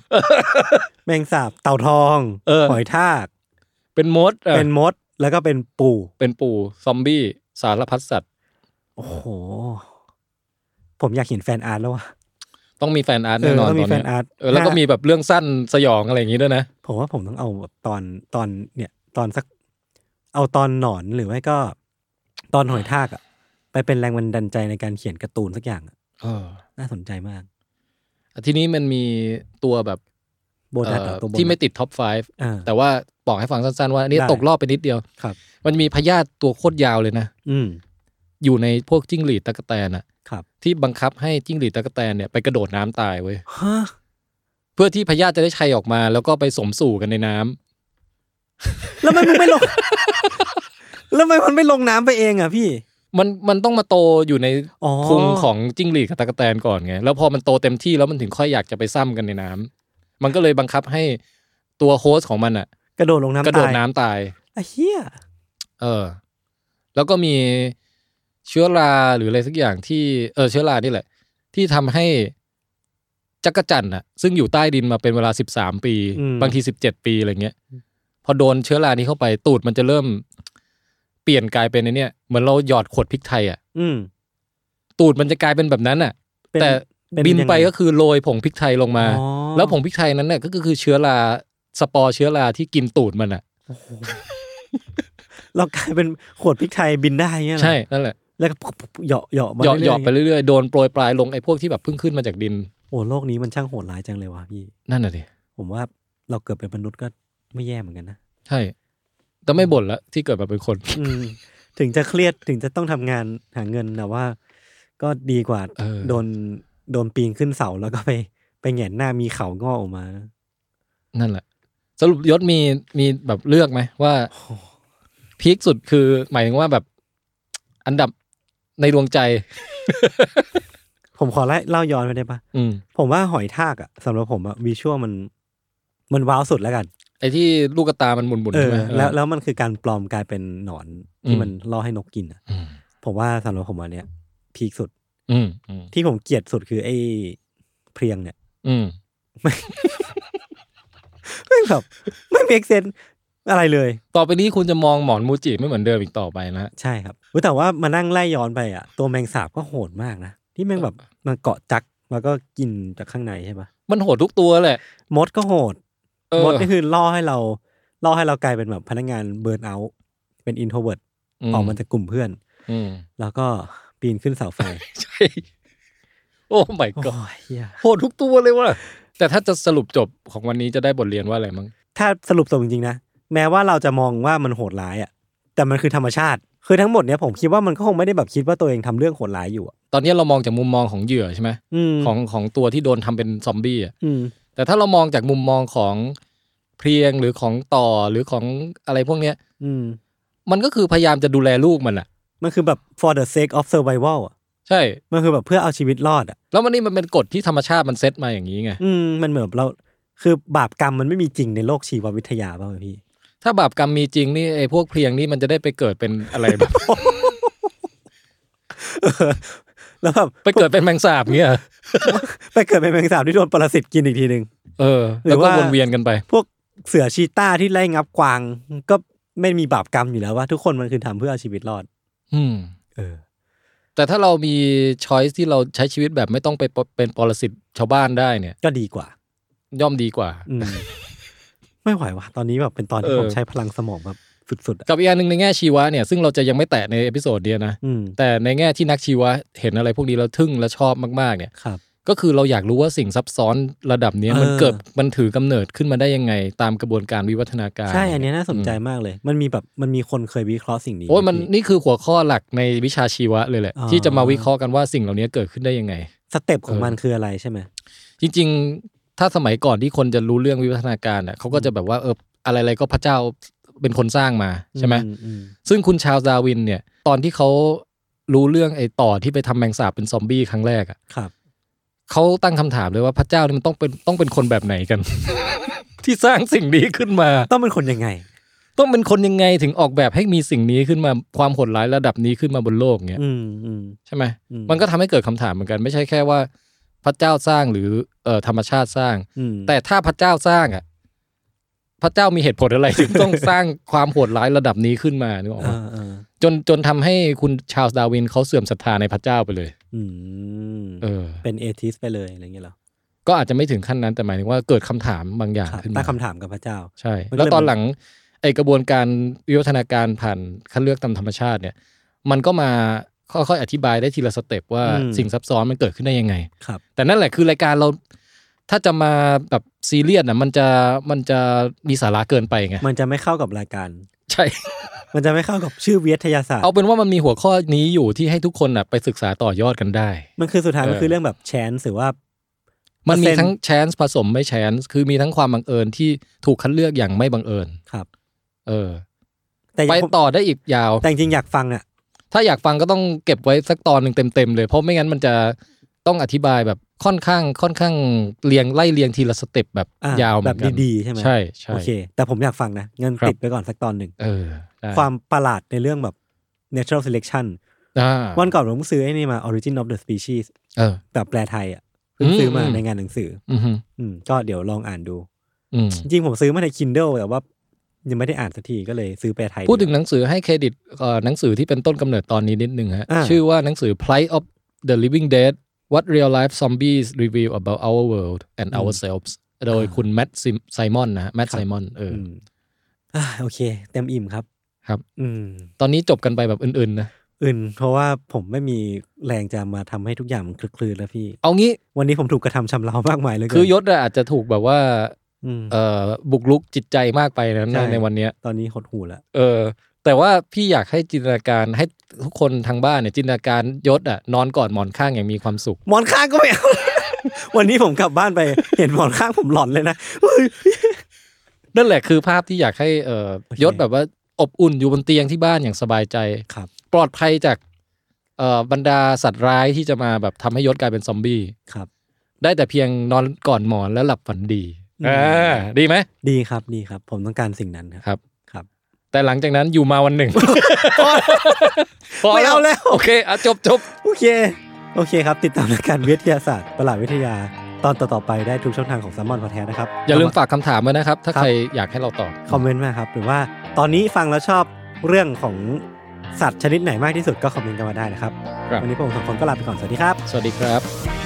B: แมงสาบเต่าทอง
C: เออ
B: หอยทาก
C: เป็นมดอะ
B: เป็นมดแล้วก็เป็นปู
C: เป็นปูซอมบี้สารพัดสัตว์
B: โอ้โห ผมอยากเห็นแฟนอาร์ตแล้วว่ะ
C: ต้องมีแฟนอาร์ต
B: เออ
C: แน่นอน
B: ต้องมี
C: ตอนเนี้ย
B: แฟนอาร์ต
C: เออแล้วก็มีแบบเรื่องสั้นสยองอะไรอย่างงี้ด้วยนะ
B: ผมว่าผมต้องเอาแบบตอนตอนเนี่ย ตอนสัก เอาตอนหนอนหรือไม่ก็ ตอนหอยทากอะไปเป็นแรงบันดาลใจในการเขียนการ์ตูนสักอย่างอะ
C: เออ
B: น่าสนใจมาก
C: ทีนี้มันมีตัวแบบ
B: โบนัส
C: เอ่
B: อะ
C: อ
B: ตัวโบนัส
C: ที่ไม่ติดท็อป
B: อ่า
C: 5 แต่ว่าบอกให้ฟังสั้นๆว่านี่
B: ได้
C: ตกรอบไปนิดเดียว
B: ครับ
C: มันมีพยาธิตัวโคตรยาวเลยนะ
B: อืม
C: อยู่ในพวกจิ้งหรีดตะกแตนอะ
B: ครับ
C: ที่บังคับให้จิ้งหรีดตะกแตนเนี่ยไปกระโดดน้ำตายเว้ย
B: ฮะ
C: เพื่อที่พญาติจะได้ชัยออกมา แล้วก็ไปสมสู่กันในน้ำ
B: แล้วทำไมมึงไม่ ลง แล้วทำไมมันไม่ลงน้ำไปเองอะพี่
C: มันมันต้องมาโตอยู่ใน
B: อ๋อ
C: พุงของจิ้งหรีดกับตะกแตนก่อนไง แล้วพอมันโตเต็มที่แล้วมันถึงค่อยอยากจะไปซ้ำกันในน้ำมันก็เลยบังคับให้ตัวโฮสต์ของมันอ่ะ
B: กระโดดลงน้ำ
C: กระโดด
B: ตาย
C: น้ำตาย
B: ไอ้เหี้ย
C: เออ แล้วก็มีเชื้อราหรืออะไรสักอย่างที่เออเชื้อรานี่แหละ ที่ทำให้จักรจันทร์น่ะ ซึ่งอยู่ใต้ดินมาเป็นเวลาสิบสามปี บางทีสิบเจ็ดปีอะไรเงี้ย พอโดนเชื้อรานี้เข้าไปตูดมันจะเริ่ม เปลี่ยนกลายเป็นไอ้เนี่ย เหมือนเราหยอดขวดพริกไทยอ่ะ
B: อืม
C: ตูดมันจะกลายเป็นแบบนั้นอ่ะ
B: เป็น
C: แต่
B: เป็น
C: บิน
B: ยังไง
C: ไปก็คือโรยผงพริกไทยลงมา
B: อ๋อ
C: แล้วผงพริกไทยนั้นเนี่ยก็คือเชื้อราสปอร์เชื้อราที่กินตูดมันอ่ะ
B: เรากลายเป็นขวดพริกไทยบินได้เงี้ยเหรอ
C: ใช่นั่นแหละ
B: แล้วก็เหยาะเหยาะมา
C: เหยาะ
B: เรื่อย
C: เหาะ
B: ๆ
C: ไปเรื่อยๆ โดนโปรยปลายลงไอ้พวกที่แบบเพิ่งขึ้นมาจากดิน
B: โอ้โลกนี้มันช่างโหดร้ายจังเลยว่ะพี่
C: นั่นน่ะดิ
B: ผมว่าเราเกิดเป็นมนุษย์ก็ไม่แย่เหมือนกันนะ
C: ใช่ แต่ไม่บ่นละที่เกิดมาเป็นคน
B: อืม ถึงจะเครียดถึงจะต้องทำงานหาเงินแต่ว่า ก็ดีกว่า
C: เออ
B: โดนโดนปีนขึ้นเสาแล้วก็ไปไปแหงนหน้ามีเขางอกออกมา
C: นั่นแหละ สรุปยศมีมีแบบเลือกไหมว่าพีคสุดคือหมายถึงว่าแบบอันดับในดวง ใจ
B: ผมขอไล่เล่าย้อนไปได้ปะ
C: อืม
B: ผมว่าหอยทากอะสำหรับผมอะวิชวลมันมันว้าวสุดแล้วกัน
C: ไอ้ที่ลูกตามันหมุนๆ
B: เอ
C: ใช่
B: อ
C: ไหม
B: แล้วแล้วมันคือการปลอมกลายเป็นหนอนที่
C: อืม
B: มันล่อให้นกกินอะ
C: อืม
B: ผมว่าสำหรับผมอันเนี้ยพีคสุด
C: อืมอืม
B: ที่ผมเกลียดสุดคือไอ้เพลียงเนี่ย
C: อืม
B: ไม่งแบบ ไม่เมกเซนอะไรเลย
C: ต่อไปนี้คุณจะมองหมอนมูจิไม่เหมือนเดิมอีกต่อไปนะ
B: ใช่ครับเว้ยแต่ว่ามานั่งไล่ย้อนไปอ่ะ ตัวแมงสาบก็โหดมากนะ ที่แมงแบบมันเกาะจักรแล้วก็กินจากข้างในใช่ปะ
C: มันโหดทุกตัวแหละ
B: มดก็โหด
C: เออ
B: มดก็คือล่อให้เราล่อให้เรากลายเป็นแบบพนักงานเบิร์นเอาท์เป็นอินโทรเวิร์ดออกมาจากกลุ่มเพื่อน
C: อืม
B: แล้วก็ปีนขึ้นเสาไฟ
C: ใช่ โอ้ my
B: โอ้
C: god
B: ยเหี้ย
C: โหดทุกตัวเลยว่ะ แต่ถ้าจะสรุปจบของวันนี้จะได้บทเรียนว่าอะไรมั้ง
B: ถ้าสรุปสมจริงๆนะ แม้ว่าเราจะมองว่ามันโหดร้ายอ่ะ แต่มันคือธรรมชาติ คือทั้งหมดเนี้ยผมคิดว่ามันก็คงไม่ได้แบบคิดว่าตัวเองทำเรื่องโหดร้ายอยู่อะ
C: ตอนนี้เรามองจากมุมมองของเหยื่อใช่ไหม
B: อืม
C: ของของตัวที่โดนทำเป็นซอมบี้อ่ะ
B: อืม
C: แต่ถ้าเรามองจากมุมมองของเพลียงหรือของต่อหรือของอะไรพวกเนี้ย
B: อืม
C: มันก็คือพยายามจะดูแลลูกมันอ่ะ
B: มันคือแบบ for the sake of survival อ่ะ
C: ใช่
B: มันคือแบบเพื่อเอาชีวิตรอดอ่ะ
C: แล้วมันนี่มันเป็นกฎที่ธรรมชาติมันเซตมาอย่างนี้ไง
B: อืม มันเหมือนเรา คือบาปกรรมมันไม่มีจริงในโลกชีววิทยาป่ะพี่
C: ถ้าบาปกรรมมีจริงนี่ไอ้พวกเพลียงนี่มันจะได้ไปเกิดเป็นอะไรแบบ
B: แล้วแบบ
C: ไปเกิดเป็นแมงสาบเงี้ย
B: ไปเกิดเป็นแมงสาบที่โดนปรสิตกินอีกทีหนึ่ง
C: เออ
B: หรือ
C: แล้วก็
B: ว่า
C: วนเวียนกันไป
B: พวกเสือชีต้าที่ไล่งับกวาง ก็ไม่มีบาปกรรมอยู่แล้วว่า ทุกคนมันคือทำเพื่อเอาชีวิตรอด
C: อืม
B: เออ
C: แต่ถ้าเรามีช้อยส์ที่เราใช้ชีวิตแบบไม่ต้องไปปเป็นปรสิตชาวบ้านได้เนี่ย
B: ก็ดีกว่า
C: ย่อมดีกว่า
B: อืม ไม่ไหวว่ะตอนนี้แบบเป็นตอนที่
C: เออ
B: ผมใช้พลังสมองแบบสุดๆอ่ะ
C: กับอีกอันหนึ่งในแง่ชีวะเนี่ยซึ่งเราจะยังไม่แตะในเอพิโซดเดียวนะ
B: อืม
C: แต่ในแง่ที่นักชีวะเห็นอะไรพวกนี้แล้วทึ่งและชอบมากๆเนี่ย
B: ครับ
C: ก็คือเราอยากรู้ว่าสิ่งซับซ้อนระดับเนี้ย
B: เออ
C: มันเกิดมันถือกำเนิดขึ้นมาได้ยังไง ตามกระบวนการวิวัฒนาการ
B: ใช่อันเนี้ยน่าสนใจมากเลย มันมีแบบมันมีคนเคยวิเคราะห์สิ่งนี้
C: โอ้ยมัน
B: พี่
C: นี่คือหัวข้อหลักในวิชาชีวะเลยแหละ
B: อ๋อ
C: ที่จะมาวิเคราะห์กันว่าสิ่งเหล่านี้เกิดขึ้นได้ยังไง
B: สเต็ปของ
C: เออ
B: มันคืออะไรใช่ไหม
C: จริงๆ ถ้าสมัยก่อนที่คนจะรู้เรื่องวิวัฒนาการอ่ะเขาก็จะแบบว่าเอออะไรๆก็พระเจ้าเป็นคนสร้างมาใช่ไหม
B: อือื
C: ซึ่งคุณชาร์ลส์ดาร์วินเนี่ยตอนที่เขารู้เรื่องไอ้ต่อที่ไปทำแมงสาบเป็นซอมบี้ครั้งแรกอ่ะ
B: ครับ
C: เขาตั้งคำถามเลยว่าพระเจ้านี่มันต้องเป็นต้องเป็นคนแบบไหนกัน ที่สร้างสิ่งนี้ขึ้นมา
B: ต้องเป็นคนยังไง
C: ต้องเป็นคนยังไงถึงออกแบบให้มีสิ่งนี้ขึ้นมาความโหดร้ายระดับนี้ขึ้นมาบนโลกเนี้ย
B: อืมอืม
C: ใช่ไหม
B: อืม
C: มันก็ทำให้เกิดคำถามเหมือนกัน ไม่ใช่แค่ว่าพระเจ้าสร้างหรือเอ่อธรรมชาติสร้าง
B: อืม
C: แต่ถ้าพระเจ้าสร้างอ่ะพระเจ้ามีเหตุผลอะไร ถึงต้องสร้างความโหดร้ายระดับนี้ขึ้นมานึกออก
B: เอ
C: ไหม
B: อเออ
C: จนจนทำให้คุณชาร์ลส์ดาร์วินเขาเสื่อมศรัทธาในพระเจ้าไปเลย
B: อืม
C: เออ
B: เป็นเอทิสไปเลยอะไรอย่างเงี้ยเหรอ
C: ก็อาจจะไม่ถึงขั้นนั้นแต่หมายถึงว่าเกิดคำถามบางอย่าง
B: ครับ
C: ขึ้นมา
B: ตั้งคำถามกับพระเจ้า
C: ใช่
B: มันก็เลย
C: แล้วตอนหลังไอกระบวนการวิวัฒนาการผ่านคัดเลือกตามธรรมชาติเนี่ย มันก็มาค่อยๆอธิบายได้ทีละสเต็ปว่าสิ่งซับซ้อนมันเกิดขึ้นได้ยังไง
B: ครับ
C: แต่นั่นแหละคือรายการเราถ้าจะมาแบบซีเรียสน่ะมันจะมันจะมีสาระเกินไปไง
B: มันจะไม่เข้ากับรายการ
C: ใช่
B: มันจะไม่เข้ากับชื่อวิทยาศาสตร์
C: เอาเป็นว่ามันมีหัวข้อนี้อยู่ที่ให้ทุกคนน่ะไปศึกษาต่อยอดกันได้
B: มันคือสุดท้าย
C: เออ
B: มันคือเรื่องแบบแชนหรือว่า
C: มันมี
B: เปอร์เซ็นต์
C: ทั้งแชนส์ผสมไม่แชนส์คือมีทั้งความบังเอิญที่ถูกคัดเลือกอย่างไม่บังเอิญ
B: ครับ
C: เออ
B: แต่อ
C: ไป
B: ย่างผม
C: ต่อได้อีกยาว
B: แต่จริงๆอยากฟังอ่ะ
C: ถ้าอยากฟังก็ต้องเก็บไว้สักตอนหนึ่งเต็มๆเลย เพราะไม่งั้นมันจะต้องอธิบายแบบค่อนข้างค่อนข้างเรียงไล่เรียงทีละสเต็ปแบบ
B: อ่ะ
C: ยาวเหมือนกัน
B: แบบดีๆใช่ไหม
C: ใช่ใช่
B: โอเค แต่ผมอยากฟังนะงั้น
C: ครับ
B: ติดไปก่อนสักตอนหนึ่ง
C: เออได้
B: ความประหลาดในเรื่องแบบ natural selection
C: อ่า
B: วันก่อนผมซื้อไอ้นี่มา origin of the species
C: เออ
B: แบบแปลไทยอ่ะเพิ่งซื้อมา
C: อืม
B: ในงานหนังสือ
C: อืมฮึ
B: อืมก็เดี๋ยวลองอ่านดู
C: อืม
B: จริงๆผมซื้อมาใน Kindle แต่ว่า ยังไม่ได้อ่านสักทีก็เลยซื้อแปลไทย
C: พูดถึงหนังสือให้เครดิตเอ่อหนังสือที่เป็นต้นกำเนิดตอนนี้นิดนึงฮะ
B: อ่า
C: ชื่อว่าหนังสือ Plight of the Living Dead What Real Life Zombies Reveal About Our World and Ourselves โดยคุณแมตต์ไซมอนนะฮะแมตต์ไซมอนเออ
B: อืมอ่ะโอเค เต็มอิ่มครับ
C: ครับ
B: อืม
C: ตอนนี้จบกันไปแบบอื่นๆนะ
B: อื่น เพราะว่าผมไม่มีแรงจะมาทำให้ทุกอย่างมันคลึกคลืนแล้วพี่
C: เอางี้
B: วันนี้ผมถูกกระทำชำเรามากมายเหลย
C: คือยศอะอาจจะถูกแบบว่า เอ่อบุกลุกจิตใจมากไปนะในในวันเนี้ย
B: ตอนนี้หดหูแล้ว
C: เออ แต่ว่าพี่อยากให้จินตนาการให้ทุกคนทางบ้านเนี่ยจินตนาการยศอ่ะนอนกอดหมอนข้างอย่างมีความสุข
B: หมอนข้างก็ไม่เอา วันนี้ผมกลับบ้านไป เห็นหมอนข้างผมหลอนเลยนะเฮ้ย
C: นั่นแหละคือภาพที่อยากให้เอ่อ
B: โอเค
C: ยศแบบว่าอบอุ่นอยู่บนเตียงที่บ้านอย่างสบายใจ
B: ครับ
C: ปลอดภัยจากเอ่อบรรดาสัตว์ร้ายที่จะมาแบบทำให้ยศกลายเป็นซอมบี้
B: ครับ
C: ได้แต่เพียงนอนกอดหมอนแล้วหลับฝันดี
B: อืม
C: อ่าดีไหม
B: ดีครับดีครับ ผมต้องการสิ่งนั้นครั
C: ครั
B: บ
C: บ
B: ครับ
C: แต่หลังจากนั้นอยู่มาวันหนึ่ง พ
B: ไม่เอาแล้ว
C: โอเคอ่ะจบจบ
B: โอเค โอเคครับ ติดตามรายการวิทยาศาสตร์ ประหลาดวิทยา ตอนต่อๆไปได้ทุกช่องทางของ s ซมมอนพอแท้นะครับ
C: อย่าลืมฝากคำถามไว้นะครับ ถ้า
B: ครับ
C: ใครอยากให้เราตอบ
B: คอมเมนต์มาครับ หรือว่าตอนนี้ฟังแล้วชอบเรื่องของสัตว์ชนิดไหนมากที่สุดก็คอมเมนต์กันมาได้นะครับ
C: ครับ
B: วันนี้พวกผมสองคนก็ลาไปก่อน สวัสดีครับ
C: สวัสดีครับ
D: 「